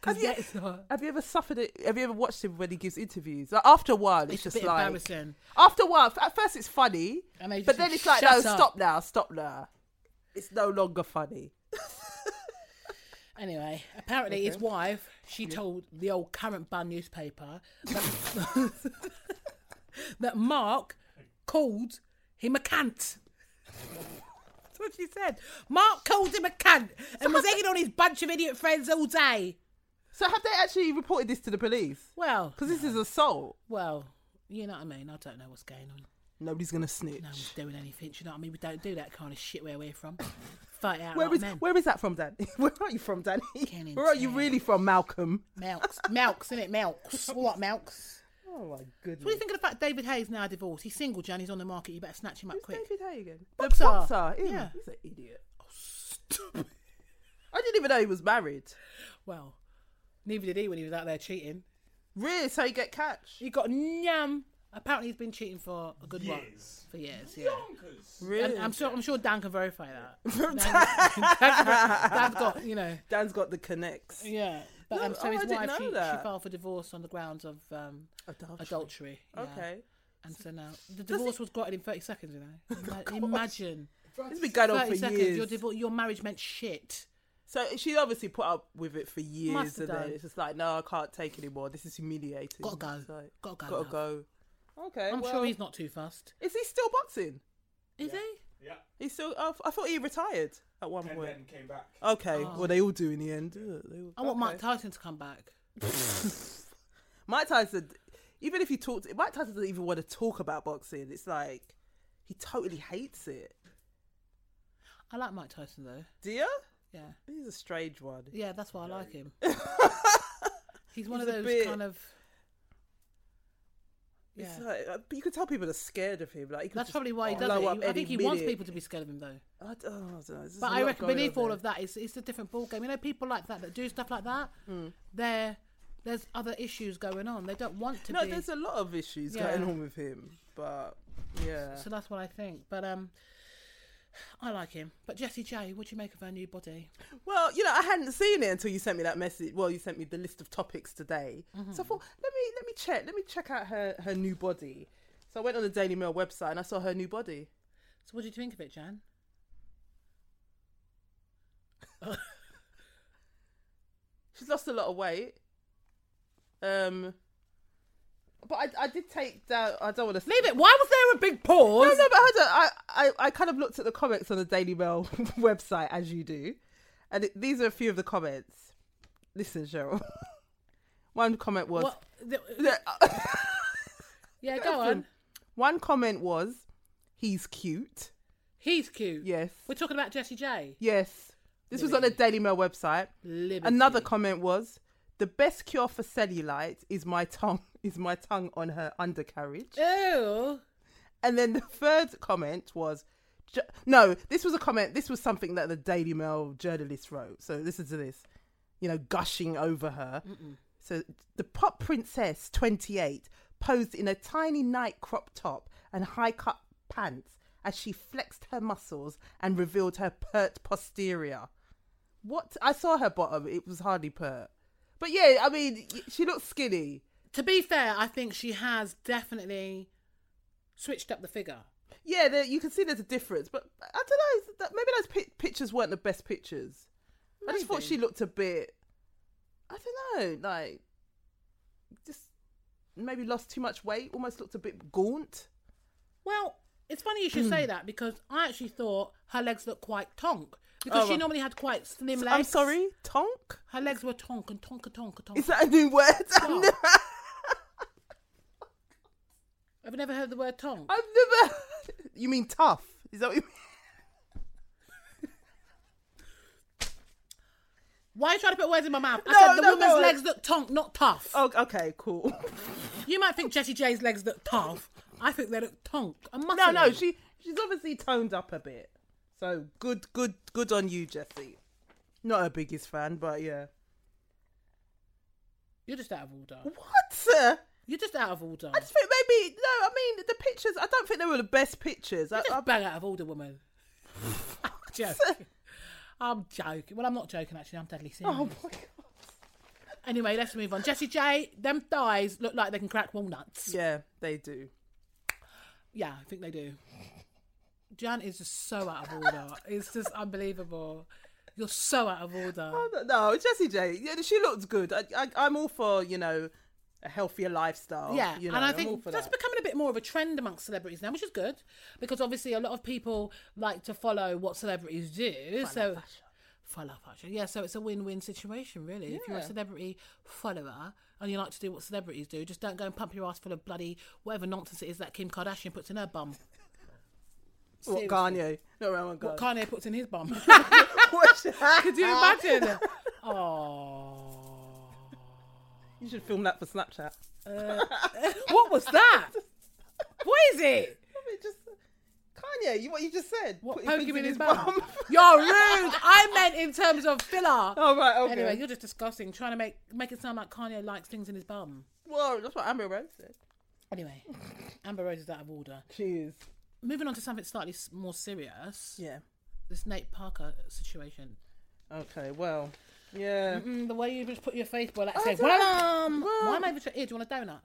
Speaker 1: Because
Speaker 2: Have you-
Speaker 1: that's not.
Speaker 2: Have you ever suffered it? Have you ever watched him when he gives interviews? Like after a while, it's,
Speaker 1: It's a
Speaker 2: just
Speaker 1: bit
Speaker 2: like
Speaker 1: embarrassing.
Speaker 2: after a while. At first, it's funny,
Speaker 1: And they
Speaker 2: but
Speaker 1: just
Speaker 2: then
Speaker 1: say,
Speaker 2: it's like, no,
Speaker 1: "Shut up."
Speaker 2: stop now, stop now. It's no longer funny.
Speaker 1: Anyway, apparently his wife, she told the old current bun newspaper that, that Mark called him a cunt. That's what she said. Mark called him a cunt and was hanging on his bunch of idiot friends all day.
Speaker 2: So have they actually reported this to the police?
Speaker 1: Well,
Speaker 2: Because this is assault.
Speaker 1: well, you know what I mean. I don't know what's going on.
Speaker 2: Nobody's gonna snitch.
Speaker 1: No one's doing anything. You know what I mean? We don't do that kind of shit where we're from. Fight out
Speaker 2: Where
Speaker 1: like
Speaker 2: is
Speaker 1: men.
Speaker 2: where is that from, Danny? Where are you from, Danny?
Speaker 1: Canning
Speaker 2: Where are you
Speaker 1: Town.
Speaker 2: really from, Malcolm?
Speaker 1: Malks, Malks, innit? Malks. All like Malks.
Speaker 2: Oh my
Speaker 1: What do you
Speaker 2: goodness.
Speaker 1: think of the fact David Hayes now divorced? He's single, Jan. He's on the market. You better snatch him up quick.
Speaker 2: David Hagen.
Speaker 1: The
Speaker 2: The boxer.
Speaker 1: boxer,
Speaker 2: Ew,
Speaker 1: yeah.
Speaker 2: He's an idiot. I didn't even know he was married.
Speaker 1: Well, neither did he when he was out there cheating.
Speaker 2: Really? So he get catch?
Speaker 1: He got yum. Apparently, he's been cheating for a good while.
Speaker 3: Years.
Speaker 1: For years, yeah.
Speaker 3: Bonkers.
Speaker 1: And
Speaker 2: Really?
Speaker 1: I'm sure. I'm sure Dan can verify that. Dan, has got, you know,
Speaker 2: Dan's got the connects.
Speaker 1: yeah. But
Speaker 2: No,
Speaker 1: um, so
Speaker 2: oh, I
Speaker 1: his
Speaker 2: didn't
Speaker 1: wife,
Speaker 2: know
Speaker 1: she, she
Speaker 2: that.
Speaker 1: filed for divorce on the grounds of um,
Speaker 2: Adultery.
Speaker 1: adultery. yeah.
Speaker 2: Okay.
Speaker 1: And so now the divorce was granted in 30 seconds. You know, Ima- imagine
Speaker 2: It's been going on
Speaker 1: 30
Speaker 2: Oh, for
Speaker 1: seconds. Your
Speaker 2: years.
Speaker 1: divor- your marriage meant shit.
Speaker 2: so she obviously put up with it for years
Speaker 1: Must have
Speaker 2: and then
Speaker 1: done.
Speaker 2: it's just like, no, I can't take anymore. This is humiliating.
Speaker 1: Gotta go.
Speaker 2: It's like,
Speaker 1: Gotta go,
Speaker 2: Gotta
Speaker 1: love.
Speaker 2: go. Okay.
Speaker 1: I'm
Speaker 2: well,
Speaker 1: sure he's not too fussed.
Speaker 2: Is he still boxing?
Speaker 1: Is
Speaker 3: Yeah.
Speaker 1: he?
Speaker 3: Yeah.
Speaker 2: He's still. I I thought he retired at one
Speaker 3: And
Speaker 2: point.
Speaker 3: then came back.
Speaker 2: Okay,
Speaker 1: Oh.
Speaker 2: well they all do in the end. Yeah, they all-
Speaker 1: I want Mike
Speaker 2: okay.
Speaker 1: Tyson to come back.
Speaker 2: Mike Tyson. Even if you talk, to, Mike Tyson doesn't even want to talk about boxing. It's like he totally hates it.
Speaker 1: I like Mike Tyson though.
Speaker 2: Do you?
Speaker 1: Yeah,
Speaker 2: He's a strange one.
Speaker 1: yeah, that's why I like him. He's one
Speaker 2: He's
Speaker 1: of
Speaker 2: a
Speaker 1: those
Speaker 2: bit-
Speaker 1: kind of. Yeah,
Speaker 2: It's like, uh, but you could tell people are scared of him. Like he could
Speaker 1: that's
Speaker 2: just
Speaker 1: probably why he does
Speaker 2: blow up
Speaker 1: it. He- I
Speaker 2: any
Speaker 1: think he wants
Speaker 2: minute.
Speaker 1: people to be scared of him though.
Speaker 2: I d- oh, I don't know, there's just
Speaker 1: But
Speaker 2: a
Speaker 1: I
Speaker 2: lot
Speaker 1: reckon
Speaker 2: going
Speaker 1: beneath
Speaker 2: on
Speaker 1: all
Speaker 2: there.
Speaker 1: of that, it's it's a different ball game. You know, people like that that do stuff like that.
Speaker 2: Hmm.
Speaker 1: There, there's other issues going on. They don't want to
Speaker 2: No,
Speaker 1: be.
Speaker 2: there's a lot of issues
Speaker 1: Yeah.
Speaker 2: going on with him. But yeah,
Speaker 1: So that's what I think. But um, I like him. But Jessie J, what do you make of her new body?
Speaker 2: Well, you know, I hadn't seen it until you sent me that message. Well, you sent me the list of topics today. So I thought, let me let me check, let me check out her her new body. So I went on the Daily Mail website and I saw her new body.
Speaker 1: So what do you think of it, Jan?
Speaker 2: She's lost a lot of weight. Um, But I, I did take down. I don't want to.
Speaker 1: Leave it. Why was there a big pause?
Speaker 2: No, no, but hold on. I, I, I kind of looked at the comments on the Daily Mail website, as you do. And it, these are a few of the comments. Listen, Cheryl. One comment was.
Speaker 1: What- the- yeah, go on.
Speaker 2: One comment was, he's cute.
Speaker 1: He's cute.
Speaker 2: Yes.
Speaker 1: We're talking about Jesse J.
Speaker 2: Yes. This was on the Daily Mail website.
Speaker 1: Liberty.
Speaker 2: Another comment was, the best cure for cellulite is my tongue is my tongue on her undercarriage.
Speaker 1: Ew.
Speaker 2: And then the third comment was, ju- no, this was a comment. This was something that the Daily Mail journalist wrote. So listen to this, you know, gushing over her. So the pop princess, 28, posed in a tiny night crop top and high cut pants as she flexed her muscles and revealed her pert posterior. What I saw her bottom, it was hardly pert. But yeah, I mean, y- she looked skinny.
Speaker 1: To be fair, I think she has definitely switched up the figure.
Speaker 2: Yeah, there, you can see there's a difference, but I don't know. That, maybe those pi- pictures weren't the best pictures. I just thought
Speaker 1: Maybe.
Speaker 2: she looked a bit. I don't know, like just maybe lost too much weight. Almost looked a bit gaunt.
Speaker 1: Well, it's funny you should say that because I actually thought her legs looked quite tonk because
Speaker 2: Oh,
Speaker 1: she
Speaker 2: right.
Speaker 1: normally had quite slim legs.
Speaker 2: I'm sorry, tonk.
Speaker 1: Her legs were tonk and tonk and tonk and tonk.
Speaker 2: Is that a new word? I've
Speaker 1: Tonk.
Speaker 2: never.
Speaker 1: I've never heard the word tonk.
Speaker 2: I've never. You mean tough? Is that what you mean?
Speaker 1: Why are you trying to put words in my mouth? I
Speaker 2: No,
Speaker 1: said the
Speaker 2: no,
Speaker 1: woman's
Speaker 2: no.
Speaker 1: legs look tonk, not tough.
Speaker 2: Oh, okay, cool.
Speaker 1: You might think Jessie J's legs look tough. I think they look tonk. and
Speaker 2: No, no,
Speaker 1: muscly.
Speaker 2: she she's obviously toned up a bit. So good, good, good on you, Jesse. Not her biggest fan, but yeah.
Speaker 1: You're just out of order.
Speaker 2: What? Uh,
Speaker 1: You're just out of order.
Speaker 2: I just think maybe no. I mean, the pictures. I don't think they were the best pictures. I,
Speaker 1: Just
Speaker 2: I,
Speaker 1: bang out of order, woman. I'm joking. I'm joking. Well, I'm not joking actually. I'm deadly serious.
Speaker 2: oh my god.
Speaker 1: Anyway, let's move on. Jessie J, them thighs look like they can crack walnuts. Yeah,
Speaker 2: Yeah, they do.
Speaker 1: I think they do. Jan is just so out of order. it's just unbelievable. You're so out of order.
Speaker 2: Oh, no, No, Jessie J. Yeah, she looks good. I, I, I'm all for you know a healthier lifestyle.
Speaker 1: Yeah,
Speaker 2: Oh, you know,
Speaker 1: and I
Speaker 2: I'm all
Speaker 1: think
Speaker 2: for
Speaker 1: that's
Speaker 2: that.
Speaker 1: becoming a bit more of a trend amongst celebrities now, which is good because obviously a lot of people like to follow what celebrities do. so follow fashion, yeah. So it's a win-win situation, really. If you're a
Speaker 2: Yeah.
Speaker 1: celebrity follower and you like to do what celebrities do, just don't go and pump your ass full of bloody whatever nonsense it is that Kim Kardashian puts in her bum.
Speaker 2: what
Speaker 1: Seriously.
Speaker 2: Kanye. No, oh my
Speaker 1: What
Speaker 2: god.
Speaker 1: Kanye puts in his bum.
Speaker 2: Could
Speaker 1: do you imagine? Oh,
Speaker 2: You should film that for Snapchat.
Speaker 1: what was that? What is it?
Speaker 2: I mean, just Kanye. You what you just said.
Speaker 1: What,
Speaker 2: Putting
Speaker 1: poke
Speaker 2: things
Speaker 1: him in his
Speaker 2: bum.
Speaker 1: bum? You're rude. I meant in terms of filler.
Speaker 2: oh right. Okay.
Speaker 1: Anyway, you're just disgusting. Trying to make make it sound like Kanye likes things in his bum.
Speaker 2: Well, that's what Amber Rose said.
Speaker 1: Anyway, Amber Rose is out of order.
Speaker 2: Cheers.
Speaker 1: Moving on to something slightly s- more serious.
Speaker 2: Yeah.
Speaker 1: This Nate Parker situation.
Speaker 2: Okay. Well. Yeah.
Speaker 1: Mm, the way you just put your face, boy, like
Speaker 2: I
Speaker 1: say,
Speaker 2: don't-
Speaker 1: well, um,
Speaker 2: Well-
Speaker 1: why am I even try- here? Do you want a donut?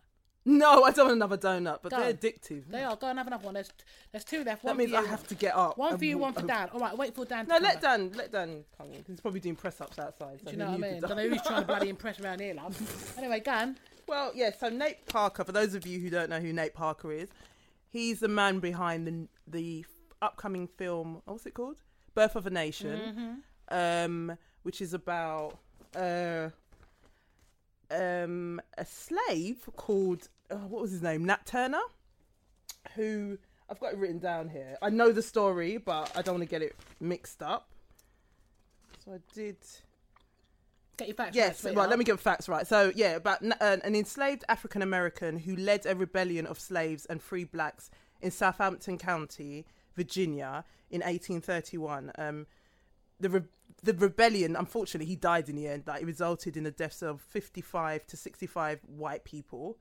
Speaker 2: No, I don't want another donut, but
Speaker 1: Go.
Speaker 2: they're addictive.
Speaker 1: They are. Go and have another one. There's there's two left. One
Speaker 2: That means
Speaker 1: for you,
Speaker 2: I have to get up.
Speaker 1: One
Speaker 2: and
Speaker 1: for you,
Speaker 2: walk
Speaker 1: one for
Speaker 2: over.
Speaker 1: Dan. All right, wait for Dan. To
Speaker 2: No,
Speaker 1: come
Speaker 2: let
Speaker 1: back.
Speaker 2: Dan. Let Dan come in. He's probably doing press ups outside. So
Speaker 1: Do you know
Speaker 2: he'll
Speaker 1: what I
Speaker 2: use
Speaker 1: mean?
Speaker 2: the
Speaker 1: Don't know
Speaker 2: donut.
Speaker 1: who's trying to bloody impress around here, love. Anyway, Gan.
Speaker 2: Well, yeah. So Nate Parker. For those of you who don't know who Nate Parker is, he's the man behind the the upcoming film. oh, What's it called? Birth of a Nation, um, which is about uh, um, a slave called uh, what was his name? Nat Turner, who I've got it written down here. I know the story, but I don't want to get it mixed up. So I did.
Speaker 1: Get your facts
Speaker 2: Yes,
Speaker 1: right.
Speaker 2: right. Let me get facts right. So, yeah, about n- an, an enslaved African American who led a rebellion of slaves and free blacks in Southampton County, Virginia, in 1831. Um, the re- the rebellion, unfortunately, he died in the end. Like, it resulted in the deaths of 55 to 65 white people,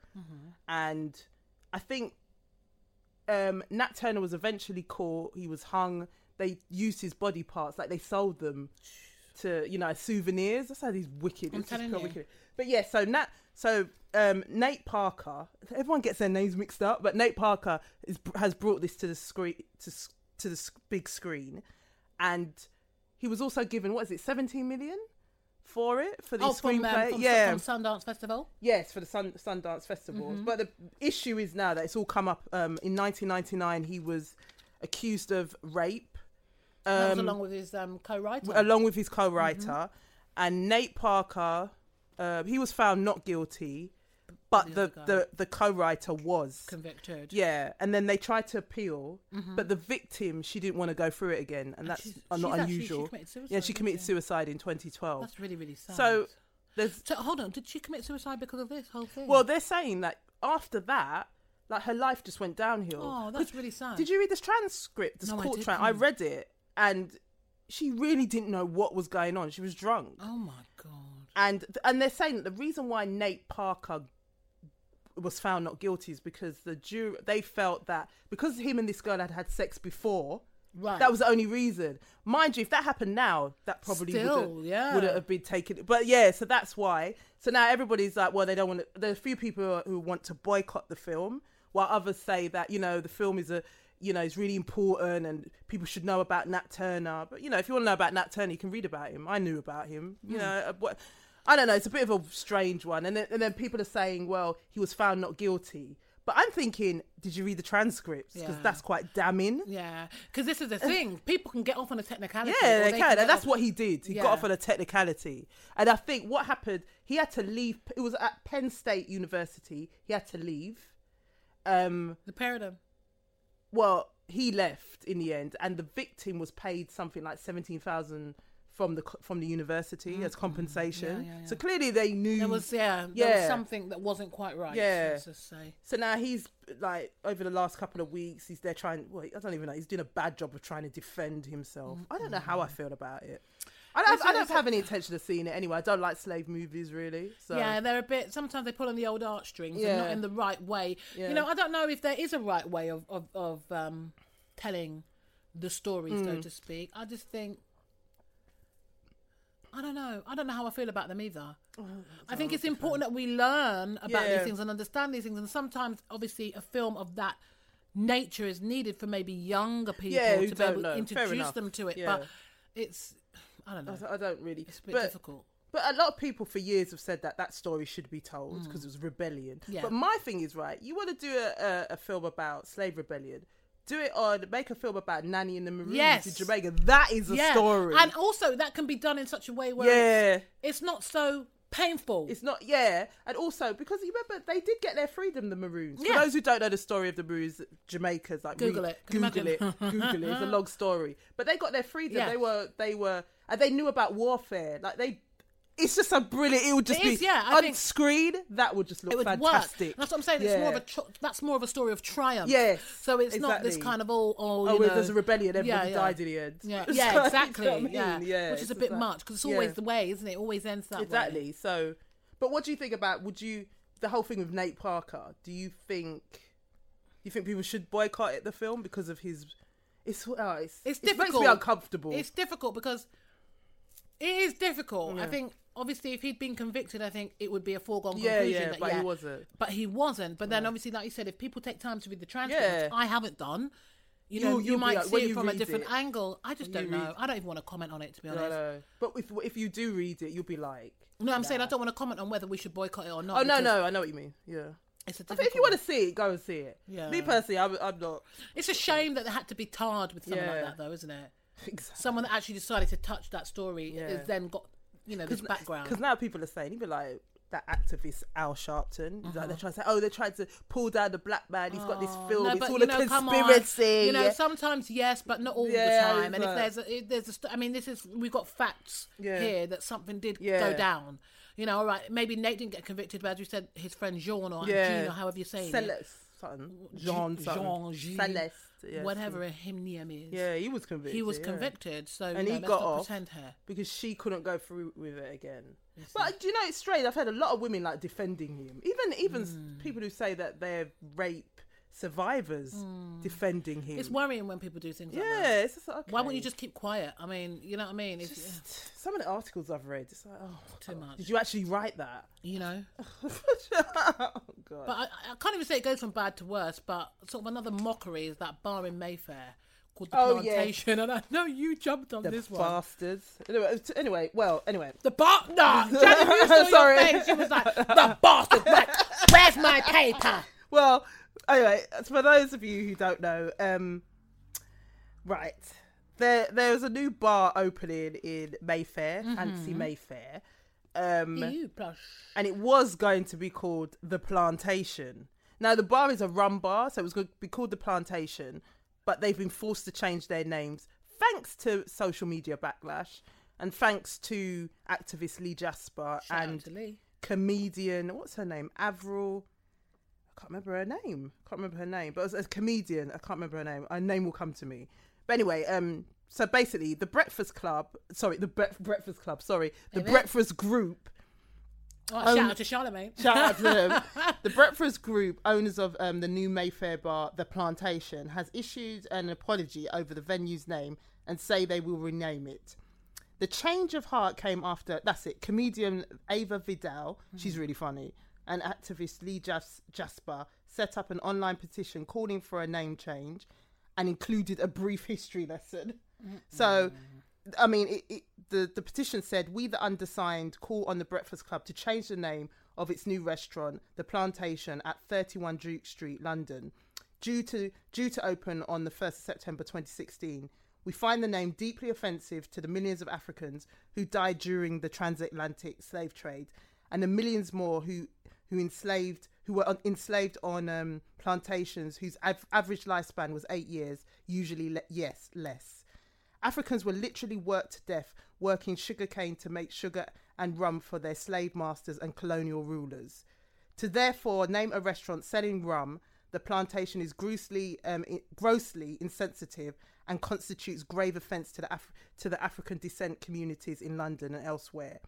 Speaker 2: and I think um, Nat Turner was eventually caught. He was hung. They used his body parts, like they sold them to you know as souvenirs. That's how these wicked.
Speaker 1: I'm
Speaker 2: it's just
Speaker 1: telling
Speaker 2: pure
Speaker 1: you.
Speaker 2: wicked. But yeah, so Nat, so um, Nate Parker. Everyone gets their names mixed up, but Nate Parker is, has brought this to the screen to s- to the s- big screen, and he was also given what is it, 17 million for it for the
Speaker 1: Oh,
Speaker 2: screenplay.
Speaker 1: from, um, from,
Speaker 2: uh, yeah,
Speaker 1: from Sundance Festival.
Speaker 2: Yes, for the Sun Sundance Festival.
Speaker 1: Mm-hmm.
Speaker 2: But the issue is now that it's all come up. Um, in 1999, he was accused of rape,
Speaker 1: that was
Speaker 2: um,
Speaker 1: along with his um, co-writer.
Speaker 2: along with his co-writer,
Speaker 1: Mm-hmm.
Speaker 2: and Nate Parker. Uh, he was found not guilty, but
Speaker 1: The
Speaker 2: the
Speaker 1: other
Speaker 2: the,
Speaker 1: guy.
Speaker 2: the, co-writer was.
Speaker 1: convicted.
Speaker 2: yeah, and then they tried to appeal, but the victim she didn't want to go through it again, and that's
Speaker 1: Mm-hmm. she's-
Speaker 2: uh, not
Speaker 1: she's actually- she
Speaker 2: unusual.
Speaker 1: committed
Speaker 2: yeah,
Speaker 1: suicide,
Speaker 2: she
Speaker 1: didn't
Speaker 2: committed
Speaker 1: she?
Speaker 2: suicide in 2012.
Speaker 1: That's really, really sad.
Speaker 2: So there's
Speaker 1: So, hold on, did she commit suicide because of this whole thing?
Speaker 2: Well, they're saying that after that, like her life just went
Speaker 1: oh,
Speaker 2: downhill. 'Cause-
Speaker 1: that's really sad.
Speaker 2: Did you read this transcript? This
Speaker 1: No, I
Speaker 2: court
Speaker 1: didn't.
Speaker 2: trial. I read it, and she really didn't know what was going on. She was drunk,
Speaker 1: Oh my god.
Speaker 2: and and they're saying that the reason why Nate Parker was found not guilty is because the jury they felt that because him and this girl had had sex before.
Speaker 1: Right.
Speaker 2: That was the only reason. Mind you, if that happened now, that probably
Speaker 1: Still,
Speaker 2: wouldn't,
Speaker 1: yeah.
Speaker 2: wouldn't have been taken. But yeah, so that's why. So now everybody's like, well, they don't want to. There are a few people who- who want to boycott the film, while others say that, you know, the film is a. You know, it's really important, and people should know about Nat Turner. But you know, if you want to know about Nat Turner, you can read about him. I knew about him. You know, uh, what, I don't know. It's a bit of a strange one, and then, and then people are saying, "Well, he was found not guilty." But I'm thinking, did you read the transcripts? Because
Speaker 1: Yeah.
Speaker 2: that's quite damning.
Speaker 1: Yeah, because this is the thing. People can get off on a technicality.
Speaker 2: Uh, Yeah,
Speaker 1: or
Speaker 2: they,
Speaker 1: can
Speaker 2: can.
Speaker 1: get
Speaker 2: And that's
Speaker 1: off-
Speaker 2: what he did. He
Speaker 1: Yeah.
Speaker 2: got off on a technicality. And I think what happened, he had to leave. It was at Penn State University. He had to leave. Um,
Speaker 1: the paradigm.
Speaker 2: well, he left in the end, and the victim was paid something like seventeen thousand from the co- from the university as compensation.
Speaker 1: Mm-hmm. Yeah, yeah, yeah.
Speaker 2: So clearly they knew.
Speaker 1: There was yeah, there was
Speaker 2: Yeah.
Speaker 1: something that wasn't quite right.
Speaker 2: Yeah.
Speaker 1: let's just say.
Speaker 2: So now he's like over the last couple of weeks, he's there trying. Well, I don't even know. He's doing a bad job of trying to defend himself. I don't know how I feel about it. I don't.
Speaker 1: It's-
Speaker 2: I don't
Speaker 1: it's-
Speaker 2: have any intention of seeing it anyway. I don't like slave movies really. So
Speaker 1: Yeah, they're a bit. Sometimes they pull on the old art strings, and not
Speaker 2: Yeah.
Speaker 1: in the right way.
Speaker 2: Yeah.
Speaker 1: You know, I don't know if there is a right way of of, of um, telling the story, so
Speaker 2: Mm.
Speaker 1: to speak. I just think. I don't know. I don't know how I feel about them either. I think it's important that we learn about
Speaker 2: Oh, Yeah.
Speaker 1: these things and understand these things. And sometimes, obviously, a film of that nature is needed for maybe younger people
Speaker 2: Yeah, who
Speaker 1: to be able
Speaker 2: don't know.
Speaker 1: to
Speaker 2: Fair
Speaker 1: introduce
Speaker 2: enough.
Speaker 1: them to it.
Speaker 2: Yeah.
Speaker 1: But it's, I don't know,
Speaker 2: I don't really.
Speaker 1: it's a bit
Speaker 2: but,
Speaker 1: difficult.
Speaker 2: but a lot of people for years have said that that story should be told because it was rebellion.
Speaker 1: Mm. Yeah.
Speaker 2: But my thing is right. You want to do a, a, a film about slave rebellion. Do it on make a film about Nanny and the Maroons
Speaker 1: Yes.
Speaker 2: in Jamaica. That is a
Speaker 1: yeah,
Speaker 2: story.
Speaker 1: and also that can be done in such a way where it's,
Speaker 2: yeah.
Speaker 1: it's not so painful.
Speaker 2: It's not, yeah, and also because you remember they did get their freedom, the Maroons.
Speaker 1: Yeah.
Speaker 2: For those who don't know the story of the Maroons, Jamaicans, like
Speaker 1: Google
Speaker 2: re-
Speaker 1: it. Can you
Speaker 2: Google it,
Speaker 1: imagine?
Speaker 2: Google it. It's a long story, but they got their freedom.
Speaker 1: Yeah.
Speaker 2: They were, they were, and they knew about warfare. Like they, it's just a brilliant. It would just
Speaker 1: It
Speaker 2: be
Speaker 1: is, yeah, I
Speaker 2: on
Speaker 1: think-
Speaker 2: screen. That would just look
Speaker 1: it would
Speaker 2: fantastic.
Speaker 1: work. That's what I'm saying. It's more of
Speaker 2: Yeah.
Speaker 1: a tr- that's more of a story of triumph.
Speaker 2: Yes,
Speaker 1: So it's not this
Speaker 2: exactly.
Speaker 1: kind of all. all
Speaker 2: Oh,
Speaker 1: you
Speaker 2: well,
Speaker 1: know,
Speaker 2: there's a rebellion.
Speaker 1: yeah,
Speaker 2: Everybody
Speaker 1: yeah.
Speaker 2: died in the end.
Speaker 1: Yeah,
Speaker 2: So, you
Speaker 1: yeah,
Speaker 2: know
Speaker 1: exactly.
Speaker 2: what I mean?
Speaker 1: yeah. which
Speaker 2: it's
Speaker 1: is a
Speaker 2: just
Speaker 1: bit
Speaker 2: like-
Speaker 1: much because it's
Speaker 2: yeah.
Speaker 1: always the way, isn't it? It always ends that way.
Speaker 2: Exactly. So, but what do you think about? Would you the whole thing with Nate Parker? Do you think you think people should boycott it, the film because of his? It's oh, it's
Speaker 1: It's
Speaker 2: it makes me
Speaker 1: difficult.
Speaker 2: uncomfortable.
Speaker 1: It's difficult because it is difficult. I think obviously if he'd been convicted, I think it would be a foregone
Speaker 2: Yeah,
Speaker 1: conclusion.
Speaker 2: yeah,
Speaker 1: that,
Speaker 2: but he wasn't.
Speaker 1: But he wasn't. But then obviously, like you said, if people take time to read the transcript,
Speaker 2: Yeah.
Speaker 1: which I haven't done. You know,
Speaker 2: You'll-
Speaker 1: you
Speaker 2: you'll be
Speaker 1: might
Speaker 2: like-
Speaker 1: see
Speaker 2: when
Speaker 1: it
Speaker 2: you
Speaker 1: from a
Speaker 2: read
Speaker 1: different
Speaker 2: it-
Speaker 1: angle. I just
Speaker 2: when
Speaker 1: don't
Speaker 2: you
Speaker 1: know.
Speaker 2: read-
Speaker 1: I don't even want to comment on it, to be
Speaker 2: I
Speaker 1: honest.
Speaker 2: know. But if if you do read it, you'll be like,
Speaker 1: No, I'm saying I don't want to comment on whether we should boycott it or not.
Speaker 2: oh no,
Speaker 1: because
Speaker 2: no, I know what you mean. Yeah.
Speaker 1: It's a
Speaker 2: I think if you
Speaker 1: difficult-
Speaker 2: want to see it, go and see it.
Speaker 1: Yeah.
Speaker 2: Me personally, I'm, I'm not.
Speaker 1: It's a shame that they had to be tarred with something like
Speaker 2: Yeah.
Speaker 1: that, though, isn't it?
Speaker 2: Exactly.
Speaker 1: Someone that actually decided to touch that story
Speaker 2: Yeah.
Speaker 1: has then got, you know, this background.
Speaker 2: Because now people are saying, even like that activist Al Sharpton, like
Speaker 1: Uh-huh.
Speaker 2: they're trying to say, oh, they're trying to pull down the black man. He's got this
Speaker 1: Oh,
Speaker 2: film. it's all a
Speaker 1: come on.
Speaker 2: conspiracy.
Speaker 1: You know,
Speaker 2: Yeah.
Speaker 1: sometimes yes, but not all
Speaker 2: Yeah,
Speaker 1: the time. And if
Speaker 2: but-
Speaker 1: there's a, if there's a st- I mean, this is we've got facts
Speaker 2: Yeah.
Speaker 1: here that something did go
Speaker 2: Yeah.
Speaker 1: down. You know, all right, maybe Nate didn't get convicted, but as you said, his friend Jean or Jean or however you say it,
Speaker 2: Celeste something. Jean something.
Speaker 1: Jean, Jean,
Speaker 2: Celeste. yeah,
Speaker 1: whatever him name is.
Speaker 2: something. Yeah, he was convicted.
Speaker 1: he was
Speaker 2: yeah.
Speaker 1: convicted, so
Speaker 2: And
Speaker 1: you
Speaker 2: he
Speaker 1: know,
Speaker 2: got
Speaker 1: let's not
Speaker 2: off.
Speaker 1: pretend here.
Speaker 2: Because she couldn't go through with it again. But do you know it's strange? I've had a lot of women like defending him. Even even s
Speaker 1: Hmm.
Speaker 2: people who say that they're rape survivors defending him.
Speaker 1: Hmm. It's worrying when people do things like that.
Speaker 2: yeah, it's just like,
Speaker 1: Why wouldn't
Speaker 2: okay.
Speaker 1: you just keep quiet? I mean, you know what I mean? It's,
Speaker 2: Just- some of the articles I've read? It's like, oh,
Speaker 1: Too much.
Speaker 2: Did you actually write that?
Speaker 1: you know.
Speaker 2: oh God.
Speaker 1: But I, I can't even say it goes from bad to worse, but sort of another mockery is that bar in Mayfair called the
Speaker 2: Oh, yeah.
Speaker 1: plantation, and I know you jumped on
Speaker 2: The
Speaker 1: this one.
Speaker 2: bastards. Anyway, t- anyway, well, anyway.
Speaker 1: The bar? Nah, Janet, you saw
Speaker 2: Sorry.
Speaker 1: your face. She was like, the bastard. Right? Where's my paper?
Speaker 2: Well, anyway, for those of you who don't know, um, right, there there's a new bar opening in Mayfair,
Speaker 1: Mm-hmm.
Speaker 2: Fancy Mayfair, um,
Speaker 1: You plush.
Speaker 2: and it was going to be called the Plantation. Now the bar is a rum bar, so it was going to be called the Plantation, but they've been forced to change their names thanks to social media backlash. And thanks to activist Lee Jasper
Speaker 1: Shout
Speaker 2: and
Speaker 1: out to Lee.
Speaker 2: comedian. What's her name? Avril. I can't remember her name. Can't remember her name. But it was a comedian. I can't remember her name. Her name will come to me. But anyway, um, so basically, the Breakfast Club. Sorry, the Bre- Breakfast Club. Sorry, the
Speaker 1: Amen.
Speaker 2: Breakfast Group.
Speaker 1: Oh,
Speaker 2: Um,
Speaker 1: shout out to Charlemagne.
Speaker 2: Shout out to them. the Breakfast Group, owners of um, the new Mayfair bar, The Plantation, has issued an apology over the venue's name and say they will rename it. The change of heart came after, that's it, comedian Ava Vidal, she's really funny, and activist Lee Jas- Jasper set up an online petition calling for a name change and included a brief history lesson. So, I mean, it, it, the the petition said we the undersigned call on the Breakfast Club to change the name of its new restaurant, the Plantation, at 31 Duke Street, London, due to due to open on the 1st of September 2016. We find the name deeply offensive to the millions of Africans who died during the transatlantic slave trade, and the millions more who who enslaved who were on, enslaved on um, plantations whose av- average lifespan was eight years, usually le- yes less. Africans were literally worked to death working sugarcane to make sugar and rum for their slave masters and colonial rulers. To therefore name a restaurant selling rum, the plantation is grossly, um, i- grossly insensitive and constitutes grave offence to the Af- to the African descent communities in London and elsewhere.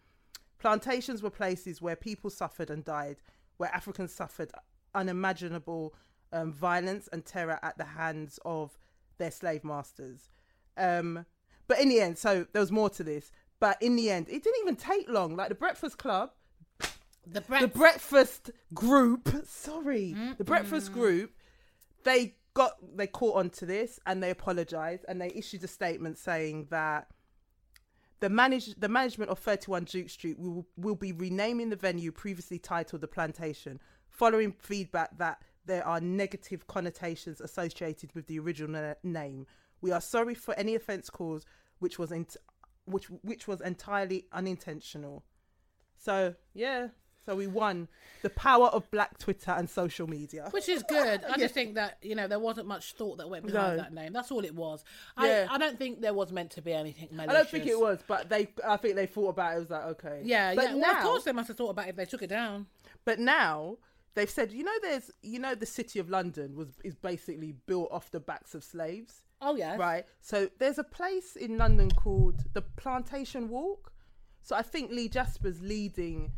Speaker 2: Plantations were places where people suffered and died, where Africans suffered unimaginable um, violence and terror at the hands of their slave masters. Um, but in the end, so there was more to this. But in the end, it didn't even take long. Like the Breakfast Club,
Speaker 1: The
Speaker 2: the
Speaker 1: bread.
Speaker 2: Breakfast Group, sorry, the Breakfast Group, they got they caught onto this and they apologized and they issued a statement saying that the manage the management of 31 Duke Street will will be renaming the venue previously titled the Plantation, following feedback that there are negative connotations associated with the original na- name. We are sorry for any offence caused, which was ent- which which was entirely unintentional. So yeah, so we won the power of Black Twitter and social media.
Speaker 1: Which is good. I just think that you know there wasn't much thought that went behind
Speaker 2: No.
Speaker 1: that name. That's all it was.
Speaker 2: Yeah.
Speaker 1: I, I don't think there was meant to be anything
Speaker 2: I
Speaker 1: malicious.
Speaker 2: don't think it was, but they I think they thought about it. It was like okay,
Speaker 1: Yeah,
Speaker 2: but
Speaker 1: yeah. Well, of course they must have thought about it if they took it down.
Speaker 2: But now they've said, you know, there's, you know, the city of London was is basically built off the backs of slaves,
Speaker 1: Oh yeah.
Speaker 2: right? So there's a place in London called the Plantation Walk. So I think Lee Jasper's leading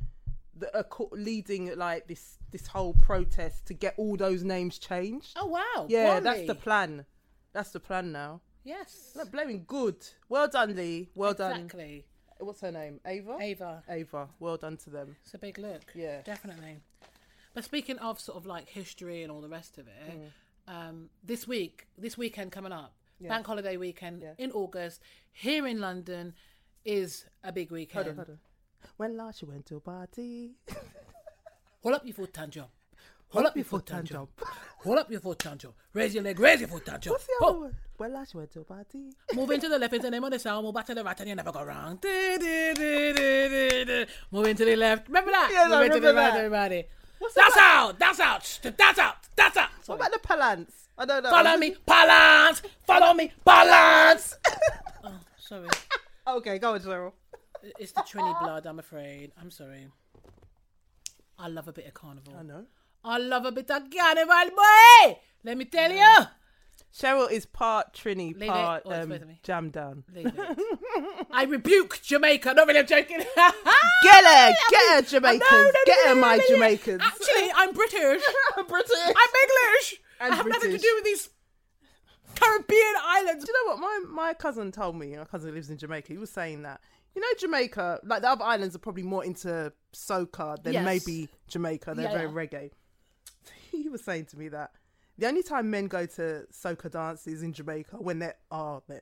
Speaker 2: the a co- leading like this this whole protest to get all those names changed.
Speaker 1: Oh wow.
Speaker 2: yeah,
Speaker 1: Blimey.
Speaker 2: that's the plan. That's the plan now.
Speaker 1: yes.
Speaker 2: Look, blaming good. Well done, Lee. Well done.
Speaker 1: Exactly.
Speaker 2: What's her name? Ava.
Speaker 1: Ava.
Speaker 2: Ava. Well done to them.
Speaker 1: It's a big look.
Speaker 2: Yeah.
Speaker 1: Definitely. But speaking of sort of like history and all the rest of it,
Speaker 2: Mm.
Speaker 1: um, this week, this weekend coming up, bank holiday weekend in August, here in London is a big weekend.
Speaker 2: Hold on. When last you went to a party?
Speaker 1: Hold up your foot and jump. Hold up your foot and jump. Hold up your foot and jump. Raise your leg, raise your foot and jump.
Speaker 2: What's the other
Speaker 1: Ho.
Speaker 2: one? Well, last you went to a party.
Speaker 1: Moving to the left is the name of the song. Move back to the right and you never go wrong. Do, do, do, do, do, do. Moving to the left. Remember that?
Speaker 2: Yes, I
Speaker 1: Moving to the
Speaker 2: remember
Speaker 1: right,
Speaker 2: that.
Speaker 1: everybody.
Speaker 2: What's
Speaker 1: that's
Speaker 2: that?
Speaker 1: out. That's out. Shh, That's out. That's out.
Speaker 2: What
Speaker 1: Sorry.
Speaker 2: about the palance? I don't know.
Speaker 1: Follow me, balance. Follow me, balance. oh, sorry.
Speaker 2: Oh, Okay, go on, Cheryl.
Speaker 1: It's the Trini blood, I'm afraid. I'm sorry. I love a bit of carnival. I
Speaker 2: know.
Speaker 1: I love a bit of carnival, boy. Let me tell you.
Speaker 2: Cheryl is part Trini,
Speaker 1: it.
Speaker 2: part
Speaker 1: Oh, it's
Speaker 2: um,
Speaker 1: both of me.
Speaker 2: jam down.
Speaker 1: Leave it. I rebuke Jamaica. No, really, I'm joking.
Speaker 2: Get her, get her, Jamaicans.
Speaker 1: No, no, no,
Speaker 2: get her,
Speaker 1: no, no,
Speaker 2: my
Speaker 1: no.
Speaker 2: Jamaicans.
Speaker 1: Actually, I'm British.
Speaker 2: I'm British.
Speaker 1: I'm English.
Speaker 2: And
Speaker 1: I have nothing to
Speaker 2: British.
Speaker 1: do with these Caribbean islands.
Speaker 2: Do you know what my my cousin told me? My cousin lives in Jamaica. He was saying that you know Jamaica, like the other islands, are probably more into soca than
Speaker 1: Yes.
Speaker 2: maybe Jamaica. They're
Speaker 1: Yeah,
Speaker 2: very reggae. He was saying to me that The only time men go to soca dances in Jamaica when they are men.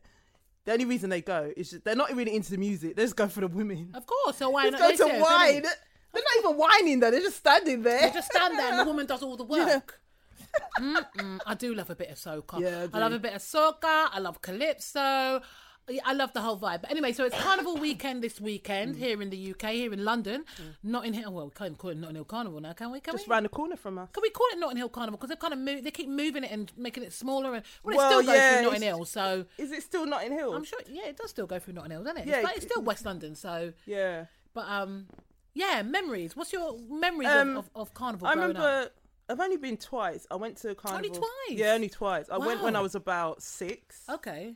Speaker 2: The only reason they go is just, they're not really into the music. They just go for the women.
Speaker 1: Of course, so why
Speaker 2: They
Speaker 1: not?
Speaker 2: just go
Speaker 1: They
Speaker 2: to
Speaker 1: do,
Speaker 2: wine.
Speaker 1: don't they?
Speaker 2: They're not even whining though. They're just standing there.
Speaker 1: They just stand there and the woman does all the work. Mm-mm, I do love a bit of soca.
Speaker 2: Yeah, I
Speaker 1: I, love
Speaker 2: do.
Speaker 1: a bit of soca. I love calypso. Yeah, I love the whole vibe. But anyway, so it's Carnival weekend this
Speaker 2: Mm.
Speaker 1: weekend here in the UK, here in London, not in here. Well, we can't even call it Notting Hill Carnival now, can we? Can
Speaker 2: Just
Speaker 1: we?
Speaker 2: round the corner from us.
Speaker 1: Can we call it Notting Hill Carnival? Because they've kind of moved, they keep moving it and making it smaller, and well,
Speaker 2: Well,
Speaker 1: it still goes
Speaker 2: yeah,
Speaker 1: through Notting
Speaker 2: it's-
Speaker 1: Hill. So
Speaker 2: Is it still Notting Hill?
Speaker 1: I'm sure, yeah, it does still go through Notting Hill, doesn't it?
Speaker 2: Yeah,
Speaker 1: it's, like,
Speaker 2: it-
Speaker 1: it's still West London. So,
Speaker 2: Yeah.
Speaker 1: but um, yeah, memories. What's your memories
Speaker 2: Um,
Speaker 1: of, of, of Carnival?
Speaker 2: I
Speaker 1: growing up?
Speaker 2: remember. I've only been twice. I went to a carnival.
Speaker 1: twice?
Speaker 2: Yeah, only twice. I went when I
Speaker 1: Wow. Oh.
Speaker 2: was about six.
Speaker 1: Okay.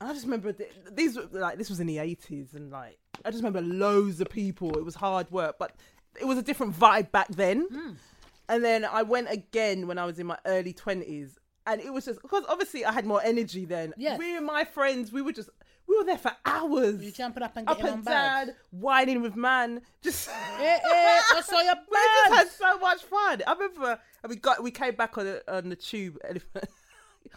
Speaker 2: I just remember th- these were like this was in the eighties, and like I just remember loads of people. It was hard work, but it was a different vibe back then.
Speaker 1: Hmm.
Speaker 2: And then I went again when I was in my early twenties, and it was just because obviously I had more energy then.
Speaker 1: Yes.
Speaker 2: we and my friends, we were just we were there for hours.
Speaker 1: You jumping up and
Speaker 2: up
Speaker 1: getting on
Speaker 2: and
Speaker 1: bags.
Speaker 2: down, whining with man, just.
Speaker 1: Eh, eh, I saw your
Speaker 2: We just had
Speaker 1: bags.
Speaker 2: so much fun. I remember and we got we came back on the, on the tube elephant-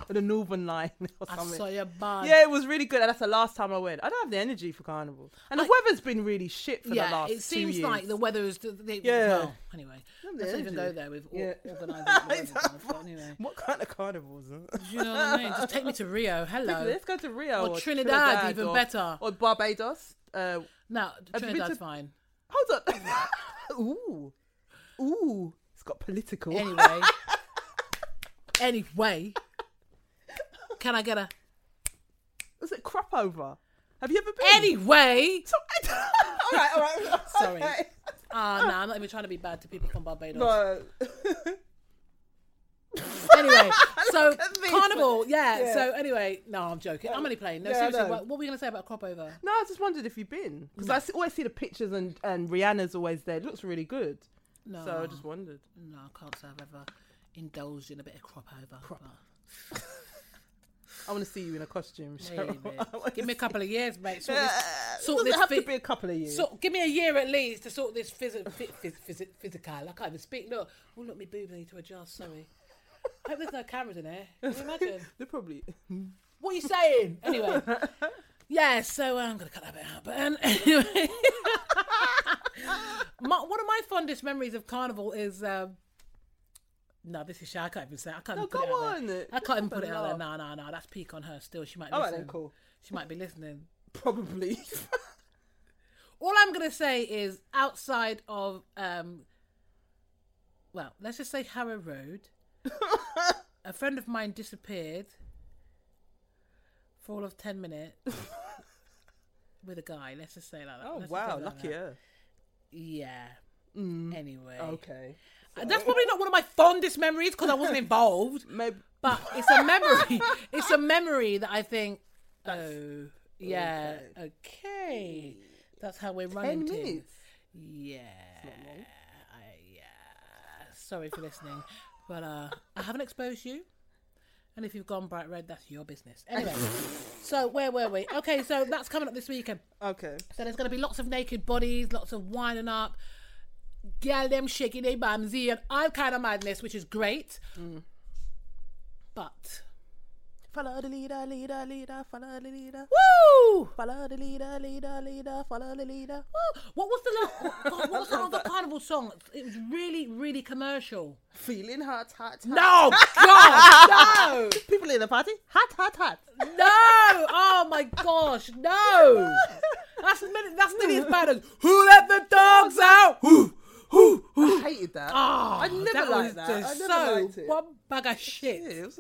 Speaker 2: on the Northern Line or
Speaker 1: I
Speaker 2: something.
Speaker 1: saw your bags.
Speaker 2: Yeah, it was really good, and that's the last time I went. I don't have the energy for carnival, and the weather's been really shit for
Speaker 1: Yeah,
Speaker 2: the last
Speaker 1: it seems
Speaker 2: two years.
Speaker 1: like the weather is. The, the,
Speaker 2: Yeah.
Speaker 1: Well, anyway, let's not even
Speaker 2: energy.
Speaker 1: go there. We've
Speaker 2: Yeah.
Speaker 1: organised
Speaker 2: I
Speaker 1: it.
Speaker 2: don't
Speaker 1: But
Speaker 2: want-
Speaker 1: anyway,
Speaker 2: What kind of carnivals? huh?
Speaker 1: do you know what I mean? Just take me to Rio. Hello.
Speaker 2: Let's go to Rio
Speaker 1: Or Trinidad, even
Speaker 2: or-
Speaker 1: better.
Speaker 2: or Barbados. Uh,
Speaker 1: No,
Speaker 2: been
Speaker 1: Trinidad's
Speaker 2: to-
Speaker 1: fine.
Speaker 2: hold on. ooh, ooh, it's got political.
Speaker 1: Anyway. anyway. Can I get a.
Speaker 2: Was it crop over? Have you ever been?
Speaker 1: Anyway.
Speaker 2: So- all right, all right.
Speaker 1: Sorry.
Speaker 2: Okay.
Speaker 1: Ah, no, I'm not even trying to be bad to people from Barbados.
Speaker 2: No.
Speaker 1: anyway, so
Speaker 2: at me.
Speaker 1: carnival, yeah,
Speaker 2: Yeah.
Speaker 1: So anyway, no, I'm joking. I'm only playing. No,
Speaker 2: Yeah, I
Speaker 1: seriously,
Speaker 2: know.
Speaker 1: what, what were we gonna say about crop over?
Speaker 2: No, I just wondered if you've been because I see, always see the pictures and and Rihanna's always there. It looks really good,
Speaker 1: No,
Speaker 2: so I just wondered.
Speaker 1: no, I can't say I've ever indulged in a bit of crop over.
Speaker 2: I want to see you in a costume.
Speaker 1: But, hey,
Speaker 2: Cheryl.
Speaker 1: mate,
Speaker 2: I wanna
Speaker 1: give me a couple of years, mate. Sort
Speaker 2: Uh,
Speaker 1: this, sort
Speaker 2: doesn't
Speaker 1: this
Speaker 2: have to
Speaker 1: fit-
Speaker 2: be a couple of years.
Speaker 1: sort, give me a year at least to sort this phys- phys- phys- physical. I can't even speak. Look, oh look, me boobs need to adjust. Sorry. I hope there's no cameras in there. Can you imagine?
Speaker 2: They're probably.
Speaker 1: What are you saying? Anyway. Yeah, so uh, I'm going to cut that bit out. But um, anyway. my, one of my fondest memories of Carnival is. Um, no, this is shy. I can't even say. it. I can't.
Speaker 2: No,
Speaker 1: even put
Speaker 2: go
Speaker 1: it out
Speaker 2: on.
Speaker 1: There. I can't even put it out there. No, no, no. That's peak on her. Still, she might.
Speaker 2: All right,
Speaker 1: listen.
Speaker 2: then, cool.
Speaker 1: She might be listening.
Speaker 2: Probably.
Speaker 1: All I'm gonna say is outside of um well, let's just say Harrow Road. a friend of mine disappeared for all of ten minutes with a guy, let's just say it like that.
Speaker 2: oh
Speaker 1: Let's just
Speaker 2: wow,
Speaker 1: leave it like
Speaker 2: lucky
Speaker 1: that.
Speaker 2: her.
Speaker 1: Yeah. Anyway.
Speaker 2: Okay.
Speaker 1: That's probably not one of my fondest memories because I wasn't involved.
Speaker 2: Maybe.
Speaker 1: But it's a memory. it's a memory that I think Oh yeah, okay. That's how we're running.
Speaker 2: Ten
Speaker 1: things.
Speaker 2: minutes.
Speaker 1: Yeah. I- yeah. Sorry for listening, but uh, I haven't exposed you. And if you've gone bright red, that's your business. Anyway, so where were we? Okay, so that's coming up this weekend.
Speaker 2: Okay.
Speaker 1: So there's going to be lots of naked bodies, lots of winding up, girl them shaking their bumsy and all kind of madness, which is great. But
Speaker 2: Follow the leader, leader, leader. Follow the leader.
Speaker 1: woo,
Speaker 2: Follow the leader, leader, leader. Follow the leader.
Speaker 1: Woo! What was the last? God, what was the other carnival song? It was really, really commercial.
Speaker 2: Feeling hot, hot, hot.
Speaker 1: No, God,
Speaker 2: People in the party. Hot, hot, hot.
Speaker 1: no, no! Oh my gosh, no! That's min- that's nearly as bad as who let the dogs out? Who, who, who?
Speaker 2: I hated that.
Speaker 1: Oh,
Speaker 2: I never
Speaker 1: that was
Speaker 2: liked that. I
Speaker 1: just
Speaker 2: never
Speaker 1: so
Speaker 2: liked it.
Speaker 1: one bag of
Speaker 2: Yeah,
Speaker 1: shit.
Speaker 2: it was-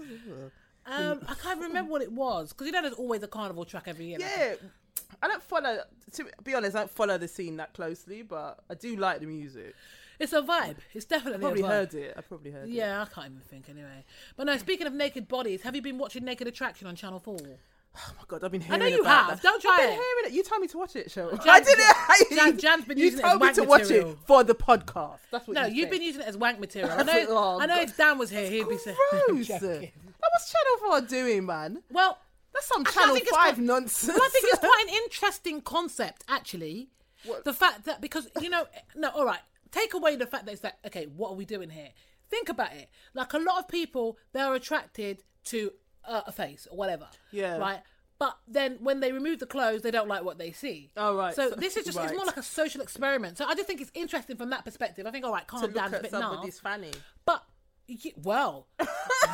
Speaker 2: uh,
Speaker 1: Um, I can't remember what it was because you know there's always a carnival track every year. like that.
Speaker 2: yeah. I don't follow. To be honest, I don't follow the scene that closely, but I do like the music.
Speaker 1: it's a vibe. It's definitely
Speaker 2: I probably
Speaker 1: a vibe.
Speaker 2: heard it. I probably heard it.
Speaker 1: Yeah, I can't even think anyway. But no, speaking of naked bodies, have you been watching Naked Attraction on Channel Four?
Speaker 2: Oh my god, I've been
Speaker 1: I
Speaker 2: hearing.
Speaker 1: know you
Speaker 2: about
Speaker 1: have.
Speaker 2: That.
Speaker 1: Don't try
Speaker 2: I've been
Speaker 1: it.
Speaker 2: hearing it. You told me to watch it, Cheryl.
Speaker 1: Jan-
Speaker 2: I didn't.
Speaker 1: Jan- Jan's been
Speaker 2: you
Speaker 1: using it as
Speaker 2: told me
Speaker 1: wank
Speaker 2: to watch
Speaker 1: material.
Speaker 2: it for the podcast. That's what.
Speaker 1: No,
Speaker 2: you
Speaker 1: you've
Speaker 2: said.
Speaker 1: been using it as wank material. I
Speaker 2: That's
Speaker 1: know.
Speaker 2: what- oh,
Speaker 1: I know.
Speaker 2: God.
Speaker 1: If Dan was here, he'd be saying. I'm
Speaker 2: Gross.
Speaker 1: joking.
Speaker 2: That was Channel Four doing, man.
Speaker 1: Well,
Speaker 2: That's some
Speaker 1: Actually, I
Speaker 2: Channel
Speaker 1: think it's
Speaker 2: Five
Speaker 1: quite-
Speaker 2: nonsense.
Speaker 1: well, I think it's quite an interesting concept, actually.
Speaker 2: What?
Speaker 1: The fact that because you know, no, all right, take away the fact that it's like, okay, what are we doing here? Think about it. Like a lot of people, they're attracted to uh, a face or whatever.
Speaker 2: Yeah.
Speaker 1: Right. But then when they remove the clothes, they don't like what they see.
Speaker 2: Oh, right.
Speaker 1: So,
Speaker 2: So-
Speaker 1: this is just—it's
Speaker 2: right.
Speaker 1: more like a social experiment. So I just think it's interesting from that perspective. I think, all right, calm
Speaker 2: to look
Speaker 1: down, it's a
Speaker 2: at
Speaker 1: bit nasty.
Speaker 2: somebody's fanny.
Speaker 1: But y- well,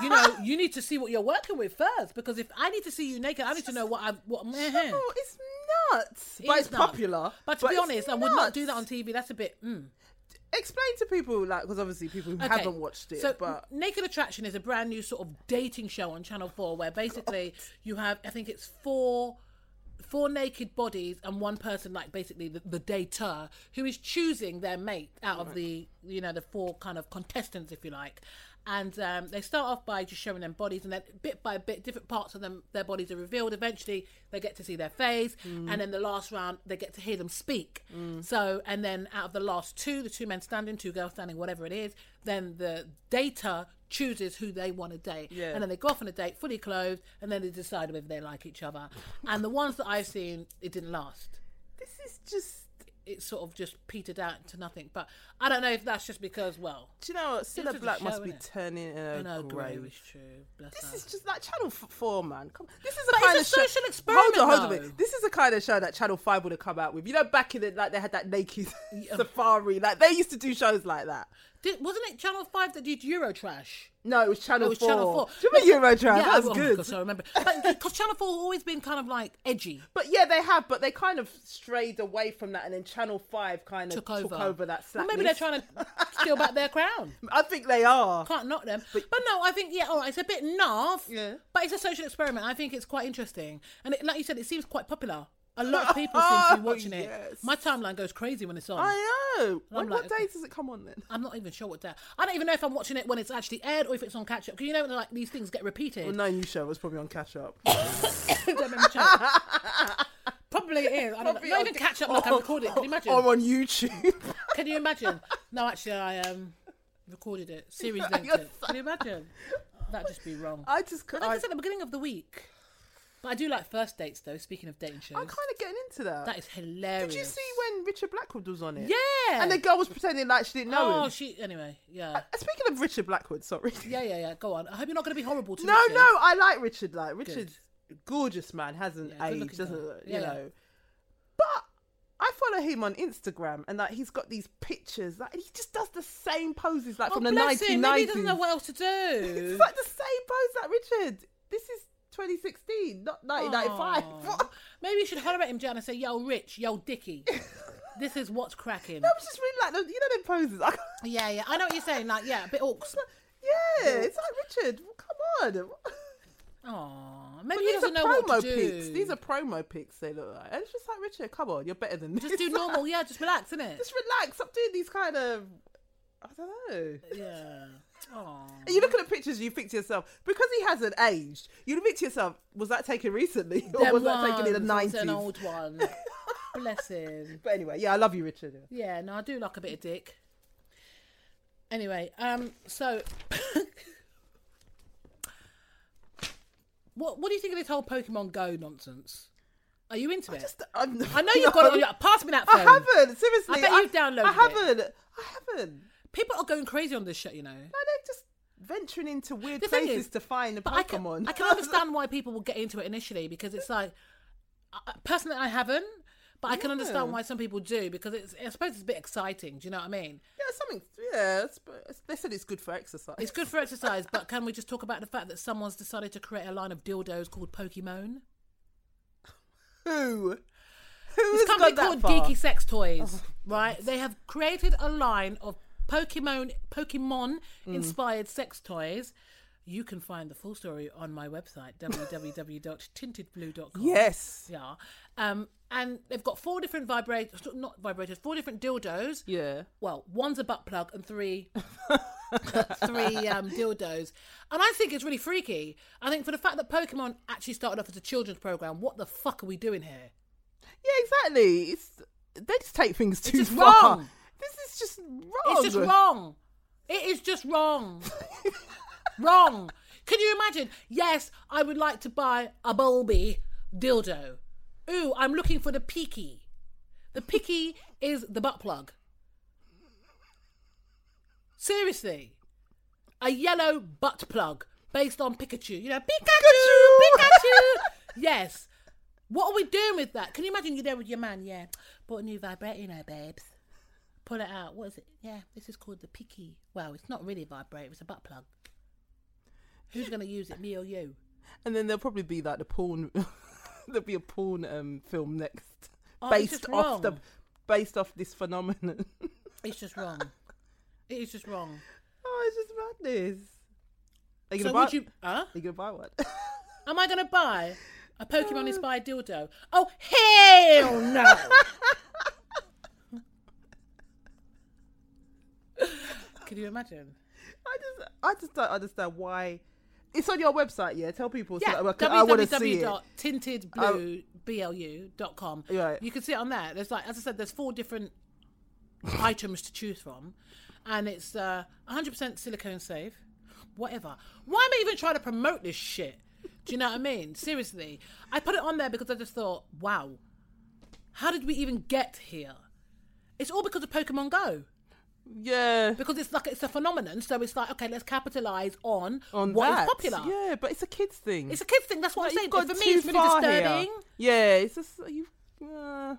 Speaker 1: you know, you need to see what you're working with first because if I need to see you naked, I need to know what I'm. What, eh.
Speaker 2: Oh, it's nuts.
Speaker 1: It
Speaker 2: but
Speaker 1: is
Speaker 2: it's
Speaker 1: nuts.
Speaker 2: popular.
Speaker 1: But to be
Speaker 2: it's
Speaker 1: honest, I would not
Speaker 2: nuts.
Speaker 1: do that on TV. That's a bit. Mm.
Speaker 2: Explain to people, like, because obviously people who
Speaker 1: Okay.
Speaker 2: haven't watched it,
Speaker 1: So,
Speaker 2: but
Speaker 1: Naked Attraction is a brand new sort of dating show on Channel Four, where basically you have, I think it's four, four naked bodies and one person, like basically the, the dater, who is choosing their mate out of the, you know, the four kind of contestants, if you like. And um, they start off by just showing them bodies, and then bit by bit, different parts of them, their bodies are revealed. Eventually, they get to see their face, and then the last round, they get to hear them speak. So, and then out of the last two, the two men standing, two girls standing, whatever it is, then the data chooses who they want to date,
Speaker 2: Yeah.
Speaker 1: and then they go off on a date fully clothed, and then they decide whether they like each other. And the ones that I've seen, it didn't last.
Speaker 2: this is just.
Speaker 1: It sort of just petered out to nothing. But I don't know if that's just because, well,
Speaker 2: Do you know what? Cilla
Speaker 1: just a
Speaker 2: Black
Speaker 1: show,
Speaker 2: must be
Speaker 1: innit?
Speaker 2: turning in a
Speaker 1: I know grey
Speaker 2: grave.
Speaker 1: was true. Bless
Speaker 2: This
Speaker 1: her.
Speaker 2: is just like Channel F- Four, man. Come, this is a
Speaker 1: But it's
Speaker 2: kind
Speaker 1: a
Speaker 2: of show-
Speaker 1: social experiment,
Speaker 2: Hold on, hold on. a
Speaker 1: though.
Speaker 2: minute. This is the kind of show that Channel Five would have come out with. You know, back in the like they had that naked safari. Like they used to do shows like that.
Speaker 1: Did, wasn't it Channel 5 that did Eurotrash?
Speaker 2: No, it was Channel
Speaker 1: It was
Speaker 2: Four.
Speaker 1: Channel 4.
Speaker 2: Do you remember Eurotrash?
Speaker 1: Yeah, I-
Speaker 2: that was
Speaker 1: oh my
Speaker 2: good.
Speaker 1: gosh, I remember. Because Channel 4 always been kind of like edgy.
Speaker 2: But yeah, they have, but they kind of strayed away from that, and then Channel Five kind of
Speaker 1: Took over.
Speaker 2: that.
Speaker 1: Well, maybe they're trying to steal back their crown.
Speaker 2: I think they are.
Speaker 1: Can't knock them. But, no, I think, yeah, all right, it's a bit naff,
Speaker 2: Yeah.
Speaker 1: but it's a social experiment. I think it's quite interesting. And it, like you said, it seems quite popular. A lot of people seem to be watching it.
Speaker 2: Yes.
Speaker 1: My timeline goes crazy when it's on.
Speaker 2: I know. When,
Speaker 1: like,
Speaker 2: what
Speaker 1: okay.
Speaker 2: days does it come on then?
Speaker 1: I'm not even sure what that. I don't even know if I'm watching it when it's actually aired or if it's on catch up. Because you know, like these things get repeated.
Speaker 2: Well, no new show was probably on catch up.
Speaker 1: Don't make me choke. Probably it is. I don't know.
Speaker 2: Probably Oh,
Speaker 1: Not
Speaker 2: on-
Speaker 1: even catch up like I recorded it. Can you imagine?
Speaker 2: or on YouTube.
Speaker 1: Can you imagine? No, actually, I um recorded it. Series linked
Speaker 2: You're
Speaker 1: it. Can you imagine? That'd just be wrong. I,
Speaker 2: I just c-
Speaker 1: think
Speaker 2: I,
Speaker 1: it's at the beginning of the week. But I do like first dates though. Speaking of dating shows,
Speaker 2: I'm kind of getting into that.
Speaker 1: that is hilarious.
Speaker 2: Did you see when Richard Blackwood was on it?
Speaker 1: Yeah.
Speaker 2: And the girl was pretending like she didn't know
Speaker 1: Oh,
Speaker 2: him.
Speaker 1: she. Anyway, yeah,
Speaker 2: Uh, Speaking of Richard Blackwood, sorry.
Speaker 1: yeah, yeah, yeah. Go on. I hope you're not going to be horrible to
Speaker 2: No,
Speaker 1: Richard.
Speaker 2: no, I like Richard. Like Richard's a gorgeous man, hasn't
Speaker 1: Yeah, good-looking
Speaker 2: aged, doesn't
Speaker 1: guy.
Speaker 2: you
Speaker 1: Yeah, yeah.
Speaker 2: know. But I follow him on Instagram, and like he's got these pictures, like and he just does the same poses, like
Speaker 1: Oh,
Speaker 2: from the
Speaker 1: bless
Speaker 2: nineteen
Speaker 1: him. Maybe he doesn't know
Speaker 2: nineties.
Speaker 1: what else to do.
Speaker 2: It's like the same pose that Richard. This is 2016, not 1995.
Speaker 1: Aw. Maybe you should holler at him, Jan, and say, "Yo, Rich, yo, Dicky, this is what's cracking."
Speaker 2: I was just really like, you know, them poses. I can't-
Speaker 1: Yeah, yeah, I know what you're saying. Like, yeah, a bit awkward.
Speaker 2: yeah, it's like Richard. Come on.
Speaker 1: Aw, maybe
Speaker 2: But
Speaker 1: he
Speaker 2: these are
Speaker 1: doesn't know what
Speaker 2: promo
Speaker 1: to do.
Speaker 2: pics. These are promo pics. They look like. And it's just like Richard. Come on, you're better than
Speaker 1: just
Speaker 2: this.
Speaker 1: do normal. Yeah, just relax, innit?
Speaker 2: just relax. Stop doing these kind of. I don't know.
Speaker 1: Yeah. Aw.
Speaker 2: And you look at the pictures, you think to yourself, because he hasn't aged, you think to yourself, was that taken recently? Or
Speaker 1: Them
Speaker 2: was that taken in the
Speaker 1: ones, it's
Speaker 2: 90s?
Speaker 1: An old one. Bless him.
Speaker 2: But anyway, yeah, I love you, Richard.
Speaker 1: Yeah, no, I do like a bit of dick. Anyway, um, so what what do you think of this whole Pokemon Go nonsense? Are you into it?
Speaker 2: Just- I'm-
Speaker 1: I know you've got it. on- Pass me that
Speaker 2: I
Speaker 1: phone.
Speaker 2: haven't, seriously.
Speaker 1: I bet you've downloaded
Speaker 2: I
Speaker 1: it.
Speaker 2: haven't. I haven't.
Speaker 1: People are going crazy on this shit, you know.
Speaker 2: No, they're just venturing into weird
Speaker 1: The thing
Speaker 2: places
Speaker 1: is-
Speaker 2: to find the
Speaker 1: But I can,
Speaker 2: Pokemon.
Speaker 1: I can understand why people will get into it initially because it's like, I- I- personally, I haven't, but I can understand
Speaker 2: Yeah.
Speaker 1: why some people do because it's, I suppose it's a bit exciting. Do you know what I mean?
Speaker 2: yeah, something. Yeah, it's, but it's- they said it's good for exercise.
Speaker 1: It's good for exercise, but can we just talk about the fact that someone's decided to create a line of dildos called Pokemon?
Speaker 2: Who? Who
Speaker 1: This
Speaker 2: has
Speaker 1: company
Speaker 2: got that
Speaker 1: called
Speaker 2: far? Oh,
Speaker 1: Geeky Sex Toys, right? They have created a line of Pokemon Pokemon
Speaker 2: Mm.
Speaker 1: inspired sex toys. You can find the full story on my website www.tintedblue.com.
Speaker 2: Yes.
Speaker 1: Yeah. Um, and they've got four different vibrators, not vibrators, four different dildos.
Speaker 2: Yeah.
Speaker 1: Well, one's a butt plug and three, three um, dildos. And I think it's really freaky. I think for the fact that Pokemon actually started off as a children's program, what the fuck are we doing here?
Speaker 2: Yeah, exactly. It's they just take things too
Speaker 1: just
Speaker 2: far.
Speaker 1: wrong.
Speaker 2: This is just wrong.
Speaker 1: It's just wrong. It is just wrong. wrong. Can you imagine? Yes, I would like to buy a Bulby dildo. Ooh, I'm looking for the Peaky. The Peaky is the butt plug. Seriously. a yellow butt plug based on Pikachu. You know, Pikachu,
Speaker 2: Pikachu!
Speaker 1: Pikachu. yes. What are we doing with that? Can you imagine you're there with your man? Yeah, bought a new vibrator, you know, babes. Pull it out. What is it? Yeah, this is called the Piki. Well, it's not really a vibrator. It's a butt plug. Who's going to use it, me or you?
Speaker 2: And then there'll probably be like the porn. there'll be a porn um, film next,
Speaker 1: Oh, it's
Speaker 2: based
Speaker 1: just
Speaker 2: off the,
Speaker 1: wrong.
Speaker 2: based off this phenomenon.
Speaker 1: It's just wrong. It is just wrong.
Speaker 2: oh, it's just madness. Are you
Speaker 1: So
Speaker 2: gonna buy?
Speaker 1: would you? Huh?
Speaker 2: Are you gonna buy one?
Speaker 1: Am I going to buy a
Speaker 2: Uh.
Speaker 1: Pokemon inspired dildo? Oh, hell no! Can you imagine?
Speaker 2: I just, I just don't understand why. It's on your website, yeah. Tell people. so
Speaker 1: Yeah,
Speaker 2: that I can- I want to see it.
Speaker 1: www.tintedblueblu.com.
Speaker 2: Right.
Speaker 1: You can see it on there. There's like, as I said, there's four different items to choose from, and it's uh, 100% silicone safe. Whatever. Why am I even trying to promote this shit? Do you know what I mean? Seriously, I put it on there because I just thought, wow, how did we even get here? It's all because of Pokemon Go
Speaker 2: Yeah.
Speaker 1: because it's like it's a phenomenon. So it's like, okay, let's capitalize on, what
Speaker 2: On
Speaker 1: is
Speaker 2: that.
Speaker 1: popular.
Speaker 2: Yeah, but it's a kids thing.
Speaker 1: It's a kids thing. That's what
Speaker 2: Like,
Speaker 1: I'm saying.
Speaker 2: you've gone
Speaker 1: for me,
Speaker 2: too
Speaker 1: it's really
Speaker 2: far
Speaker 1: disturbing.
Speaker 2: Here. Yeah, it's just you've uh,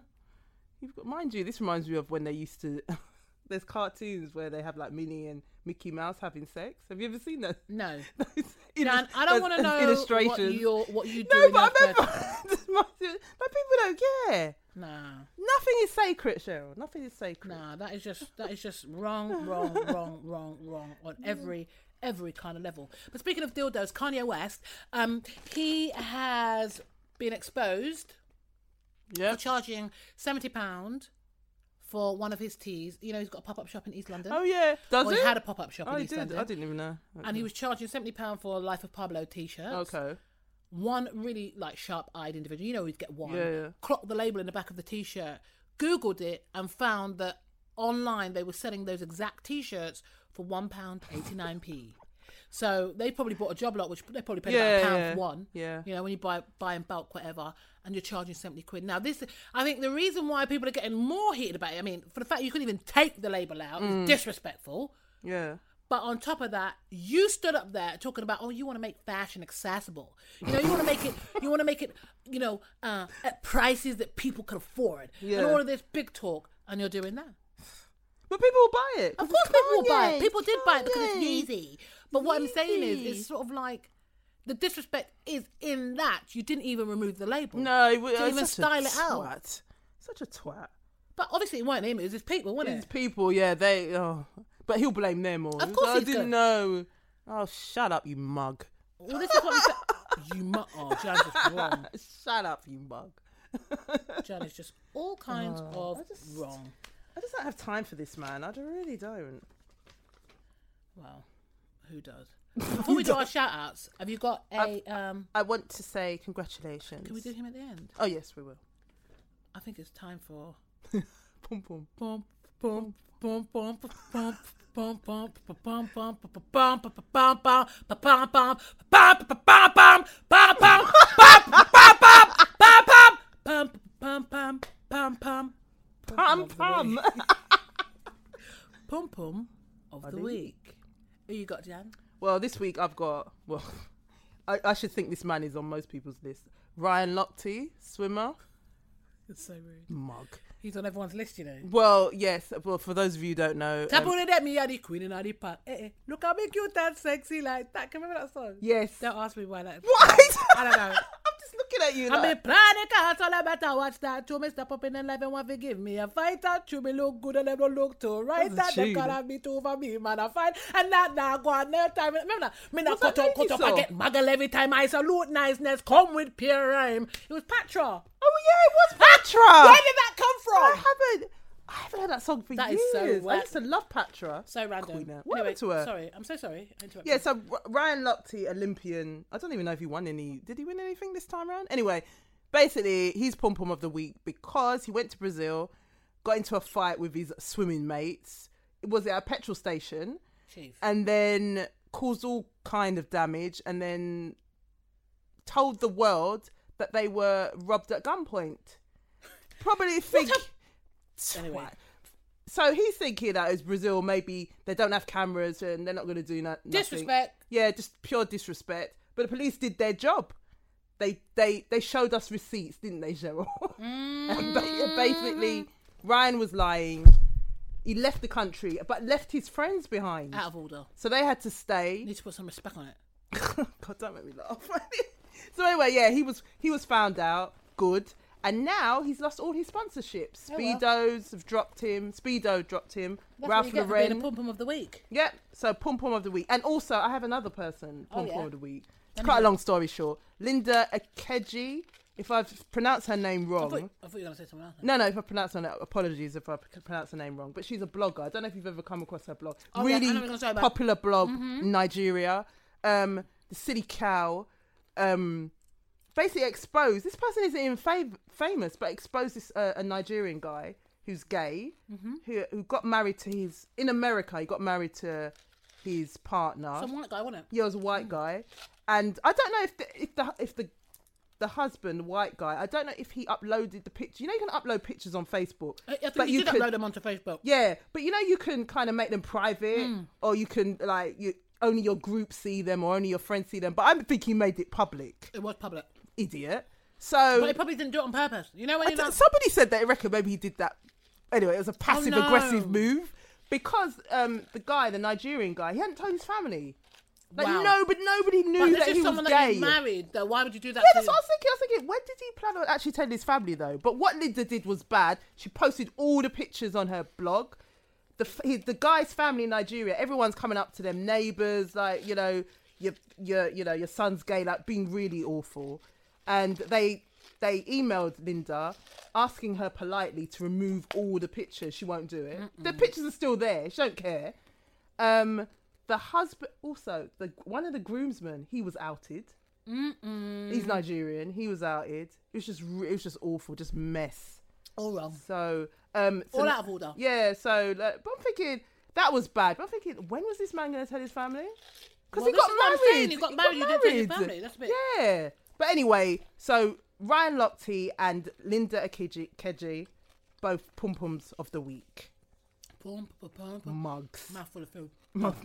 Speaker 2: you've got mind you. This reminds me of when they used to. there's cartoons where they have like Minnie and Mickey Mouse having sex. Have you ever seen those?
Speaker 1: No,
Speaker 2: those
Speaker 1: Dan,
Speaker 2: illus-
Speaker 1: I don't
Speaker 2: those
Speaker 1: want to know what
Speaker 2: illustrations.
Speaker 1: you what you do.
Speaker 2: no,
Speaker 1: in your
Speaker 2: but I
Speaker 1: third-
Speaker 2: remember. this reminds me- like people don't care.
Speaker 1: Nah,
Speaker 2: Nothing is sacred, Cheryl. Nothing is sacred.
Speaker 1: nah, that is just that is just wrong, wrong, wrong, wrong, wrong on every every kind of level. But speaking of dildos, Kanye West, um, he has been exposed
Speaker 2: Yeah.
Speaker 1: for charging seventy pound for one of his teas. You know, he's got a pop up shop in East London.
Speaker 2: Oh yeah. Does
Speaker 1: Well,
Speaker 2: it?
Speaker 1: he had a pop up shop
Speaker 2: oh,
Speaker 1: in
Speaker 2: he
Speaker 1: East
Speaker 2: did.
Speaker 1: London.
Speaker 2: I didn't even know.
Speaker 1: and he was charging seventy pound for a Life of Pablo T-shirt.
Speaker 2: Okay.
Speaker 1: One really like sharp-eyed individual, you know, he'd get one.
Speaker 2: Yeah, yeah.
Speaker 1: Clocked the label in the back of the T-shirt, googled it, and found that online they were selling those exact T-shirts for one pound eighty-nine p. So they probably bought a job lot, which they probably paid about
Speaker 2: Yeah,
Speaker 1: a pound
Speaker 2: yeah.
Speaker 1: for one.
Speaker 2: Yeah.
Speaker 1: you know, when you buy buy in bulk, whatever, and you're charging seventy quid. Now this, I think, the reason why people are getting more heated about it. I mean, for the fact you couldn't even take the label out,
Speaker 2: Mm.
Speaker 1: is disrespectful.
Speaker 2: Yeah.
Speaker 1: But on top of that, you stood up there talking about, oh, you want to make fashion accessible. You know, you want to make it, you want to make it, you know, uh, at prices that people can afford,
Speaker 2: Yeah.
Speaker 1: and all of this big talk, and you're doing that.
Speaker 2: But people will buy it.
Speaker 1: Of course, people will buy it. People did buy it because it's easy. But what I'm saying
Speaker 2: Yeezy.
Speaker 1: is, it's sort of like the disrespect is in that you didn't even remove the label.
Speaker 2: No, it was
Speaker 1: didn't even style it out.
Speaker 2: Twat. Such a twat.
Speaker 1: But obviously, it weren't him; it was his people, wasn't
Speaker 2: These
Speaker 1: it?
Speaker 2: people, yeah, they. Oh, but he'll blame them all.
Speaker 1: Of course
Speaker 2: I
Speaker 1: he's
Speaker 2: didn't
Speaker 1: gonna-
Speaker 2: know. Oh, shut up, you mug.
Speaker 1: Well, this is what I'm saying. You mu- oh, Jan's just wrong.
Speaker 2: Shut up, you mug.
Speaker 1: Jan is just all kinds
Speaker 2: Oh, I
Speaker 1: of
Speaker 2: just-
Speaker 1: wrong.
Speaker 2: I just don't have time for this, man. I don't- really don't.
Speaker 1: Well, who does? Before we do our shout outs, have you got a. Um,
Speaker 2: I want to say congratulations.
Speaker 1: can we do him at the end?
Speaker 2: Oh yes, we will.
Speaker 1: I think it's time for.
Speaker 2: Pum pum.
Speaker 1: Bump, bump, bump, bump, bump, bump, bump, bump, bump, bump, bump, bump, bump, bump, bump, bump, bump, bump, bump, bump, bump, bump, bump, bump, bump, bump, bum.
Speaker 2: Pum pum.
Speaker 1: Pum pum of the week. Who you got, Jan?
Speaker 2: well, this week I've got. Well, I, I should think this man is on most people's list. Ryan Lochte, swimmer,
Speaker 1: It's so rude.
Speaker 2: mug.
Speaker 1: He's on everyone's list, you know.
Speaker 2: Well, yes. Well, for those of you who don't know, um,
Speaker 1: Tapone that me the queen in the park. Eh, eh. Look at me cute and sexy like that. Can you remember that song?
Speaker 2: yes.
Speaker 1: Don't ask me why that.
Speaker 2: What?
Speaker 1: I don't know.
Speaker 2: I'm just looking at you.
Speaker 1: I'm
Speaker 2: like,
Speaker 1: a planet cast, all I better watch that. To me, step up in the life and want to give me a fight. That to me look good and them don't look too right. That
Speaker 2: That's a
Speaker 1: them
Speaker 2: tune.
Speaker 1: call me too for me, man. I fight. And that now go on no time. Remember that? Me now
Speaker 2: What's that
Speaker 1: cut up, cut
Speaker 2: lady
Speaker 1: up. I
Speaker 2: song?
Speaker 1: get muggle every time. I salute niceness. Come with pure rhyme. It was Patra.
Speaker 2: oh yeah, it was Patra.
Speaker 1: Where did that come
Speaker 2: I
Speaker 1: from?
Speaker 2: haven't. I haven't heard that song for
Speaker 1: That
Speaker 2: years.
Speaker 1: is so
Speaker 2: I
Speaker 1: whack.
Speaker 2: used to love Patra.
Speaker 1: So random.
Speaker 2: Queen, uh, what happened to her?
Speaker 1: Sorry, I'm so sorry. I interrupted.
Speaker 2: Yeah, so R- Ryan Lochte, Olympian. I don't even know if he won any. Did he win anything this time around? Anyway, basically, he's pom pom of the week because he went to Brazil, got into a fight with his swimming mates. It was at a petrol station,
Speaker 1: Chief.
Speaker 2: and then caused all kind of damage, and then told the world that they were robbed at gunpoint. Probably think.
Speaker 1: Anyway.
Speaker 2: Twat. so he's thinking that it's Brazil. Maybe they don't have cameras and they're not going to do no- nothing.
Speaker 1: Disrespect.
Speaker 2: Yeah, just pure disrespect. But the police did their job. They they they showed us receipts, didn't they, Cheryl? and ba-
Speaker 1: Mm.
Speaker 2: basically, Ryan was lying. He left the country, but left his friends behind.
Speaker 1: Out of order.
Speaker 2: So they had to stay.
Speaker 1: Need to put some respect on it.
Speaker 2: God, don't make me laugh. so anyway, yeah, he was he was found out. Good. And now he's lost all his sponsorships.
Speaker 1: Oh, well.
Speaker 2: Speedos have dropped him. Speedo dropped him.
Speaker 1: That's what
Speaker 2: Ralph
Speaker 1: you get for being
Speaker 2: Lauren.
Speaker 1: a pom pom of the week.
Speaker 2: Yep. So pom pom of the week, and also I have another person
Speaker 1: Oh,
Speaker 2: pom pom
Speaker 1: yeah.
Speaker 2: of the week. It's quite a long story short. Linda Akeji, if I've pronounced her name
Speaker 1: I thought,
Speaker 2: wrong.
Speaker 1: I thought you were going to say someone else.
Speaker 2: No, no, if I pronounce her name, apologies if I p- pronounce her name wrong. But she's a blogger. I don't know if you've ever come across her blog.
Speaker 1: Oh, yeah, I know
Speaker 2: really
Speaker 1: what you're gonna say about- Mm-hmm.
Speaker 2: popular blog in Nigeria. Um, the City Cow. Um, basically exposed. This person isn't even fav- famous, but exposed this uh, a Nigerian guy who's gay,
Speaker 1: Mm-hmm.
Speaker 2: who who got married to his in America. He got married to his partner.
Speaker 1: Some white guy, wasn't it?
Speaker 2: Yeah, it was a white guy, and I don't know if the if the if the the husband, white guy, I don't know if he uploaded the picture. You know, you can upload pictures on Facebook,
Speaker 1: I, I think but you, did upload them onto Facebook.
Speaker 2: yeah, but you know, you can kind of make them private,
Speaker 1: Hmm.
Speaker 2: or you can like you only your group see them, or only your friends see them. But I think he made it public,
Speaker 1: It was public.
Speaker 2: idiot. So
Speaker 1: But he probably didn't do it on purpose. You know when
Speaker 2: I
Speaker 1: you're
Speaker 2: don't-
Speaker 1: like,
Speaker 2: somebody said that. I reckon maybe he did that. Anyway, it was a passive aggressive
Speaker 1: Oh, no.
Speaker 2: move because um, the guy, the Nigerian guy, he hadn't told his family. Like
Speaker 1: Wow.
Speaker 2: no, but nobody knew
Speaker 1: but
Speaker 2: that
Speaker 1: this
Speaker 2: he
Speaker 1: is
Speaker 2: was
Speaker 1: someone that
Speaker 2: gay.
Speaker 1: you married, though. Why would you do that?
Speaker 2: yeah,
Speaker 1: to
Speaker 2: that's what I was thinking. I was thinking, when did he plan on actually telling his family though? But what Linda did was bad. She posted all the pictures on her blog. The f- his, the guy's family in Nigeria, everyone's coming up to them, neighbors, like you know, your your you know your son's gay, like being really awful, and they they emailed Linda asking her politely to remove all the pictures. She won't do it. The pictures are still there. She don't care. Um, the husband also the one of the groomsmen he was outed.
Speaker 1: Mm-hmm.
Speaker 2: He's Nigerian. He was outed. It was just re- it was just awful, just mess.
Speaker 1: All wrong.
Speaker 2: So um, so
Speaker 1: All out of order.
Speaker 2: Yeah. So like, but I'm thinking that was bad. But I'm thinking when was this man going to tell his family? Because
Speaker 1: Well,
Speaker 2: he,
Speaker 1: this
Speaker 2: got
Speaker 1: is what I'm saying,
Speaker 2: married.
Speaker 1: he got married, you didn't tell your
Speaker 2: married.
Speaker 1: family, that's a bit-
Speaker 2: Yeah. But anyway, so Ryan Lochte and Linda Akeji, Keji, both pom poms of the week.
Speaker 1: Pom, pom, pom, pom.
Speaker 2: Mm. Mugs.
Speaker 1: Mouthful of food.
Speaker 2: Mouth-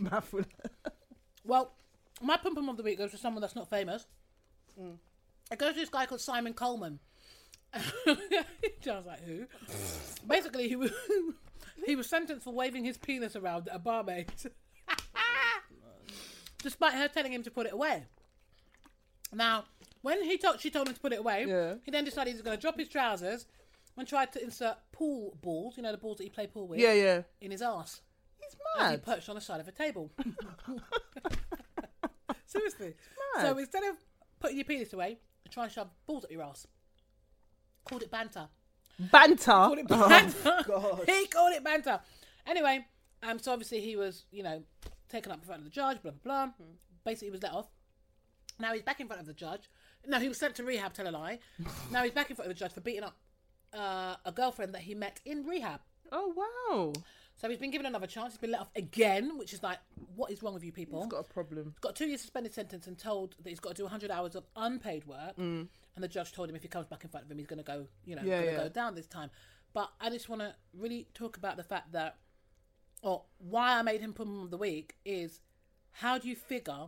Speaker 2: mouthful.
Speaker 1: Well, my pom pom of the week goes to someone that's not famous.
Speaker 2: Mm.
Speaker 1: It goes to this guy called Simon Coleman. I was like, who? Basically, he was he was sentenced for waving his penis around at a barmaid, despite her telling him to put it away. Now, when he told she told him to put it away,
Speaker 2: Yeah.
Speaker 1: he then decided he was going to drop his trousers and tried to insert pool balls, you know, the balls that you play pool with,
Speaker 2: yeah, yeah.
Speaker 1: in his ass
Speaker 2: He's
Speaker 1: as he
Speaker 2: mad.
Speaker 1: perched on the side of a table. Seriously.
Speaker 2: mad.
Speaker 1: So instead of putting your penis away, you try and shove balls up your ass. Called it banter.
Speaker 2: Banter.
Speaker 1: Called it banter. he called it banter. Anyway, um, so obviously he was, you know, taken up in front of the judge, blah, blah, blah.
Speaker 2: Hmm.
Speaker 1: Basically, he was let off. Now he's back in front of the judge. No, he was sent to rehab, tell a lie. now he's back in front of the judge for beating up uh, a girlfriend that he met in rehab.
Speaker 2: Oh wow.
Speaker 1: So he's been given another chance. He's been let off again, which is like, what is wrong with you people?
Speaker 2: Got a problem.
Speaker 1: got a two year suspended sentence and told that he's got to do 100 hours of unpaid work. And the judge told him if he comes back in front of him, he's going to go, you know,
Speaker 2: Mm. Yeah,
Speaker 1: going to
Speaker 2: yeah.
Speaker 1: go down this time. But I just want to really talk about the fact that, or why I made him problem of the week is how do you figure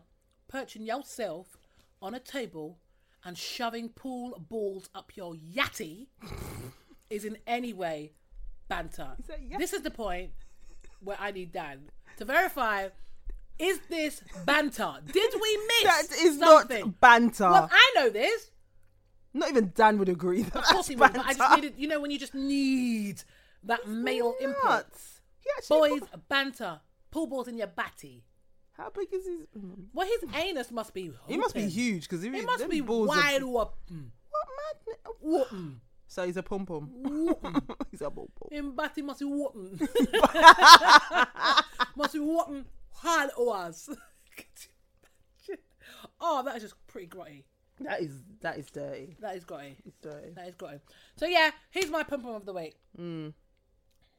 Speaker 1: perching yourself on a table and shoving pool balls up your yatty is in any way banter?
Speaker 2: that yatty?
Speaker 1: This is the point where I need Dan to verify is this banter? Did we miss
Speaker 2: That is
Speaker 1: something?
Speaker 2: not banter.
Speaker 1: Well, I know this.
Speaker 2: Not even Dan would agree. That
Speaker 1: Of course
Speaker 2: that's
Speaker 1: he would, but I just
Speaker 2: banter.
Speaker 1: needed, you know, when you just need that male input.
Speaker 2: Nuts. He actually.
Speaker 1: Boys, banter, pool balls in your batty.
Speaker 2: How big is his?
Speaker 1: Well, his anus must be.
Speaker 2: He must be
Speaker 1: hooping.
Speaker 2: huge because he
Speaker 1: It Mm, must
Speaker 2: them
Speaker 1: be
Speaker 2: balls are-
Speaker 1: wide Mm. open.
Speaker 2: What madness?
Speaker 1: Open.
Speaker 2: So he's a pom pom. he's a pom pom.
Speaker 1: Him batty must be open. must be open hard hours. Could you imagine? oh, that is just pretty grotty.
Speaker 2: That is that is dirty.
Speaker 1: That is grotty.
Speaker 2: It's dirty.
Speaker 1: That is grotty. So yeah, he's my pom pom of the week. Mm.
Speaker 2: Hmm.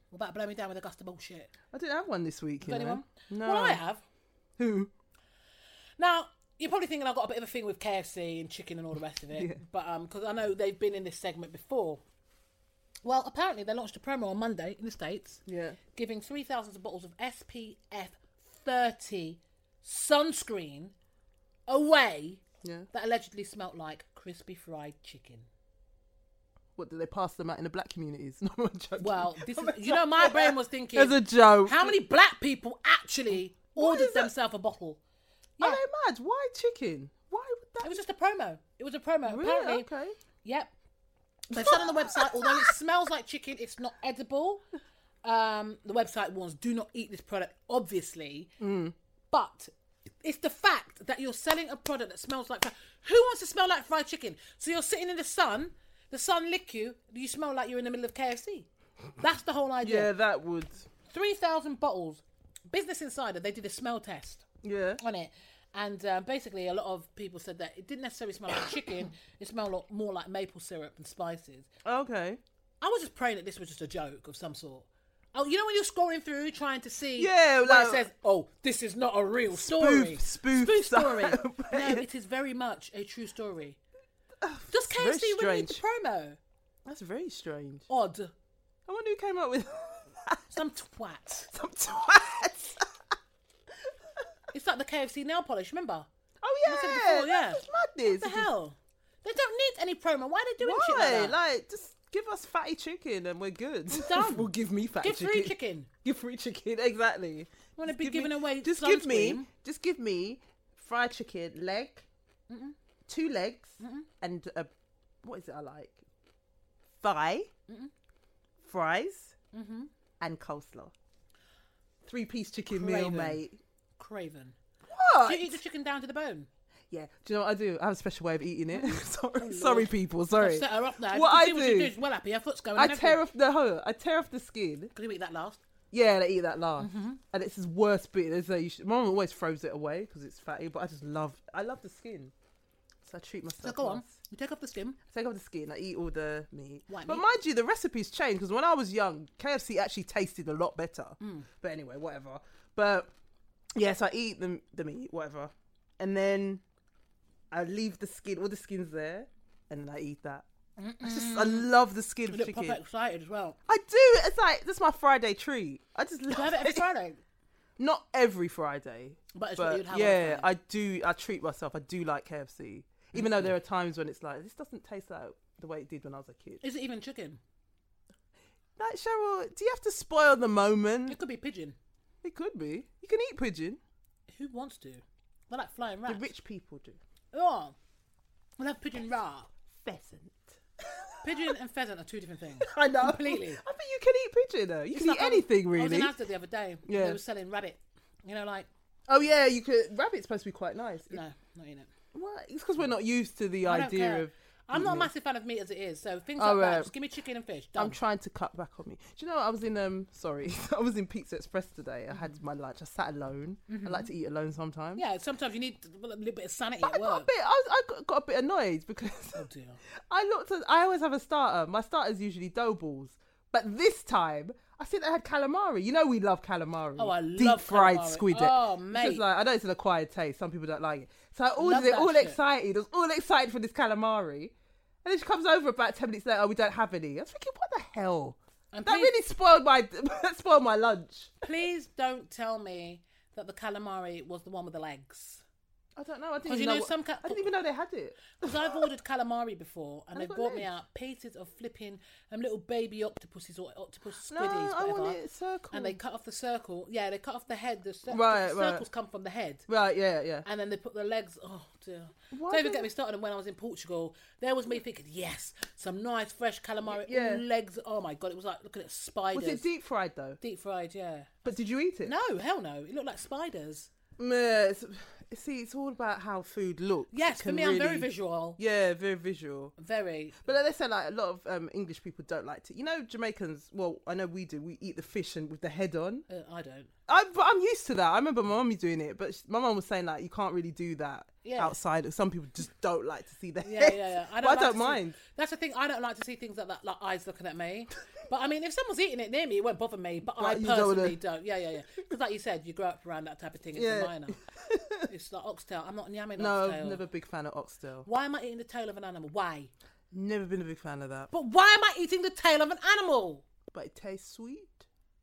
Speaker 1: What about blow me down with a gust of bullshit?
Speaker 2: I didn't have one this week. You
Speaker 1: Got
Speaker 2: know?
Speaker 1: anyone?
Speaker 2: No.
Speaker 1: Well, I have.
Speaker 2: Who?
Speaker 1: Now you're probably thinking I've got a bit of a thing with KFC and chicken and all the rest of it,
Speaker 2: Yeah.
Speaker 1: but um, because I know they've been in this segment before. Well, apparently they launched a promo on Monday in the States
Speaker 2: Yeah.
Speaker 1: giving 3,000 bottles of SPF 30 sunscreen away
Speaker 2: Yeah.
Speaker 1: that allegedly smelt like crispy fried chicken.
Speaker 2: What do they pass them out in the black communities? No, I'm joking.
Speaker 1: Well, this is, you know, my brain was thinking,
Speaker 2: As a joke.
Speaker 1: how many black people actually ordered
Speaker 2: is that?
Speaker 1: themselves a bottle?
Speaker 2: Are
Speaker 1: Yeah.
Speaker 2: they mad? Why chicken? Why would
Speaker 1: It
Speaker 2: that?
Speaker 1: was just a promo. It was a promo. Apparently,
Speaker 2: really? Okay.
Speaker 1: Yep. They've said on the website, although it smells like chicken, it's not edible. Um, the website warns, do not eat this product, obviously.
Speaker 2: Mm.
Speaker 1: But it's the fact that you're selling a product that smells like fried Who wants to smell like fried chicken? So you're sitting in the sun, the sun lick you, you smell like you're in the middle of KFC. That's the whole
Speaker 2: Yeah,
Speaker 1: idea.
Speaker 2: that would.
Speaker 1: 3,000 bottles. Business Insider, they did a smell test
Speaker 2: Yeah.
Speaker 1: on it. And uh, basically, a lot of people said that it didn't necessarily smell like chicken. It smelled lo- more like maple syrup and spices.
Speaker 2: Okay.
Speaker 1: I was just praying that this was just a joke of some sort. Oh, you know when you're scrolling through trying to see
Speaker 2: Yeah,
Speaker 1: where
Speaker 2: like-
Speaker 1: it says, "Oh, this is not a real story."
Speaker 2: spoof
Speaker 1: story.
Speaker 2: style.
Speaker 1: no, it is very much a true story. Does
Speaker 2: Oh, very
Speaker 1: KFC really need the
Speaker 2: strange.
Speaker 1: promo?
Speaker 2: That's very strange.
Speaker 1: Odd.
Speaker 2: I wonder who came up with
Speaker 1: Some twat.
Speaker 2: some twats.
Speaker 1: It's like the KFC nail polish. Remember
Speaker 2: oh yeah,
Speaker 1: said before, yeah.
Speaker 2: that's just madness.
Speaker 1: the hell? They don't need any promo. Why are they doing shit
Speaker 2: Why?
Speaker 1: like that?
Speaker 2: Like, just give us fatty chicken and we're good.
Speaker 1: done.
Speaker 2: well, give me fatty
Speaker 1: Give
Speaker 2: chicken.
Speaker 1: free chicken.
Speaker 2: Give free chicken. Exactly.
Speaker 1: Want to
Speaker 2: Just
Speaker 1: be
Speaker 2: give me-
Speaker 1: giving away?
Speaker 2: Just give me.
Speaker 1: sunscreen.
Speaker 2: Just give me fried chicken leg, two legs, and a what is it? I like thigh, fries,
Speaker 1: Mm-hmm.
Speaker 2: and coleslaw. Three piece chicken meal,
Speaker 1: Craven.
Speaker 2: mate.
Speaker 1: Craven.
Speaker 2: What?
Speaker 1: Do you eat the chicken down to the bone?
Speaker 2: Yeah. Do you know what I do? I have a special way of eating it. sorry, sorry, people. Sorry.
Speaker 1: Set her off now.
Speaker 2: What
Speaker 1: you
Speaker 2: I
Speaker 1: see What you
Speaker 2: do-
Speaker 1: do is well happy. Her foot's going.
Speaker 2: I
Speaker 1: and everything.
Speaker 2: tear off the whole. I tear off the skin.
Speaker 1: Can you eat that last?
Speaker 2: Yeah, they eat that last,
Speaker 1: Mm-hmm.
Speaker 2: and it's his worst bit. They say you should, my mum always throws it away because it's fatty, but I just love. I love the skin, so I treat myself.
Speaker 1: So go on.
Speaker 2: nice.
Speaker 1: You take off the skin.
Speaker 2: Take off the skin. I eat all the meat.
Speaker 1: White
Speaker 2: but
Speaker 1: meat.
Speaker 2: mind you, the recipes change because when I was young, KFC actually tasted a lot better.
Speaker 1: Mm.
Speaker 2: But anyway, whatever. But yes, I eat the the meat, whatever, and then I leave the skin. All the skin's there, and then I eat that. I just I love the skin
Speaker 1: You
Speaker 2: of
Speaker 1: look proper
Speaker 2: chicken.
Speaker 1: excited as well.
Speaker 2: I do. It's like that's my Friday treat. I just love
Speaker 1: Do I have it every
Speaker 2: it
Speaker 1: Friday?
Speaker 2: not every Friday,
Speaker 1: But it's what
Speaker 2: but
Speaker 1: you'd have on a
Speaker 2: yeah,
Speaker 1: Friday.
Speaker 2: I do. I treat myself. I do like KFC, even though there are times when it's like this doesn't taste like the way it did when I was a kid.
Speaker 1: Is it even chicken?
Speaker 2: Like Cheryl, do you have to spoil the moment?
Speaker 1: It could be pigeon.
Speaker 2: It could be. You can eat pigeon.
Speaker 1: Who wants to? They're like flying
Speaker 2: The
Speaker 1: rats.
Speaker 2: rich people do.
Speaker 1: Oh, we'll have pigeon rat.
Speaker 2: Pheasant.
Speaker 1: Pigeon and pheasant are two different things.
Speaker 2: I know.
Speaker 1: Completely.
Speaker 2: I think you can eat pigeon though. You
Speaker 1: It's
Speaker 2: can
Speaker 1: like
Speaker 2: eat
Speaker 1: I was-
Speaker 2: anything
Speaker 1: I was in
Speaker 2: really.
Speaker 1: Asda the other day. and
Speaker 2: Yeah.
Speaker 1: They were selling rabbit. You know, like
Speaker 2: Oh yeah, you could. Rabbit's supposed to be quite nice. It-
Speaker 1: no, not in it.
Speaker 2: what? It's because we're not used to the
Speaker 1: I don't
Speaker 2: idea
Speaker 1: care.
Speaker 2: of.
Speaker 1: I'm not a
Speaker 2: eating it.
Speaker 1: massive fan of meat as it is, so things
Speaker 2: Oh,
Speaker 1: like that.
Speaker 2: right.
Speaker 1: Just give me chicken and fish.
Speaker 2: I'm
Speaker 1: Done.
Speaker 2: trying to cut back on me. Do you know I was in um sorry I was in Pizza Express today. I
Speaker 1: Mm-hmm.
Speaker 2: had my lunch. I sat alone. I like to eat alone sometimes.
Speaker 1: yeah, sometimes you need a little bit of sanity
Speaker 2: I
Speaker 1: at
Speaker 2: got a
Speaker 1: work.
Speaker 2: bit. I, was, I got, got a bit annoyed because
Speaker 1: Oh dear.
Speaker 2: I looked at. I always have a starter. My starter's usually dough balls, but this time I said I had calamari. You know we love calamari.
Speaker 1: Oh, I
Speaker 2: deep
Speaker 1: love
Speaker 2: fried
Speaker 1: calamari.
Speaker 2: squid.
Speaker 1: Oh,
Speaker 2: It's
Speaker 1: mate.
Speaker 2: Just like I know it's an acquired taste. Some people don't like it. So I ordered it
Speaker 1: that
Speaker 2: all
Speaker 1: shit.
Speaker 2: excited. I was all excited for this calamari. And then she comes over about ten minutes later. Oh, we don't have any. I was thinking, what the hell?
Speaker 1: And
Speaker 2: That
Speaker 1: please-
Speaker 2: really spoiled my that spoiled my lunch.
Speaker 1: Please don't tell me that the calamari was the one with the legs.
Speaker 2: I don't know. I didn't
Speaker 1: 'Cause Oh,
Speaker 2: even
Speaker 1: you
Speaker 2: know.
Speaker 1: know
Speaker 2: what-
Speaker 1: some ca-
Speaker 2: I didn't even know they had it.
Speaker 1: Because I've ordered calamari before, and
Speaker 2: And
Speaker 1: they
Speaker 2: it's got
Speaker 1: brought me
Speaker 2: legs.
Speaker 1: out pieces of flipping um, little baby octopuses or octopus
Speaker 2: No,
Speaker 1: squiddies,
Speaker 2: I
Speaker 1: whatever.
Speaker 2: want it circle.
Speaker 1: And they cut off the circle. Yeah, they cut off the head. The, cir-
Speaker 2: Right,
Speaker 1: the
Speaker 2: right.
Speaker 1: circles come from the head.
Speaker 2: Right? Yeah, yeah.
Speaker 1: And then they put the legs. Oh dear!
Speaker 2: Why
Speaker 1: Don't even
Speaker 2: do
Speaker 1: get
Speaker 2: they-
Speaker 1: me started. on When I was in Portugal, there was me thinking, yes, some nice fresh calamari,
Speaker 2: Yeah.
Speaker 1: all legs. Oh my god, it was like looking at spiders.
Speaker 2: Was it deep fried though?
Speaker 1: deep fried? Yeah.
Speaker 2: But did you eat it?
Speaker 1: No, hell no. It looked like spiders.
Speaker 2: Meh, Mm, it's, see, it's all about how food looks.
Speaker 1: Yes,
Speaker 2: It
Speaker 1: for
Speaker 2: can
Speaker 1: me, I'm very
Speaker 2: really-
Speaker 1: visual.
Speaker 2: Yeah, very visual.
Speaker 1: Very.
Speaker 2: But like they say, like a lot of um, English people don't like to. You know, Jamaicans. Well, I know we do. We eat the fish and with the head on.
Speaker 1: Uh, I don't.
Speaker 2: I, but I'm used to that. I remember my mum doing it, but sh my mum was saying like you can't really do that
Speaker 1: Yeah.
Speaker 2: outside. Some people just don't like to see the
Speaker 1: Yeah,
Speaker 2: head.
Speaker 1: yeah, yeah.
Speaker 2: But I
Speaker 1: like
Speaker 2: don't
Speaker 1: to see-
Speaker 2: mind.
Speaker 1: that's the thing. I don't like to see things like that, like eyes looking at me. But I mean, if someone's eating it near me, it won't bother me. But, I
Speaker 2: you don't wanna-
Speaker 1: personally don't, Yeah, yeah, yeah. Because like you said, you grow up around that type of thing. It's
Speaker 2: Yeah.
Speaker 1: a minor. it's like oxtail. I'm not yamming
Speaker 2: No,
Speaker 1: oxtail.
Speaker 2: never a big fan of oxtail.
Speaker 1: Why am I eating the tail of an animal? Why?
Speaker 2: Never been a big fan of that.
Speaker 1: But why am I eating the tail of an animal?
Speaker 2: But it tastes sweet,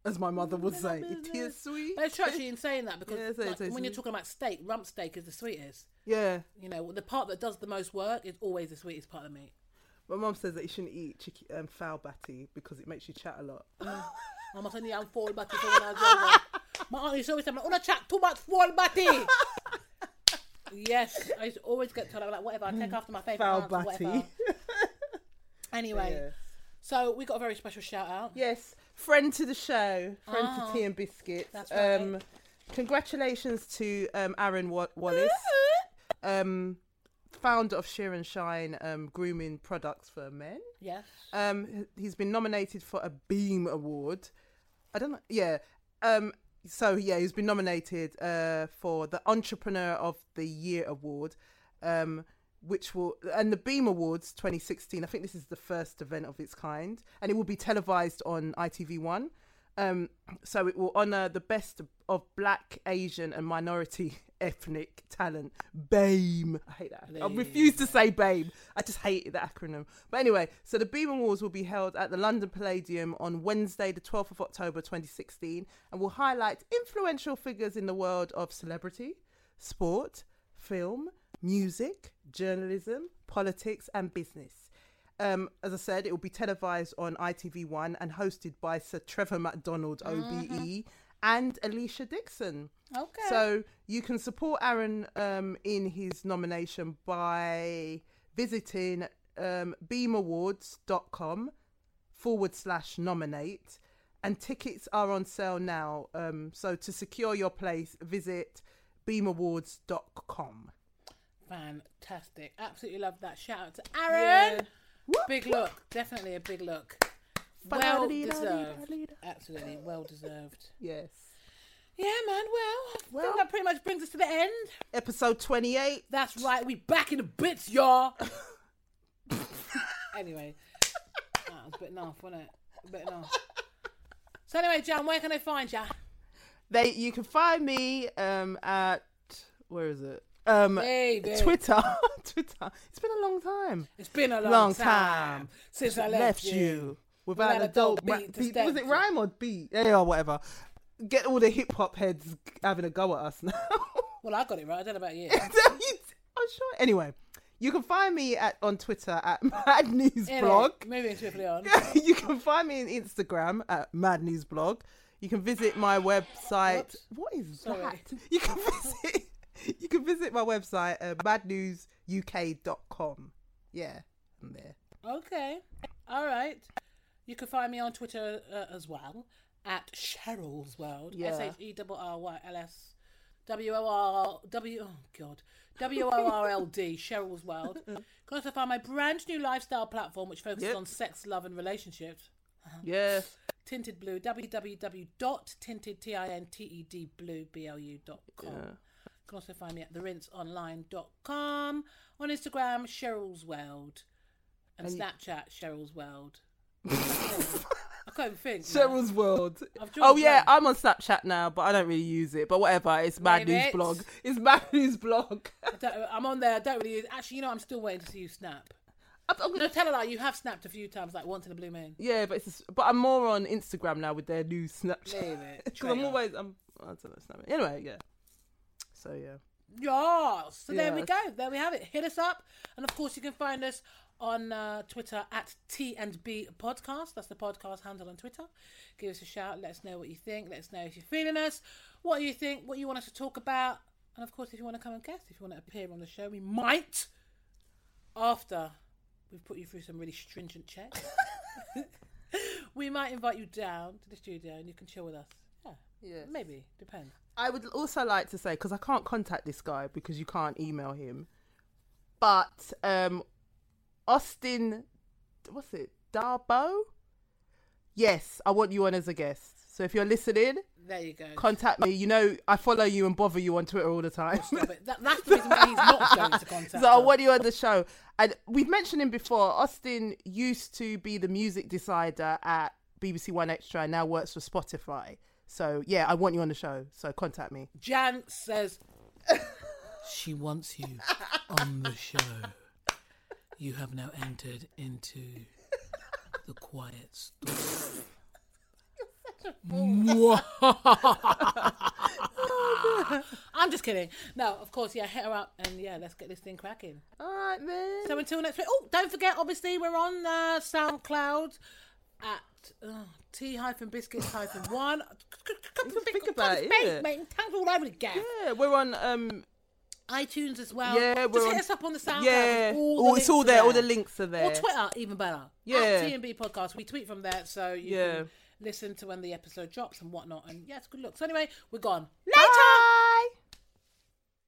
Speaker 2: as my mother would say. It tastes sweet.
Speaker 1: But it's true actually in saying that because
Speaker 2: Yeah, so it
Speaker 1: like,
Speaker 2: tastes
Speaker 1: when you're
Speaker 2: sweet.
Speaker 1: talking about steak, rump steak is the sweetest.
Speaker 2: Yeah,
Speaker 1: You know, the part that does the most work is always the sweetest part of the meat.
Speaker 2: my mum says that you shouldn't eat chicken, um, fowl batty because it makes you chat a lot.
Speaker 1: I'm not saying I'm full batty for when I was younger. My aunt used to always tell me, "Una chat too much full batty." yes, I used to always get told, I'm like, whatever, I take
Speaker 2: Mm.
Speaker 1: after my favourite
Speaker 2: Fowl
Speaker 1: aunts or
Speaker 2: batty.
Speaker 1: whatever. Anyway,
Speaker 2: Yeah.
Speaker 1: so we got a very special shout out.
Speaker 2: Yes, friend to the show, friend to tea and biscuits.
Speaker 1: Ah. that's right.
Speaker 2: Um, congratulations to um, Aaron Wa- Wallace, um, founder of Sheer and Shine um, Grooming Products for Men.
Speaker 1: Yes.
Speaker 2: Um, h- he's been nominated for a Beam Award. I don't know. Yeah. Um. So yeah, he's been nominated uh for the Entrepreneur of the Year Award, um, which will and the Beam Awards 2016. I think this is the first event of its kind, and it will be televised on ITV1. Um, so it will honour the best of Black, Asian, and minority ethnic talent. BAME. I hate that. I refuse to say BAME. I just hate the acronym. But anyway, so the BAME Awards will be held at the London Palladium on Wednesday, the 12th of October 2016, and will highlight influential figures in the world of celebrity, sport, film, music, journalism, politics, and business. Um, as I said, it will be televised on ITV1 and hosted by Sir Trevor MacDonald, OBE,
Speaker 1: Mm-hmm.
Speaker 2: and Alicia Dixon.
Speaker 1: Okay.
Speaker 2: So you can support Aaron um, in his nomination by visiting um, beamawards.com forward slash nominate. And tickets are on sale now. Um, so to secure your place, visit beamawards.com.
Speaker 1: Fantastic. Absolutely love that. Shout out to Aaron.
Speaker 2: Whoop,
Speaker 1: Big
Speaker 2: whoop.
Speaker 1: look. Definitely a big look. Well deserved. Absolutely well deserved.
Speaker 2: Yes.
Speaker 1: Yeah, man. Well, I
Speaker 2: Well.
Speaker 1: think that pretty much brings us to the end.
Speaker 2: Episode 28.
Speaker 1: That's right. We back in the bits, y'all. anyway, that was a bit enough, wasn't it? A bit enough. So anyway, Jan, where can they find ya?
Speaker 2: They you can find me um at where is it? Um
Speaker 1: Baby.
Speaker 2: Twitter. Twitter. It's been a long time.
Speaker 1: It's been a long,
Speaker 2: Long
Speaker 1: time,
Speaker 2: time
Speaker 1: since I left,
Speaker 2: Left you without,
Speaker 1: Without
Speaker 2: a
Speaker 1: a dope
Speaker 2: dope ra-
Speaker 1: beat to
Speaker 2: beat.
Speaker 1: step
Speaker 2: Was it
Speaker 1: to.
Speaker 2: rhyme or beat? Yeah, or whatever. Get all the hip hop heads having a go at us now.
Speaker 1: Well, I got it right. I don't know about you.
Speaker 2: I'm sure. Anyway, you can find me at on Twitter at Mad News
Speaker 1: Anyway,
Speaker 2: Blog.
Speaker 1: Moving swiftly on.
Speaker 2: you can find me on Instagram at Mad News Blog. You can visit my website.
Speaker 1: Whoops.
Speaker 2: What is
Speaker 1: Sorry.
Speaker 2: that? You can visit. You can visit my website uh, madnewsuk.com. Yeah, I'm there.
Speaker 1: Okay. All right. You can find me on Twitter uh, as well at Cheryl's World.
Speaker 2: Yeah.
Speaker 1: S H E R R Y L S W O R W. Oh God. W O R L D. Cheryl's World. You can also find my brand new lifestyle platform, which focuses
Speaker 2: Yep.
Speaker 1: on sex, love, and relationships.
Speaker 2: Yeah.
Speaker 1: Tinted Blue. www.tinted t i n t e d blue b l u dot com. You can also find me at therinseonline.com on Instagram Cheryl's World and, Snapchat Cheryl's World. I can't even think. man.
Speaker 2: Cheryl's World.
Speaker 1: I've joined
Speaker 2: Oh yeah,
Speaker 1: them.
Speaker 2: I'm on Snapchat now, but I don't really use it. But whatever, it's Mad
Speaker 1: Name
Speaker 2: News
Speaker 1: it.
Speaker 2: Blog. It's Mad News Blog.
Speaker 1: I don't- I'm on there. I don't really use. Actually, you know, I'm still waiting to see you snap. No, tell her that you have snapped a few times, like once in a blue moon.
Speaker 2: yeah, but it's but I'm more on Instagram now with their new Snapchat.
Speaker 1: Leave it.
Speaker 2: Because I'm
Speaker 1: Traitor.
Speaker 2: always I'm I don't know Snapchat. Anyway, yeah. So yeah.
Speaker 1: Yeah. So there we
Speaker 2: Yes.
Speaker 1: go. There we have it. Hit us up, and of course you can find us on uh, Twitter at T and B Podcast. That's the podcast handle on Twitter. Give us a shout. Let us know what you think. Let us know if you're feeling us. What you think. What you want us to talk about. And of course, if you want to come and guest, if you want to appear on the show, we might after we've put you through some really stringent checks. we might invite you down to the studio and you can chill with us. Yeah.
Speaker 2: Yes.
Speaker 1: Maybe. Depends.
Speaker 2: I would also like to say because I can't contact this guy because you can't email him, but um, Austin, what's it, Darbo? Yes, I want you on as a guest. So if you're listening,
Speaker 1: There you go.
Speaker 2: contact me. You know I follow you and bother you on Twitter all the time.
Speaker 1: Stop it. That, that's the reason why he's not going to contact.
Speaker 2: So I
Speaker 1: her.
Speaker 2: want you on the show. And we've mentioned him before. Austin used to be the music decider at BBC One Extra and now works for Spotify. So yeah, I want you on the show. So contact me.
Speaker 1: Jan says she wants you on the show. You have now entered into the quiet storm. Mwah. I'm just kidding. No, of course, yeah, hit her up and yeah, let's get this thing cracking.
Speaker 2: All right, man.
Speaker 1: So until next week. Oh, don't forget, obviously, we're on uh, SoundCloud at uh, T hyphen biscuits hyphen one.
Speaker 2: think about it, yeah.
Speaker 1: mate. Tongues all over the gap.
Speaker 2: yeah, we're on. Um,
Speaker 1: iTunes as well.
Speaker 2: Yeah,
Speaker 1: just
Speaker 2: we're
Speaker 1: hit
Speaker 2: on-
Speaker 1: us up on the SoundCloud.
Speaker 2: yeah,
Speaker 1: with all the
Speaker 2: oh, it's
Speaker 1: links
Speaker 2: all
Speaker 1: are
Speaker 2: there. All the links are there.
Speaker 1: Or Twitter, even better.
Speaker 2: Yeah.
Speaker 1: At TNB Podcast. We tweet from there, so you
Speaker 2: Yeah.
Speaker 1: can listen to when the episode drops and whatnot. And yeah, it's a good look. So anyway, we're gone.
Speaker 2: Bye.